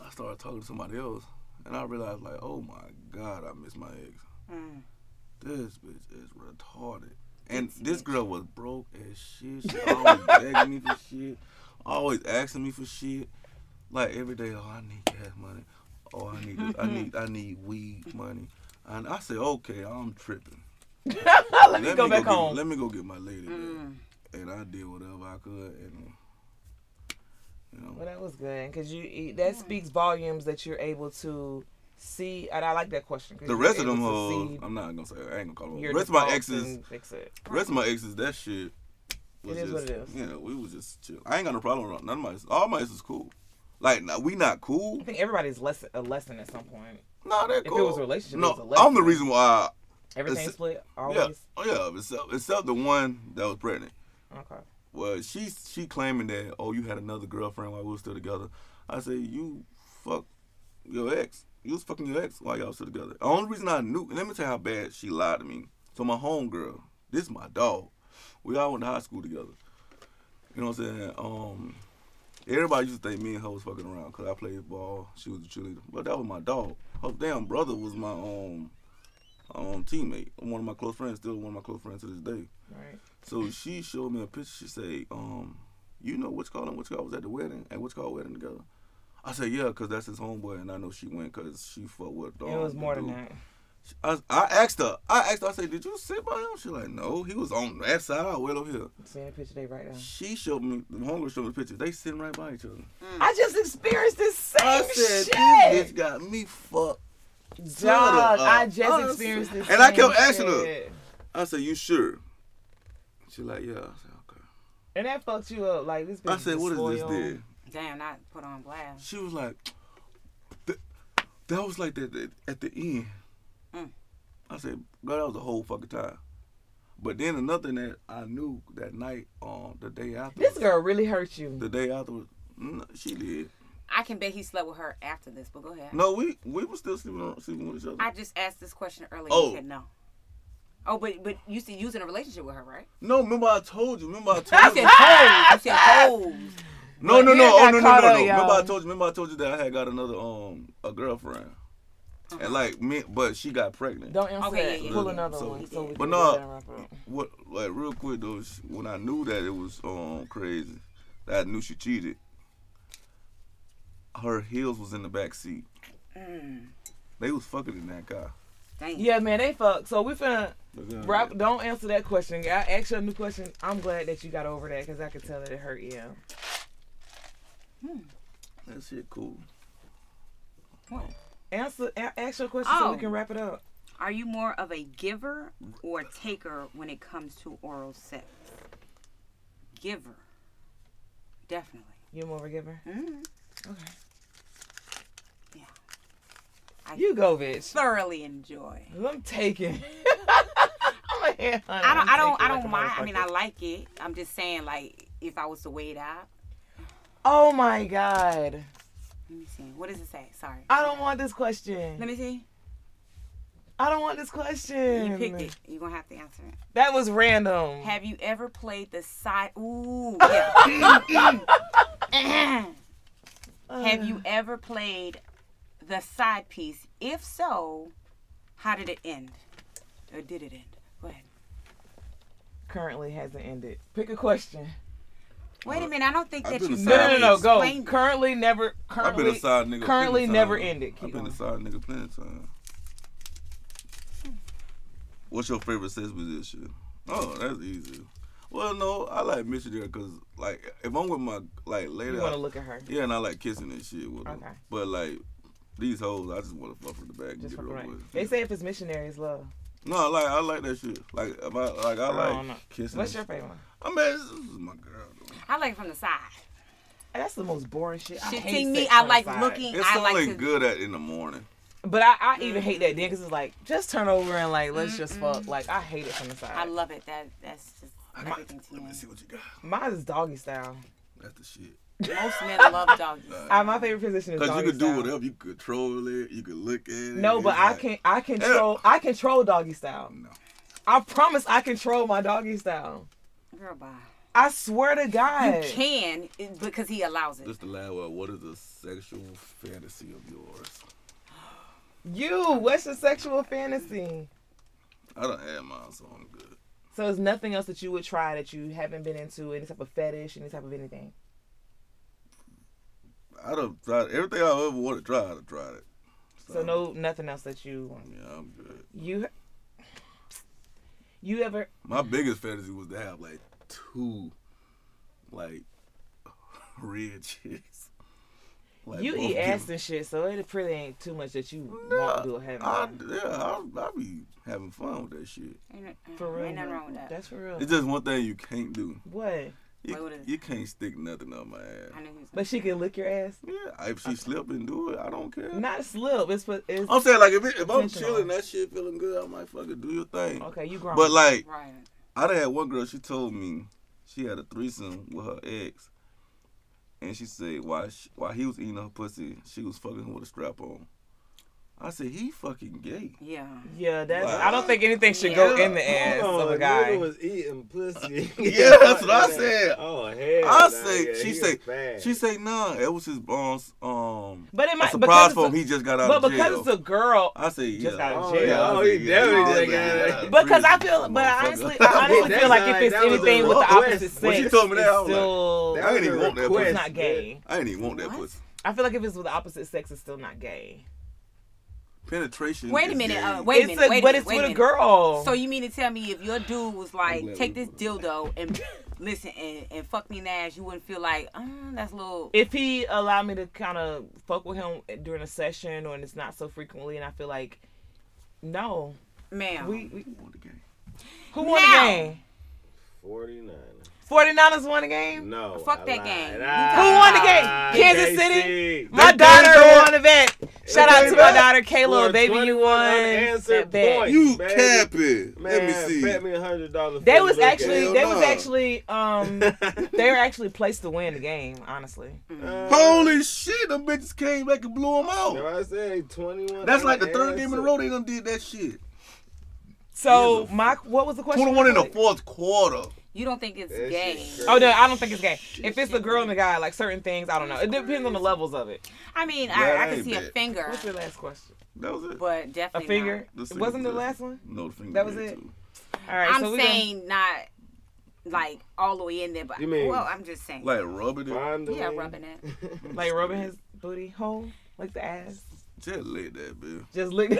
S3: I started talking to somebody else. And I realized, like, oh my God, I miss my ex.
S5: Mm.
S3: This bitch is retarded. And this girl was broke as shit. She always begging me for shit. Always asking me for shit. Like every day, oh I need gas money. Oh I need this. I need I need weed money. And I say, okay, I'm tripping.
S4: Let me go back
S3: get-
S4: home.
S3: Let me go get my lady.
S4: Mm.
S3: man. And I did whatever I could. And you know,
S4: Well, that was good because you that speaks volumes that you're able to see, and I like that question. 'cause
S3: the
S4: you're
S3: rest of
S4: able
S3: them
S4: to
S3: hoes,
S4: see
S3: I'm not gonna say. I ain't gonna call them.
S4: your
S3: hoes. Rest of my
S4: defaults
S3: exes.
S4: and fix it.
S3: The rest of my exes, that shit was
S4: It
S3: just,
S4: is what it is.
S3: Yeah, we was just chill. I ain't got no problem with none of my exes. All my exes cool. Like, nah, we not cool.
S4: I think everybody's less a lesson at some point.
S3: Nah, that
S4: it
S3: cool.
S4: was a relationship, it
S3: no,
S4: was a lesson.
S3: I'm the reason why.
S4: Everything
S3: It's-
S4: split
S3: I,
S4: always.
S3: yeah, oh yeah, except, except the one that was pregnant.
S4: Okay.
S3: Well, she she claiming that oh you had another girlfriend while we was still together. I say you fuck your ex. You was fucking your ex while y'all was still together. The only reason I knew, and let me tell you how bad she lied to me. So my homegirl, this is my dog. We all went to high school together. You know what I'm saying? Um, everybody used to think me and her was fucking around because I played ball. She was a cheerleader, but that was my dog. Her damn brother was my um, um teammate. One of my close friends, still one of my close friends to this day.
S4: Right.
S3: So she showed me a picture. She said, um, you know what's called and what's called was at the wedding and what's called wedding together. I said, yeah, cause that's his homeboy, and I know she went cause she fucked with. Um,
S4: It was
S3: the
S4: more than
S3: dude.
S4: that.
S3: I, I asked her. I asked her. I said, did you sit by him? She like, no, he was on that side. I went over here.
S4: Seeing the picture they right now.
S3: She showed me. The homegirl showed me the picture. They sitting right by each other.
S4: I just experienced this same
S3: I said, this bitch
S4: Oh, shit.
S3: got me fucked.
S4: Dog,
S3: up.
S4: I just
S3: I
S4: experienced
S3: said-
S4: this.
S3: And I
S4: same
S3: kept asking her.
S4: shit.
S3: I said, you sure? She like, yeah. I said, okay.
S4: and that fucked you up. Like this. Bitch
S3: I said, what is this?
S4: disloyal.
S3: Did
S5: Damn, I put on blast.
S3: she was like, "Th- that was like that that- at the end.
S5: Mm.
S3: I said, bro, that was the whole fucking time. But then another thing that I knew that night, um, the day after,
S4: This girl really hurt you.
S3: the day after, mm, she did.
S5: I can bet he slept with her after this, but go ahead.
S3: No, we we were still sleeping on, sleeping with each other.
S5: I just asked this question earlier.
S3: Oh.
S5: You said no. Oh, but but you said you was in a relationship with her, right?
S3: no, remember I told you. Remember I
S5: You
S3: told
S5: said
S3: you.
S5: hoes. You said hoes.
S3: No, no,
S4: You
S3: no.
S4: got
S3: Oh, no, no, no,
S4: caught
S3: no.
S4: up, y'all.
S3: Remember I told you. Remember I told you that I had got another um a girlfriend, and like me, but she got pregnant.
S4: Uh-huh. Don't answer
S5: Okay,
S4: that.
S5: yeah, yeah,
S4: Pull
S3: yeah.
S4: another
S3: So-
S4: one. So we
S3: But
S4: can
S3: no.
S4: go down and wrap it up.
S3: What like real quick though, sh- when I knew that it was um crazy, that I knew she cheated. Her heels was in the back seat.
S4: Mm.
S3: They was fucking in that car.
S5: Dang.
S4: Yeah, man, they fuck. So we finna
S3: Look at her.
S4: wrap. Don't answer that question. I asked you a new question. I'm glad that you got over that because I could tell that it hurt you.
S3: That shit cool.
S4: Answer. a- Ask your question so
S5: Oh.
S4: we can wrap it up.
S5: Are you more of a giver or taker when it comes to oral sex? Giver. Definitely.
S4: You more of a giver?
S5: Mm-hmm.
S4: Okay.
S5: Yeah. I
S4: You go, bitch.
S5: thoroughly enjoy.
S4: I'm taking. I'm a headhunter.
S5: I don't. I don't. I
S4: I'm taking
S5: don't
S4: like
S5: mind.
S4: a
S5: I mean, I
S4: motherfucker.
S5: like it. I'm just saying, like, if I was to weigh it out,
S4: Oh my god.
S5: let me see. What does it say? Sorry.
S4: I don't want this question.
S5: Let me see.
S4: I don't want this question.
S5: You picked it. You're gonna have to answer it.
S4: That was random.
S5: Have you ever played the side? Ooh, yeah.
S4: Uh,
S5: Have you ever played the side piece? If so, how did it end? Or did it end? Go ahead.
S4: Currently hasn't ended. Pick a question.
S5: Wait a minute. I don't think
S3: I've
S5: that
S3: been
S5: you.
S3: a
S4: No, no, no, no. Go.
S5: Explain it.
S4: Currently never.
S3: I've been
S4: Currently.
S3: a side nigga.
S4: currently
S3: plenty of
S4: never
S3: time.
S4: ended. Keep
S3: I've been
S4: going.
S3: a side nigga plenty of time. What's your favorite sex position? Oh, that's easy. Well, no, I like missionary because, like, if I'm with my like lady,
S4: You want
S3: I-
S4: to look at her.
S3: yeah, and I like kissing and shit with them.
S4: Okay.
S3: But like these hoes, I just want to fuck from the back and get
S4: Just fucking
S3: it over
S4: right.
S3: with.
S4: They say if it's missionaries, love.
S3: no, like I like that shit. Like, if I like I like
S4: don't know.
S3: kissing.
S4: What's your
S3: and shit.
S4: favorite one?
S3: I mean, this is my girl. Though.
S5: I like it from the side.
S4: That's the most boring shit. I
S5: Shit,
S4: hate
S5: see me,
S4: sex
S5: I
S4: on the
S5: like
S4: side.
S5: looking.
S3: It's
S5: I
S3: only
S5: like to.
S3: good at in the morning.
S4: But I, I even hate that then because it's like just turn over and like let's just fuck. Like I hate it from the side.
S5: I love it. That that's just everything to
S3: Let me see
S5: me.
S3: what you got.
S4: Mine is doggy style.
S3: That's the shit.
S5: Most men love doggies.
S4: I, my favorite position is
S3: Uh, Cause
S4: doggy
S3: you could do
S4: style.
S3: whatever. You could control it. You could look at it.
S4: No, but
S3: It's
S4: I
S3: like-
S4: can I control I control doggy style.
S3: No.
S4: I promise I control my doggy style.
S5: Girl, bye.
S4: I swear to God.
S5: Can it- because he allows it.
S3: Just the last one. What is a sexual fantasy of yours?
S4: You, what's your sexual fantasy?
S3: I don't have mine, so I'm good.
S4: So there's nothing else that you would try that you haven't been into, any type of fetish, any type of anything.
S3: I don't try everything I ever wanted to try. I done tried it.
S4: So no nothing else that you
S3: Yeah, I'm good.
S4: you you ever
S3: My biggest fantasy was to have like two, like red chicks. Like,
S4: you
S3: both
S4: eat
S3: give-
S4: ass and shit, so it pretty ain't too much that you won't do or haven't.
S3: I,
S4: done.
S3: yeah, I, I be having fun with that shit.
S5: Ain't, uh,
S4: for real.
S5: ain't nothing wrong with
S4: bro.
S5: that.
S4: That's for real.
S3: It's just one thing you can't do.
S4: what?
S5: Wait,
S3: You,
S5: what is it?
S3: you can't stick nothing up my ass.
S5: I knew he was.
S4: But she can lick your ass.
S3: Yeah, if she slip and do it, I don't care.
S4: Not slip. It's put. It's,
S3: I'm saying like if, it, if I'm
S4: Intentional.
S3: chilling, that shit feeling good, I might fucking do your thing.
S4: okay, you grown.
S3: But like,
S5: Right.
S3: I done had one girl. She told me she had a threesome with her ex, and she said while she, while he was eating her pussy, she was fucking him with a strap on. I said he fucking gay.
S5: Yeah.
S4: yeah, that's. I don't think anything should go in the ass
S6: Hold
S4: of
S6: on,
S4: a guy.
S6: nigga was eating pussy.
S3: Yeah, that's what I said.
S6: Oh hell.
S3: I
S6: nah,
S3: say
S6: yeah,
S3: she
S6: he
S3: say
S6: was bad.
S3: she say nah. It was his boss. Um,
S4: But it
S3: a
S4: might
S3: surprise
S4: because
S3: for him.
S4: it's a-
S3: He just got out
S4: But
S3: of
S4: because it's
S3: jail.
S4: a girl.
S3: I say yeah.
S4: Just got out of
S6: Oh,
S4: jail.
S6: yeah. Oh, he
S3: yeah,
S6: definitely got
S3: yeah,
S6: out.
S3: yeah.
S4: Because I feel,
S3: Threesome,
S4: but
S3: motherfucker.
S4: I honestly, I honestly
S6: That's
S4: feel like if
S6: like-
S4: it's
S6: that was a
S4: anything with the
S6: request.
S4: opposite sex,
S3: When she told me that, I was
S4: it's
S3: like,
S4: still
S3: I ain't even want that
S4: it's
S3: pussy.
S4: not gay.
S3: I ain't even want that
S5: What?
S3: pussy.
S4: I feel like if it's with the opposite sex, it's still not gay.
S3: Penetration.
S5: Wait a
S3: is
S5: minute.
S3: gay.
S5: Uh, wait a
S4: it's
S5: minute.
S4: a,
S5: wait a
S4: but
S5: minute.
S4: it's
S5: wait
S4: with a
S5: minute.
S4: girl.
S5: So you mean to tell me if your dude was like,
S3: glad
S5: take
S3: we
S5: this dildo and listen and, and fuck me in the ass, you wouldn't feel like, uh, that's a little.
S4: if he allowed me to kind of fuck with him during a session or and it's not so frequently, and I feel like, no,
S5: Ma'am.
S4: we, we
S3: Want the game.
S4: who won
S5: Now.
S4: the game?
S6: Forty nine.
S4: 49ers won the game.
S6: No.
S5: Fuck
S6: I
S5: that
S6: lied.
S5: game. You
S6: Ah,
S5: talking
S4: Who won the game?
S6: ah,
S4: Kansas
S6: KC.
S4: City?
S6: They
S4: My daughter
S6: done
S4: won the bet. Shout out to my
S6: done
S4: daughter Kayla,
S6: scored
S4: baby, you
S6: 21
S4: won
S6: unanswered
S4: that bet.
S6: points.
S3: You
S6: Baby.
S3: capping?
S6: Man,
S3: Let me see.
S6: Bet me a hundred dollars.
S4: They was actually,
S3: Hell
S4: they was
S3: nah.
S4: actually, um, they were actually placed to win the game. Honestly,
S3: Holy shit, them bitches came back and blew them out.
S6: Uh, I said twenty-one.
S3: That's like the third game in a
S6: unanswered.
S3: row they done did that shit.
S4: so
S3: Jesus.
S4: my, what was the question?
S3: 21 in the
S4: Really?
S3: fourth quarter.
S5: You don't think it's
S6: That
S5: gay?
S6: shit crazy.
S4: Oh no, I don't think it's gay. If it's the girl and the guy, like certain things, I don't know. It depends on the levels of it.
S5: I mean,
S3: That
S5: I, I can
S3: ain't
S5: see a
S3: bad.
S5: finger,
S4: What's your last question?
S3: That was it.
S5: but
S4: A
S5: definitely
S4: finger?
S5: not.
S3: The
S4: It
S3: single
S4: wasn't the
S3: position.
S4: last one.
S3: No, the finger.
S4: That was
S3: did,
S4: it?
S3: too.
S4: All right,
S5: I'm
S4: so we
S5: saying not like all the way in there, but
S6: You mean-
S5: well, I'm just saying.
S3: Like rubbing it.
S6: Find the
S5: yeah,
S6: way.
S5: rubbing it.
S4: gonna, like rubbing his booty hole, like the ass.
S3: Just lick that, bitch.
S4: Just lick.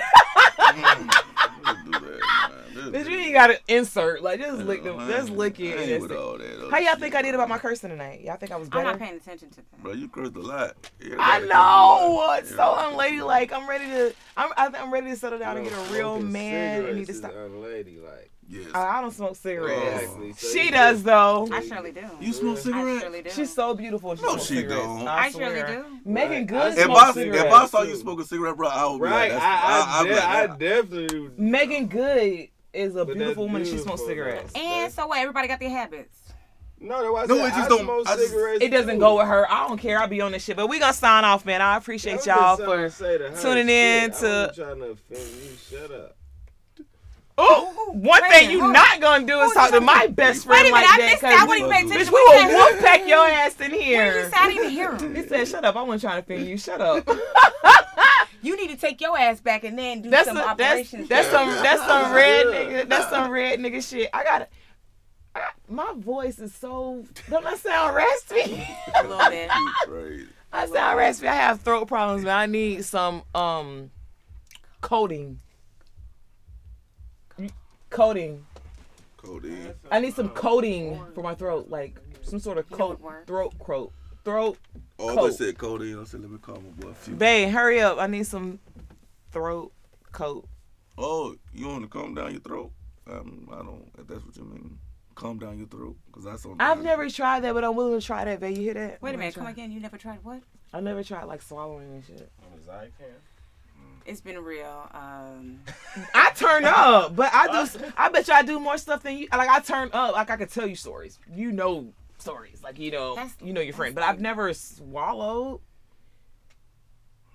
S3: Just do that, man.
S4: Bitch,
S3: Just
S4: you
S3: do that.
S4: ain't gotta insert. Like just lick them.
S3: Man,
S4: Just lick
S3: I
S4: it. and
S3: ain't with
S4: that's it.
S3: all that other
S4: How y'all
S3: shit,
S4: think I did
S3: bro.
S4: about my cursing tonight? Y'all think I was
S5: I'm not
S4: better?
S5: paying attention to that.
S3: Bro, you cursed a lot.
S4: I
S3: Everybody cursed a
S4: know.
S3: lot.
S4: It's so
S3: Everybody
S4: unladylike. I'm ready to. I'm. I think I'm ready to settle down and
S6: You
S4: get
S6: know,
S4: a real
S6: smoking
S4: man and need
S6: cigarettes
S4: to
S6: is
S4: stop.
S6: unladylike.
S3: cursed a Oh,
S4: I
S3: lot. Yes.
S4: I don't smoke cigarettes.
S6: Exactly. So
S4: She
S6: you
S4: does though.
S5: I surely do.
S3: You smoke
S5: I
S3: cigarettes?
S5: surely do.
S4: She's so beautiful. She
S3: No,
S4: smokes
S3: she
S4: cigarettes.
S3: don't.
S5: I
S4: swear.
S5: surely do.
S4: Megan
S6: Right.
S4: Good
S6: I
S3: If
S4: smokes
S3: I,
S4: cigarettes.
S3: if I saw you
S6: too.
S3: smoke a cigarette, bro, I would be
S6: Right,
S3: like,
S6: I,
S3: that's,
S6: I, de- I,
S3: I'm like,
S6: definitely.
S4: Megan Good is a
S6: But
S4: beautiful
S6: that's
S4: woman. and She smokes
S6: beautiful,
S4: cigarettes.
S6: though.
S5: And so what? Everybody got their habits.
S6: No, that's why I
S3: No,
S6: said
S3: it just
S6: I
S3: don't-
S6: smoke
S3: I just-
S6: cigarettes.
S4: It doesn't
S6: too.
S4: go with her. I don't care. I'll be on this shit. But we gonna sign off, man. I
S6: That
S4: appreciate
S6: was
S4: y'all
S6: just
S4: for.
S6: something to say to her.
S4: tuning
S6: Shit,
S4: in
S6: I wasn't
S4: to-
S6: trying to offend you. Shut up.
S4: Oh, one
S5: Wait a
S4: thing
S5: minute,
S4: you
S5: hold
S4: not gonna do is talk to my best
S5: Wait a
S4: friend
S5: minute,
S4: like
S5: I
S4: that.
S5: missed that. I
S4: 'cause
S5: wouldn't pay
S4: we-
S5: attention
S4: bitch,
S5: to
S4: we
S5: what
S4: will
S5: you said.
S4: wolf pack your ass in
S5: You
S4: here.
S5: said I didn't hear him.
S4: He said, "Shut up! I wasn't trying to offend you. Shut up."
S5: You need to take your ass back and then do
S4: That's
S5: some
S4: a, that's
S5: operations.
S4: that's some that's some red
S6: Yeah.
S4: nigga. That's some red nigga shit. I gotta. I got- My voice is so don't I sound raspy?
S5: a little bit.
S3: I, crazy.
S4: I sound raspy. I have throat problems, man. I need some um coating. Coating.
S3: Cody.
S4: I need some coating for my throat, like some sort of
S5: would
S4: coat,
S5: work.
S4: throat coat, throat.
S3: Oh, I
S4: Coke.
S3: just said Cody. I said, let me call my boy. Few.
S4: Babe, hurry up! I need some throat coat.
S3: Oh, you want to calm down your throat? Um, I don't. If that's what you mean, calm down your throat, cause that's on.
S4: I've never tried that, but I'm willing to try that, babe. You hear that?
S5: Wait a
S4: I'm
S5: minute,
S4: gonna
S5: come again. You never tried what?
S4: try- I never tried like swallowing and shit.
S5: It's been real. Um,
S4: I turn up, but I do. s- I bet you I do more stuff than you. Like I turn up, like I could tell you stories. You know stories, like you know,
S5: That's-
S4: you know your friend. But
S5: that's
S4: I've
S5: like-
S4: never swallowed.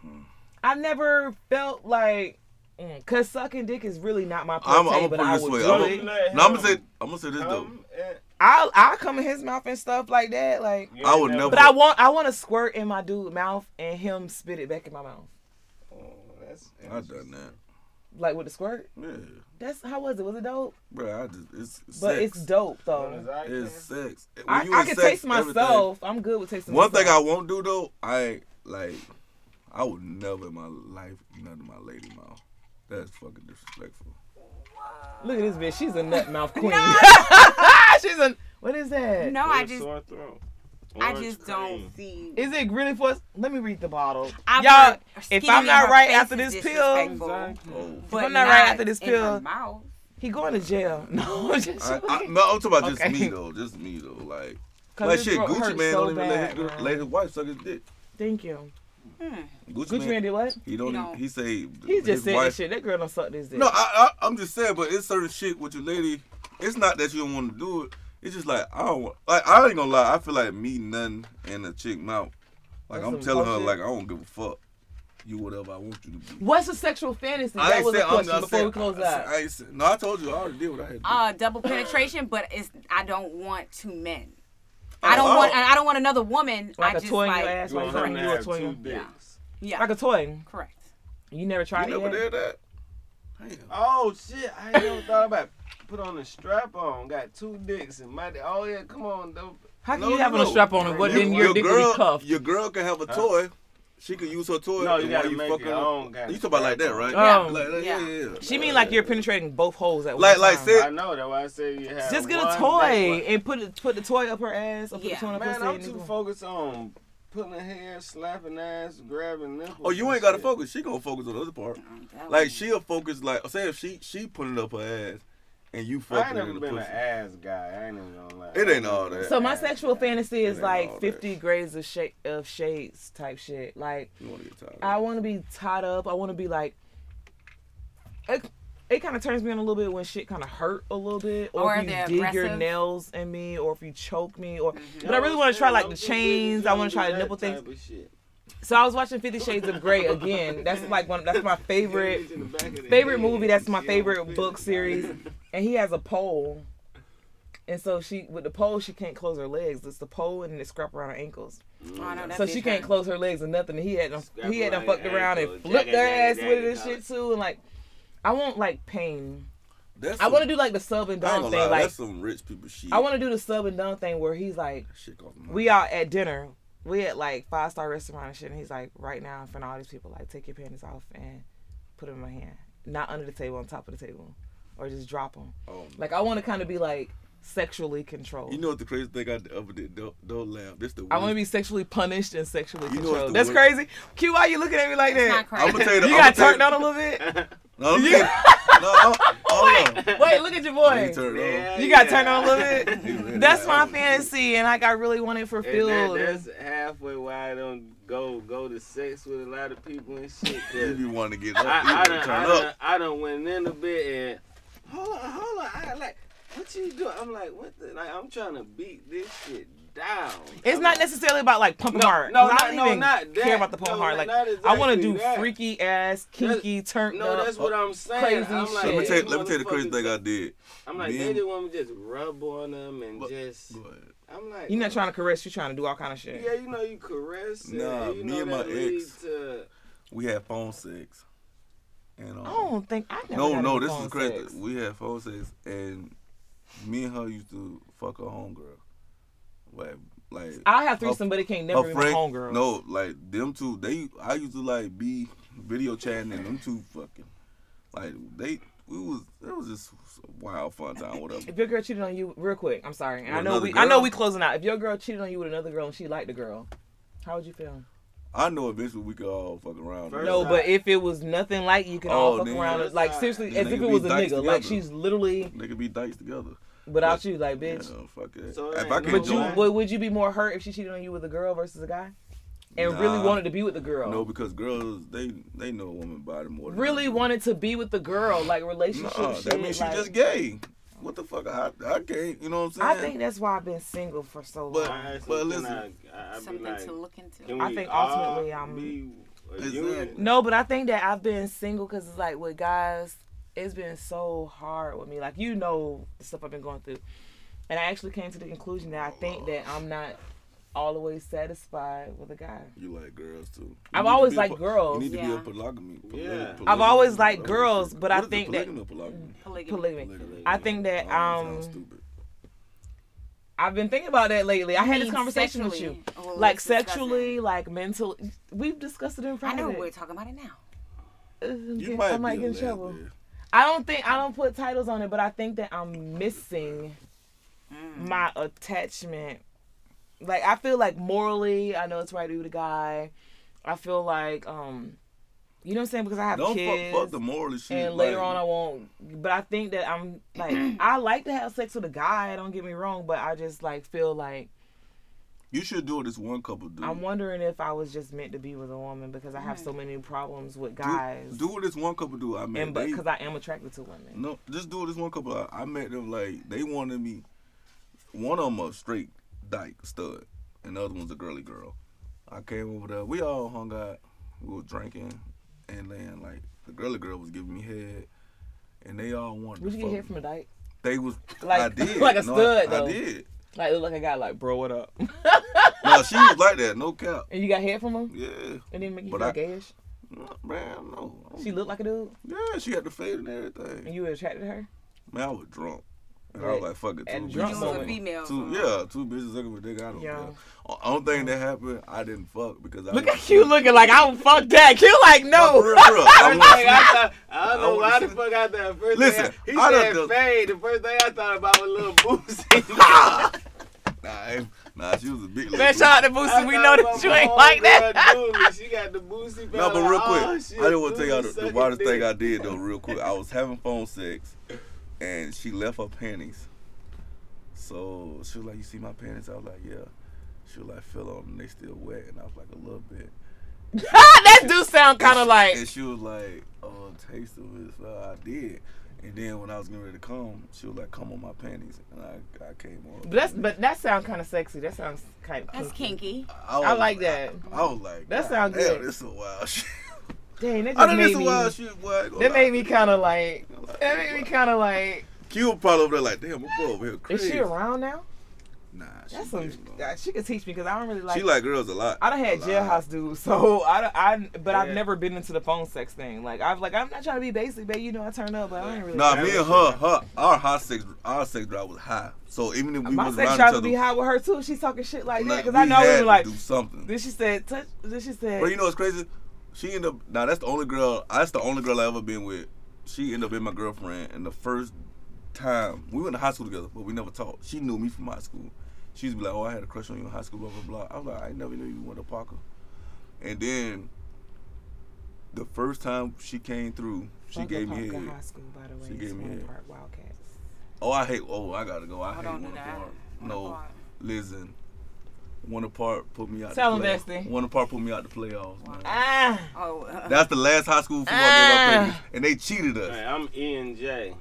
S3: Hmm.
S4: I've never felt like, mm, cause sucking dick is really not my forte.
S3: I'm, I'm
S4: but
S3: gonna
S4: I
S3: put you
S4: would
S3: this way.
S4: do
S6: I'ma-
S4: it.
S3: I'm gonna,
S6: Let
S3: no, I'm gonna say.
S6: him
S3: I'm gonna say this though.
S6: Come and-
S4: I'll I'll come in his mouth and stuff like that, like.
S6: you
S3: I
S6: ain't
S3: would never-
S4: But I want I want to squirt in my dude mouth and him spit it back in my mouth,
S6: Oh, that's-
S3: I've done that.
S4: like with the squirt.
S3: Yeah,
S4: That's how was it? Was it dope?
S3: bro. I just it's sex.
S4: But it's dope though.
S6: As I can.
S3: It's sex. When
S4: I,
S3: you
S4: I
S3: in
S4: can
S3: sex,
S4: taste
S3: everything-
S4: myself. I'm good with tasting
S3: One
S4: myself.
S3: thing I won't do though, I ain't, like, I would never in my life nut in my lady mouth. That's fucking disrespectful.
S4: Look at this bitch. She's a nut mouth queen. She's a. What is that? Is
S5: no, I
S6: Or
S5: just,
S6: sore throat.
S5: I
S6: Orange
S5: just
S6: cream.
S5: don't see.
S4: it really for? Let me read the bottle.
S5: I've
S4: Y'all,
S5: heard
S4: if
S5: skinny
S4: I'm
S5: in
S4: not
S5: her
S4: right
S5: face
S4: after
S5: is
S4: this pill,
S5: disrespectful,
S3: Oh,
S5: but
S4: I'm not right after this
S5: in her
S4: pill-
S5: mouth.
S4: he going to jail. No, I'm just
S3: I, I, no, I'm talking about just
S4: Okay.
S3: me though. Just me though. Like,
S4: 'Cause
S3: like
S4: his
S3: shit.
S4: throat
S3: Gucci
S4: hurts
S3: man
S4: so
S3: don't even let,
S4: bad,
S3: his, girl-
S4: man.
S3: let his wife suck his dick.
S4: Thank you.
S3: Gucci,
S4: Gucci man did what?
S3: He don't.
S5: He
S3: even-
S5: don't.
S3: He say
S4: He
S3: his
S4: just said
S3: wife-
S4: that shit. That girl don't suck this dick.
S3: No, I, I, I'm just saying, but it's certain shit with your lady. It's not that you don't want to do it. It's just like I don't. want- Like I ain't gonna lie. I feel like me none in a chick mouth. Like
S4: That's
S3: I'm
S4: some
S3: telling her,
S4: bullshit.
S3: like I don't give a fuck. You whatever I want you to be.
S4: What's a sexual fantasy?
S3: I
S4: that
S3: ain't
S4: was
S3: said-
S4: a
S3: I'm-
S4: question
S3: I'm
S4: before
S3: saying-
S4: we close
S3: I said-
S4: up.
S3: I ain't said- no, I told you I already did what I had to do.
S5: Uh, double penetration, but it's I don't want two men. I
S3: Oh,
S5: don't
S3: oh.
S5: want. I don't want another woman.
S4: like
S5: I
S4: a
S5: just
S4: toy in
S5: like
S4: your ass.
S6: You
S4: Like,
S6: want him
S4: something
S6: to
S4: you a
S6: have
S4: toy.
S6: two
S4: in-
S6: dicks.
S5: yeah,
S4: Like a toy.
S5: correct.
S4: You never tried
S3: you
S4: it
S3: never
S4: yet.
S3: did that.
S6: Oh shit! I ain't never thought about. Put on a strap on. Got two dicks and my. Oh yeah, come on. Though.
S4: How can
S3: No,
S4: you
S3: no,
S4: having a
S3: no.
S4: strap on and what then your dick will
S3: girl,
S4: be cuffed?
S3: Your girl can have a toy. She can use her toy.
S6: No, you
S3: and
S6: gotta
S3: while
S6: make
S3: fucking
S6: your
S3: her-
S6: own kind
S3: You
S6: of
S3: talking about like that, right?
S4: Oh.
S3: Like, like, yeah.
S5: Yeah.
S3: yeah, yeah.
S4: She mean like you're penetrating both holes at
S3: Like-
S4: one
S3: like
S4: time.
S3: say-
S6: I know that. Why I say you have.
S4: Just get a
S6: one
S4: toy
S6: dick.
S4: and put it, put the toy up her ass or put
S5: Yeah.
S4: the toy up her
S6: Man, I'm
S4: pussy
S6: too
S4: and-
S6: focused on putting hair, slapping ass, grabbing nipples.
S3: Oh, you
S6: and
S3: ain't gotta
S6: shit.
S3: focus. She gonna focus on the other part.
S5: That
S3: Like
S5: was-
S3: she'll focus. Like say if she she putting up her ass, and you
S6: I
S3: fucking
S6: ain't never
S3: in the
S6: been an
S3: pussy.
S6: ass guy. I ain't even gonna lie.
S3: It ain't all that.
S4: So my sexual fantasy is
S3: ain't all
S4: like
S3: that.
S4: 50 grades of shade of shades type shit. Like
S3: You wanna get tired?
S4: I want to be tied up. I want to be like. It, it kind of turns me on a little bit when shit kind of hurt a little bit, or,
S5: Or
S4: if you
S5: they're
S4: dig your
S5: aggressive.
S4: nails in me, or if you choke me, or.
S3: Mm-hmm.
S4: But I really want to try like the chains. I want to try the nipple things. So I was watching Fifty Shades of Grey again. That's like one. That's my favorite favorite movie. That's my favorite book series. And he has a pole. And so she with the pole she can't close her legs. It's the pole and the scrap around her ankles.
S5: Oh, no, that
S4: So she
S5: bitch
S4: can't
S5: hurt.
S4: close her legs or nothing. He had them,
S6: Scrap
S4: he had them
S6: around
S4: fucked
S6: your
S4: around and
S6: ankles,
S4: flipped their ass
S6: jaggy, jaggy,
S4: with it and
S6: jaggy,
S4: shit too. And like, I want like pain.
S3: That's
S4: I
S3: some-
S4: want to do like the sub and
S3: I ain't gonna
S4: dom thing.
S3: lie.
S4: Like
S3: that's some rich people shit.
S4: I want to do the sub and dom thing where he's like,
S3: shit off my.
S4: we out at dinner. We at like five star restaurant and shit. And he's like, right now in front of all these people, like take your panties off and put them in my hand, not under the table, on top of the table, or just drop them.
S3: Oh,
S4: Like I want to kind of be like sexually controlled.
S3: you know what the crazy thing I ever did? Don't, don't laugh. This the.
S4: I want
S3: worst-
S4: to be sexually punished and sexually
S3: You know what's
S4: controlled.
S3: the
S4: That's
S3: wor-
S4: crazy. Q, why you looking at me like
S5: Not
S4: that?
S5: crazy.
S3: I'm gonna tell you. The,
S4: You
S3: I'm
S4: got
S3: gonna
S4: turned
S3: tell
S4: on a little bit.
S3: you, No, I'm telling you- no, I'm- hold on.
S4: Wait, look at your boy.
S3: He turned on.
S4: You got turned on a little bit.
S3: He really
S4: That's my
S3: got-
S4: fantasy, and like I really want it
S6: And that,
S4: fulfilled.
S6: that's halfway why I don't go go to sex with a lot of people and shit.
S3: You
S6: 'cause
S3: be wanting to get up.
S6: I, I,
S3: you
S6: done,
S3: be
S6: I,
S3: turn
S6: done,
S3: up.
S6: I done went in a bit and hold on, hold on. I like what you doing? I'm like, what the like I'm trying to beat this shit down.
S4: It's
S6: I'm
S4: not
S6: like,
S4: necessarily about like pumping
S6: No,
S4: hard.
S6: no,
S4: 'cause
S6: not-
S4: I don't
S6: no,
S4: even
S6: not
S4: care
S6: that.
S4: about the pumping
S6: No,
S4: hard.
S6: not
S4: Like I want to
S6: exactly
S4: do
S6: that.
S4: freaky ass, kinky, turned
S6: No,
S4: up.
S6: that's what I'm saying.
S4: crazy
S6: I'm like,
S4: shit.
S3: Let me tell you,
S6: these
S3: let me tell you the crazy
S6: motherfuckers-
S3: thing I did.
S6: I'm like,
S3: Men-
S6: they just want me to just rub on them and
S3: Look-
S6: just.
S3: Go ahead.
S6: I'm like,
S4: You're not trying to caress. You're trying to do all kind of shit.
S6: Yeah, you know you caress. and
S3: Nah,
S6: you
S3: me
S6: know
S3: and my
S6: that leads
S3: ex-
S6: To,
S3: We had phone sex. And um,
S4: I don't think I never
S3: no,
S4: got
S3: no,
S4: into
S3: this
S4: phone
S3: is crazy.
S4: sex.
S3: We had phone sex, and me and her used to fuck her homegirl. Like, like
S4: I have three
S3: Her-
S4: somebody can't
S3: her
S4: never be my homegirl.
S3: Oh, No, like them two. They I used to like be video chatting, and them two fucking. Like they we was it was just a wild fun time with us.
S4: If your girl cheated on you, real quick, I'm sorry. And I
S3: With
S4: know
S3: another
S4: we, I know
S3: girl?
S4: we closing out. If your girl cheated on you with another girl and she liked the girl, how would you feel?
S3: I know eventually we could all fuck around.
S6: First
S4: No,
S6: Nah.
S4: but if it was nothing like you can all
S3: Oh,
S4: fuck
S3: then-
S4: around,
S6: That's
S4: like
S6: not-
S4: seriously,
S3: Then
S4: as
S3: they
S4: if it
S3: could
S4: was a
S3: be
S4: nigga,
S3: diced
S4: like
S3: together.
S4: she's literally
S3: they could be dykes together.
S4: without
S3: But-
S4: you, like bitch.
S3: Yeah, fuck it.
S6: So it
S3: if
S6: ain't
S3: I could
S6: no
S4: But
S3: do
S4: you
S6: Why?
S4: would, would you be more hurt if she cheated on you with a girl versus a guy, and really
S3: Nah.
S4: wanted to be with the girl?
S3: no, because girls they they know a woman body more. Than
S4: Really
S3: want.
S4: wanted to be with the girl, like relationship
S3: Nah,
S4: shit.
S3: that means she
S4: like-
S3: just gay. What the fuck? I I can't. You know what
S4: I
S3: I'm
S4: think
S3: saying?
S4: that's why I've been single for so
S3: But-
S4: long.
S6: I asked
S3: but
S6: him,
S3: listen.
S6: can I, I, I be
S5: Something
S6: like,
S5: to look into.
S6: can
S4: I
S6: we
S4: think
S6: all
S4: ultimately I'm-
S6: be a
S3: Is
S6: unit?
S3: that-
S4: No, but I think that I've been single because it's like with guys, it's been so hard with me. Like you know the stuff I've been going through, and I actually came to the conclusion that I think that I'm not always satisfied with a guy.
S3: you like girls too.
S4: I've
S3: You need to
S4: always
S3: be a
S4: liked
S3: po-
S4: girls.
S3: You need to be
S5: Yeah.
S3: a polygamy. poly-
S6: Yeah.
S4: I've always liked
S3: polygamy.
S4: girls, but I
S3: What is it,
S4: think that-
S3: polygamy or polygamy?
S5: Polygamy.
S4: Polygamy.
S3: Polygamy.
S4: I think that
S3: Oh, that sounds
S4: um
S3: stupid.
S4: I've been thinking about that lately. I had this
S5: mean
S4: conversation with you,
S5: sexually. Well,
S4: like
S5: let's discuss
S4: sexually, like mentally. We've discussed it in
S5: I
S4: private.
S5: know we're talking about it now.
S4: Uh,
S3: You
S4: yeah,
S3: might
S4: I might
S3: be a
S4: get in trouble.
S3: lesbian.
S4: I don't think I don't put titles on it, but I think that I'm missing
S5: Mm.
S4: my attachment. Like I feel like morally, I know it's right to do the guy. I feel like um you know what I'm saying because I have
S3: Don't
S4: kids.
S3: fuck, fuck the moral shit.
S4: and
S3: like-
S4: later on I won't but I think that I'm like I like to have sex with a guy, don't get me wrong, but I just like feel like
S3: you should do it as one couple do.
S4: I'm wondering if I was just meant to be with a woman because I have so many problems with guys.
S3: Do, do what this one couple do. I mean,
S4: and but
S3: they-
S4: because I am attracted to women.
S3: No, just do this one couple. I, I met them like they wanted me. One of them a straight dyke stud, and the other one's a girly girl. I came over there. We all hung out. We were drinking, and then like the girly girl was giving me head, and they all wanted.
S4: Would
S3: to
S4: you get
S3: fuck
S4: here from
S3: me.
S4: a dyke?
S3: They was
S4: Like-
S3: I did
S4: like a
S3: No,
S4: stud,
S3: I,
S4: though.
S3: I did.
S4: Like look like a guy like bro, what up?
S3: No, she was like that. No cap.
S4: and you got head from him?
S3: Yeah,
S4: And then make you
S3: But
S4: feel
S3: I-
S4: gayish?
S3: No, man. No.
S4: She looked like a dude
S3: Yeah, she had the fade and everything.
S4: and you were attracted to her?
S3: Man, I was drunk. And I was
S4: Right.
S3: like, fuck it.
S4: At
S3: Two
S4: drunk
S3: bitches.
S5: You was a
S4: moment.
S5: female.
S3: Two,
S5: so-
S3: yeah, two bitches looking for dick. I don't
S4: Yeah.
S3: care. O- Only thing that happened, I didn't fuck because I
S4: Look
S3: was-
S4: at you looking like I don't fuck that. You like
S3: No, for real,
S4: no.
S3: for real. I
S6: First thing
S3: want-
S6: I thought, I don't
S3: I
S6: know
S3: wanna
S6: why the
S3: see-
S6: fuck I thought. First
S3: Listen,
S6: thing I, he
S3: I
S6: said
S3: done-
S6: fade. The first thing I thought about was little boozy.
S3: nah, I- nah, she was a big.
S4: Man,
S3: lady.
S4: shout out to Boosie. We know that you ain't like that.
S6: she got the Oh, boozy.
S3: No, but real
S4: Oh,
S3: quick, I just want to tell y'all the, the wildest thing I
S6: I.
S3: did though. Real quick, I was having phone sex, and she left her panties. So she was like, "You see my panties?" I was like, "Yeah." She was like, "Feel on them? They still wet?" And I was like, "A little bit."
S4: that do sound kind of like
S3: And she was like, "Oh, taste of it." So I did. And then when I was getting ready to come, she was like, "Come on my panties," and I, I came on.
S4: but that's but that sound kind of sexy. That sounds kind of
S5: That's kinky.
S3: was,
S4: I like that.
S3: I, was like,
S4: That
S3: "God
S4: sound
S3: damn,
S4: good."
S3: This is wild shit.
S4: Dang, that
S3: I
S4: just
S3: done
S4: made
S3: this some
S4: me.
S3: wild shit. Boy, I ain't gonna
S4: that made
S3: lie.
S4: me kind of like. That made me kind of like.
S3: Q was probably over there like, "Damn, my boy over here
S4: Is
S3: crazy."
S4: she around now?
S3: Nah, she
S4: That's some.
S3: big,
S4: that-
S3: bro.
S4: She could teach me because I don't really like.
S3: She like girls a lot.
S4: I done had
S3: A lot.
S4: jailhouse dudes, so I, don't- I but I've
S6: Yeah.
S4: never been into the phone sex thing. Like I've like I'm not trying to be basic, but you know I turn up, but I ain't really.
S3: Nah, me and her, her, our hot sex, our sex drive was high. So even if we
S4: My
S3: was
S4: sex
S3: around
S4: drive
S3: each
S4: would
S3: other,
S4: be high with her too. if She's talking shit like that
S3: like,
S4: because I
S3: we
S4: know
S3: had
S4: we
S3: to
S4: were like.
S3: do something.
S4: Then she said, touch. Then she said,
S3: But you know what's crazy? She ended up now that's the only girl that's the only girl I ever been with. She ended up being my girlfriend and the first time we went to high school together, but we never talked. She knew me from high school. She used to be like, Oh, I had a crush on you in high school, blah blah blah. I was like, I never knew you went to Parker. And then the first time she came through, she
S4: Bunker
S3: gave me
S4: Park
S3: head.
S4: High School, by the way.
S3: She gave
S4: it's
S3: me
S4: Winter
S3: head.
S4: Park Wildcats.
S3: Oh, I hate. Oh, I gotta go. I
S5: Hold
S3: hate
S5: on to
S3: one
S5: that.
S3: apart.
S5: One
S3: No,
S5: apart.
S3: listen. One apart put me out.
S4: Tell
S3: the
S4: 'em,
S3: playoff-
S4: Bestie.
S3: One apart put me out the playoffs. Man.
S4: Ah,
S5: Oh, uh,
S3: That's the last high school football game I played, and they cheated us.
S6: I'm ENJ.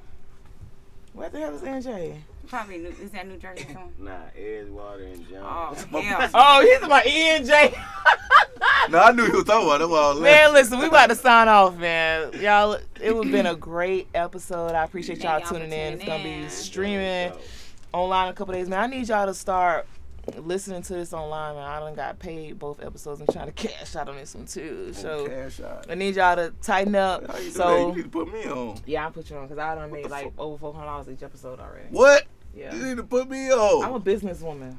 S4: what the hell is NJ?
S5: probably New, is that New Jersey song?
S6: Nah, Edgewater and John.
S5: Oh, yeah.
S4: Oh, he's my ENJ.
S3: Now I knew you was talking about. That's why I was
S4: Man,
S3: laughing.
S4: listen, we about to sign off, man. Y'all, it would been a great episode. I appreciate y'all
S5: Thank y'all for
S4: tuning in. It's gonna
S5: tuning
S4: be
S5: in.
S4: streaming online in a couple days, man. I need y'all to start listening to this online, man. I done got paid both episodes. I'm trying to cash out on this one too. So
S3: Cash out.
S4: I need y'all to tighten up.
S3: How you do that? You
S4: So
S3: need to put me on.
S4: yeah, I put you on because I done made
S3: the
S4: like over four hundred dollars each episode already.
S3: What? You
S4: Yeah,
S3: need to put me
S4: I'm
S3: on.
S4: a businesswoman.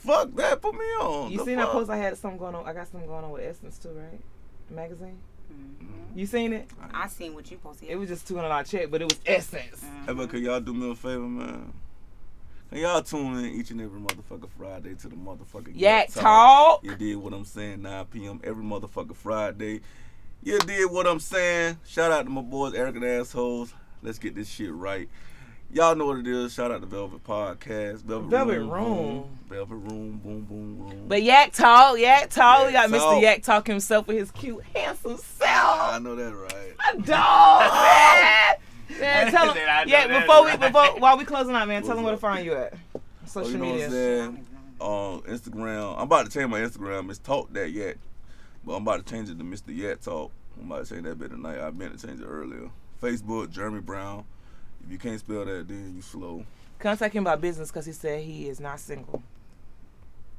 S3: Fuck that. Put me on.
S4: You
S3: The
S4: seen that
S3: fuck?
S4: post I had something going on? I got something going on with Essence too, right? Magazine. You seen it?
S5: I seen what you posted.
S4: It was just two hundred dollar check, but it was essence.
S3: Hey, but can y'all do me a favor, man? Can y'all tune in each and every motherfucker Friday to the motherfucking
S4: Yak
S3: Talk?
S4: Talk.
S3: You did what I'm saying, 9 p.m. every motherfucker Friday. You did what I'm saying. Shout out to my boys, Eric and Assholes. Let's get this shit right. Y'all know what it is. Shout out to Velvet Podcast. Velvet,
S4: Velvet
S3: Room.
S4: Room.
S3: Velvet Room. Boom, boom, room.
S4: But Yak Talk, Yak Talk, we got
S3: Yak
S4: Mr.
S3: Talk.
S4: Yak Talk himself with his cute, handsome self.
S3: I know that right.
S4: Dog, man. Man, tell
S6: Then I
S4: him.
S6: know
S4: Yeah,
S6: that's
S4: before we,
S6: right.
S4: before while we closing out, man, tell
S3: What's
S4: them where to
S3: up?
S4: find you at.
S3: Oh,
S4: Social
S3: you know what I'm
S4: media.
S3: saying? Um, Instagram. I'm about to change my Instagram. It's Talk That Yet. But I'm about to change it to Mr. Yet Talk. I'm about to change that bit tonight. I meant to change it earlier. Facebook, Jeremy Brown. If you can't spell that, then you slow.
S4: Contact him about business because he said he is not single.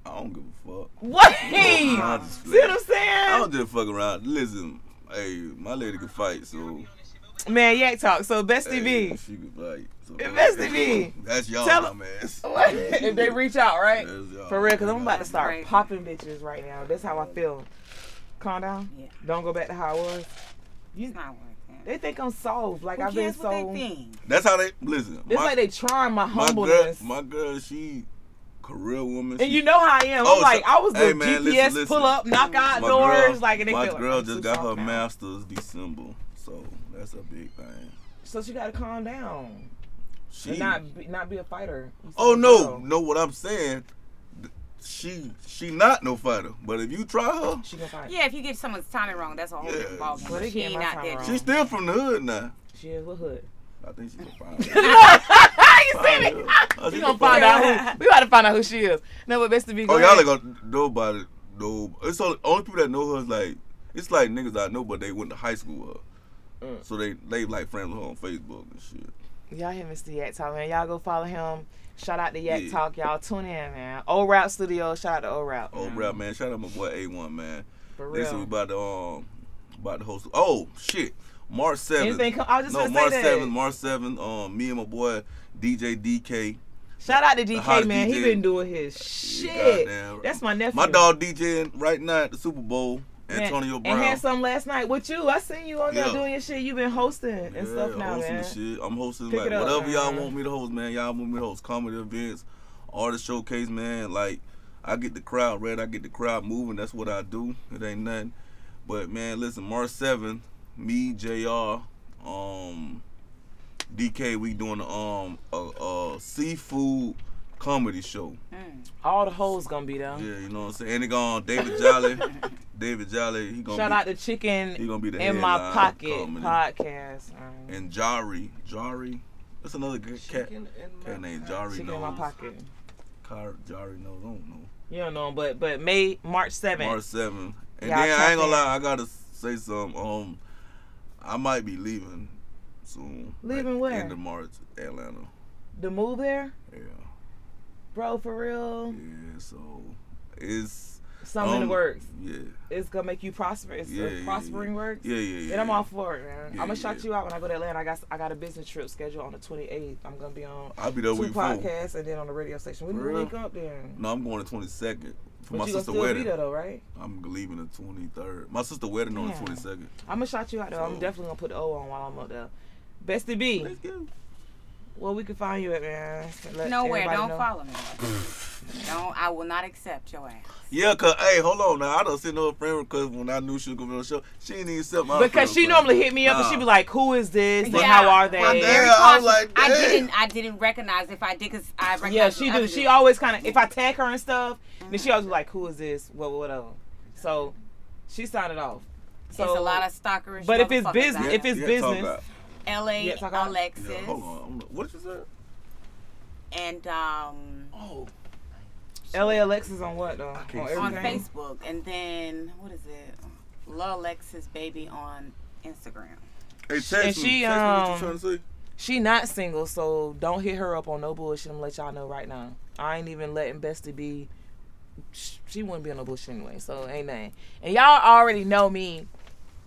S3: I don't give a fuck.
S4: What? See
S3: I
S4: what
S3: just-
S4: I'm
S3: I
S4: saying?
S3: don't just fuck around. Listen, hey, my lady can fight, so.
S4: Man, Yak Talk. So Best
S3: Hey,
S4: TV.
S3: she can fight. So
S4: Investigate.
S3: That's y'all,
S4: Tell
S3: dumbass.
S4: if they reach out, right?
S3: That's y'all.
S4: For real, because I'm about to start
S5: Right.
S4: popping bitches right now. That's how I feel. Calm down.
S5: Yeah.
S4: Don't go back to how I was.
S5: It's not like that.
S4: They think I'm soft. Like
S5: Who
S4: I've been
S5: cares what
S4: so.
S5: they think?
S3: That's how they. Listen.
S4: It's like they trying my
S3: my girl,
S4: humbleness.
S3: my girl, she career woman.
S4: and
S3: she
S4: you know how I am.
S3: Oh,
S4: I'm like
S3: so-
S4: I was the
S3: hey, man,
S4: GPS
S3: listen, listen.
S4: pull up, knock out
S3: My
S4: doors.
S3: girl-
S4: like and they
S3: my
S4: feel like,
S3: girl
S4: I'm
S3: just
S4: too
S3: got
S4: soft
S3: her
S4: now.
S3: master's December, so that's a big thing.
S4: So she got to calm down
S3: She,
S4: and not be, not be a fighter. You see
S3: oh
S4: my
S3: no,
S4: girl.
S3: no, what I'm saying, th- she she not no fighter, but if you try her,
S4: she can fight.
S5: Yeah, if you get someone's timing wrong, that's a whole
S3: Yeah.
S5: different ballgame.
S4: Well, they
S5: She ain't
S4: getting my
S5: out
S4: timing
S5: there.
S4: wrong.
S3: she still from the hood now.
S4: She is with hood.
S3: I think she's gonna find out.
S4: you seen it? We gonna find out who. We about to find out who she is. No, but best to be.
S3: Oh y'all ain't gonna know about it. No, it's only, only people that know her is like it's like niggas I know, but they went to high school with her.
S4: Mm.
S3: So they they like friends with her on Facebook and shit.
S4: Y'all hear Mr. Yak Talk, man. Y'all go follow him. Shout out to Yak
S3: Yeah.
S4: Talk. Y'all tune in, man. O Route Studio. Shout out to O Route.
S3: Oh rap man, shout out my boy A One man.
S4: For real.
S3: Listen, we about to um about to host. Oh shit, March seventh.
S4: Anything come- I was just
S3: no,
S4: gonna say
S3: March
S4: that.
S3: seventh, March seventh. Um, me and my boy DJ DK.
S4: Shout out to
S3: hottest
S4: DK, man. He
S3: DJ.
S4: been doing his shit.
S3: goddamn.
S4: That's my nephew.
S3: My dog DJing right now at the Super Bowl.
S4: Man,
S3: Antonio Brown.
S4: And had some last night with you. I seen you on there
S3: Yeah.
S4: doing your shit. You've been hosting and
S3: yeah,
S4: stuff now,
S3: hosting
S4: man.
S3: the shit. I'm hosting
S4: Pick
S3: like
S4: it up,
S3: whatever y'all
S4: man.
S3: want me to host, man. Y'all want me to host comedy events, artist showcase, man. Like I get the crowd red, I get the crowd moving. That's what I do. It ain't nothing. But man, listen, March 7th, me, Jr. Um, DK, we doing um a, a seafood comedy show.
S4: All the hoes gonna be there.
S3: Yeah, you know what I'm saying. And they gone David Jolly. David Jolly, he gonna
S4: Shout
S3: be,
S4: out to Chicken
S3: he gonna be the
S4: in My
S3: headline
S4: Pocket
S3: comedy.
S4: podcast. Um,
S3: and Jari, Jari. That's another good cat. Cat named Jari
S4: Chicken in My
S3: knows.
S4: Pocket.
S3: Car, Jari knows. I don't know.
S4: You don't know, 'em, but but May March
S3: March
S4: seventh.
S3: seventh. And
S4: Y'all
S3: then
S4: tap
S3: I ain't gonna
S4: in.
S3: lie. I gotta say something. Um, I might be leaving soon.
S4: Leaving
S3: like,
S4: where?
S3: End of March, Atlanta.
S4: The move there,
S3: Yeah.
S4: bro, for real.
S3: Yeah. So it's.
S4: Something in the
S3: um,
S4: works.
S3: Yeah.
S4: It's gonna make you prosper. It's
S3: Yeah,
S4: a
S3: yeah, yeah.
S4: prospering works.
S3: Yeah, yeah, yeah.
S4: And I'm all for it, man.
S3: Yeah,
S4: I'm gonna
S3: yeah.
S4: shout you out when I go to Atlanta. I got I got a business trip scheduled on the 28th. I'm gonna be on
S3: I'll be there
S4: two
S3: week four.
S4: podcasts and then on the radio station. We
S3: For
S4: can
S3: real?
S4: link up there.
S3: No, I'm going the 22nd for
S4: But
S3: my
S4: you gonna
S3: sister's
S4: still be
S3: wedding.
S4: there though, right?
S3: I'm leaving the 23rd. My sister's wedding on the
S4: Yeah.
S3: 22nd.
S4: I'm gonna shout you out though. I'm
S3: So-
S4: definitely gonna put the O on while I'm up there. Bestie B,
S3: Let's go.
S4: well we can find you at man. Let
S5: Nowhere.
S4: everybody
S5: Don't
S4: know.
S5: follow me. don't. I will not accept your ass.
S3: Yeah, cause hey, hold on now. I don't send her a friend request when I knew she was gonna be on the show. She didn't even accept my
S4: Because
S3: friend
S4: she
S3: request.
S4: normally hit me up and
S3: Nah.
S4: she be like, "Who is this? And
S5: Yeah.
S4: how are they?"
S5: I'm very
S3: Yeah, I was
S5: cautious.
S3: like,
S5: I
S3: damn.
S5: didn't. I didn't recognize if I did because I recognized.
S4: Yeah, she
S5: the
S4: do.
S5: other
S4: She
S5: dude.
S4: always kind of if I tag her and stuff, then she always like, "Who is this? What what whatever." So she signed it off. So
S5: it's a lot of stalkerish.
S4: But if it's
S5: motherfuckers out
S4: business-
S5: there.
S4: if it's
S3: yeah,
S4: business.
S3: Talk about,
S5: L.A.
S4: Yeah, talk about-
S5: Alexis
S3: yeah, hold on. I'm- What you said?
S5: and um,
S3: Oh,
S4: LA Alexis on what though?
S3: can't
S4: On
S3: see
S5: on
S4: everything.
S5: Facebook, and then what is it? Lil Alexis baby on Instagram.
S3: hey, text me.
S4: And she,
S3: text me what you
S4: um,
S3: trying to say?
S4: She not single, so don't hit her up on no bullshit. I'm gonna let y'all know right now. I ain't even letting Bestie be. sh- She wouldn't be on no bullshit anyway, so ain't nothing. And y'all already know me.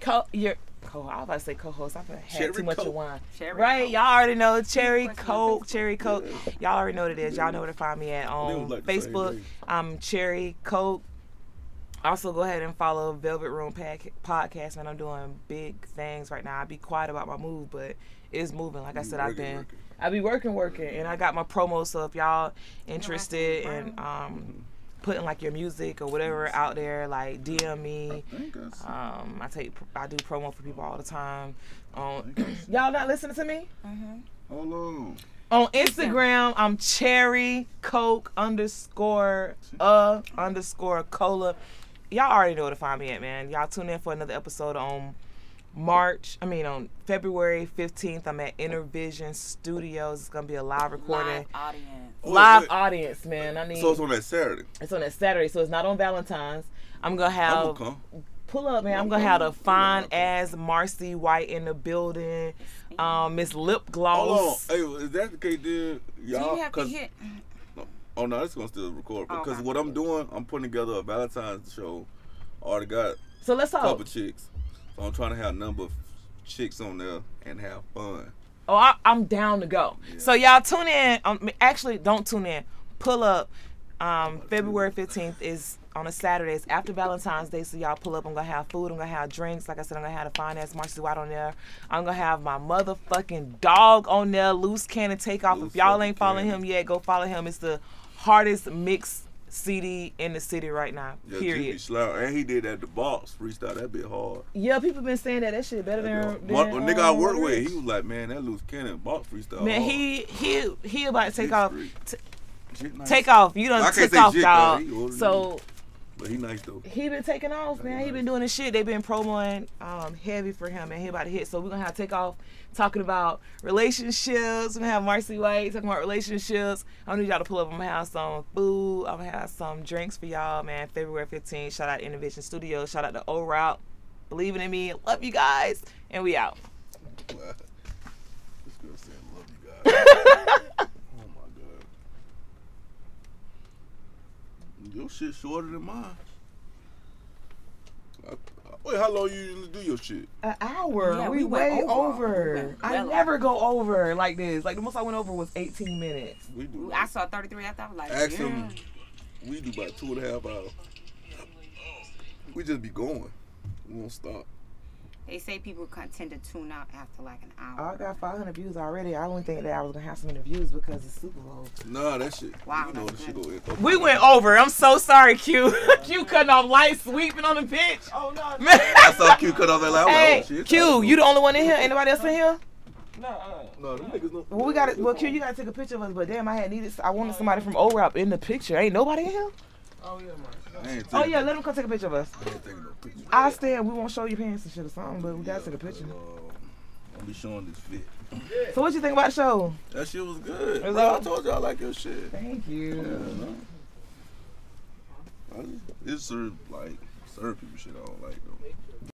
S4: Co, your co. I was about to say co-host. I've had
S3: Cherry
S4: too much of
S3: Coke.
S4: wine.
S5: Cherry
S4: right?
S5: Coke.
S4: Y'all already know cherry
S5: Question
S4: coke,
S5: Facebook.
S4: cherry coke. Y'all already know what it is. Y'all know where to find me at
S3: They
S4: on
S3: was like the same
S4: Facebook.
S3: thing.
S4: I'm cherry coke. Also, go ahead and follow Velvet Room Pac- Podcast, man. I'm doing big things right now. I be quiet about my move, but it's moving. Like I said, I've
S3: working,
S4: been,
S3: working.
S4: I be working, working, and I got my promo. So if y'all interested in um, putting like your music or whatever out there, like DM me.
S3: I think that's
S5: Uh,
S4: Um, I take, I do promo for people all the time. On y'all not listening to me?
S3: hold on.
S4: On Instagram, I'm cherry coke underscore uh underscore cola. Y'all already know where to find me at, man. Y'all tune in for another episode on March. I mean, on February 15th, I'm at Intervision Studios. It's gonna be a live recording,
S5: Live audience.
S4: live
S3: Wait, wait.
S4: audience, man. I need
S3: So it's on that Saturday.
S4: it's on that Saturday, so it's not on Valentine's. I'm gonna
S3: I'm gonna
S4: have
S3: come.
S4: pull up, man. I'm gonna have a fine ass Marcy White in the building. Um, Miss Lip
S3: Hold
S4: Gloss.
S3: on. Hey, is that the case, then?
S5: Do
S3: Y'all,
S5: you have to
S3: cause
S5: hit? Oh,
S3: oh no, it's gonna still record. Because
S5: Okay.
S3: what I'm doing, I'm putting together a Valentine's show. Already got a
S4: So let's
S3: couple
S4: talk.
S3: chicks, so I'm trying to have a number of chicks on there and have fun.
S4: Oh, I, I'm down to go. So y'all tune in. Um, actually, don't tune in. Pull up. Um, February 15th is on a Saturday. It's after Valentine's Day, so y'all pull up. I'm gonna have food. I'm gonna have drinks. Like I said, I'm gonna have the fine ass Marcy White on there. I'm gonna have my motherfucking dog on there. Loose Cannon take off.
S3: Loose
S4: if y'all
S3: fucking
S4: ain't following
S3: Cannon.
S4: him yet, go follow him. It's the hardest mixed CD in the city right now.
S3: Yeah, Jimmy
S4: period.
S3: Slower. And he did that at the box freestyle. That'd be hard.
S4: Yeah, people been saying that that shit better than,
S3: One,
S4: than,
S3: one nigga I
S4: um,
S3: worked
S4: Rodriguez.
S3: with, he was like, man, that loose cannon box freestyle.
S4: Man,
S3: hard.
S4: he he he about to take
S3: Jig
S4: off.
S3: street.
S4: t-
S3: Jig nice.
S4: take off. You
S3: I
S4: done
S3: can't
S4: took
S3: say
S4: off,
S3: jig,
S4: y'all.
S3: though. He older than
S4: So
S3: But he nice though.
S4: he been taking off, man. He been doing his shit. They been promoing um, heavy for him, and he about to hit. So we're gonna have take off talking about relationships. We're gonna have Marcy White talking about relationships. I need y'all to pull up. I'm gonna have some food. I'm gonna have some drinks for y'all, man. February 15th. Shout out Innovation Studios. Shout out to O Route. Believing in me. Love you guys. And we out.
S3: Wow. This girl said, love you guys. oh my God. Your shit shorter than mine. I, I- wait, how long you usually do your shit?
S8: An hour.
S5: Yeah,
S8: we,
S5: we went
S8: way over.
S5: over. We went
S8: I
S5: well over.
S8: never go over like this. Like the most I went over was 18 minutes.
S3: We do.
S5: I saw 33 after I was like,
S3: Ask
S5: yeah.
S3: him. We do about two and a half hours. We just be going. We won't stop.
S5: They say people con- tend to tune out after like an hour.
S8: I got 500 views already. I only think that I was gonna have some views because it's Super Bowl.
S3: Nah, that shit.
S5: Wow,
S3: you know
S5: that's
S3: the shit
S5: good.
S3: go in. Okay.
S4: We went over. I'm so sorry, Q. Q cutting off light sweeping on the pitch.
S8: Oh no!
S4: Man.
S3: I saw Q cut off that line. I
S4: Hey,
S3: was like, oh, shit.
S4: Q, you the only one in here. Anybody else in here?
S3: No, them niggas don't.
S8: Well, we got to Well, Q, you gotta take a picture of us. But damn, I had needed. I wanted somebody from O Rap in the picture. Ain't nobody in here.
S3: I ain't
S8: Oh
S3: taking-
S8: yeah, let them come take a picture of us.
S3: I ain't taking no pictures.
S8: I said we won't show you pants and shit or something, but we gotta take a picture.
S3: Um, I'll be showing this fit.
S8: So what you think about the show?
S3: That shit was good.
S8: was
S3: Bro, I
S8: all-
S3: told you I like your shit.
S8: Thank you.
S3: I just, it's certain, like, certain people shit I don't like, though.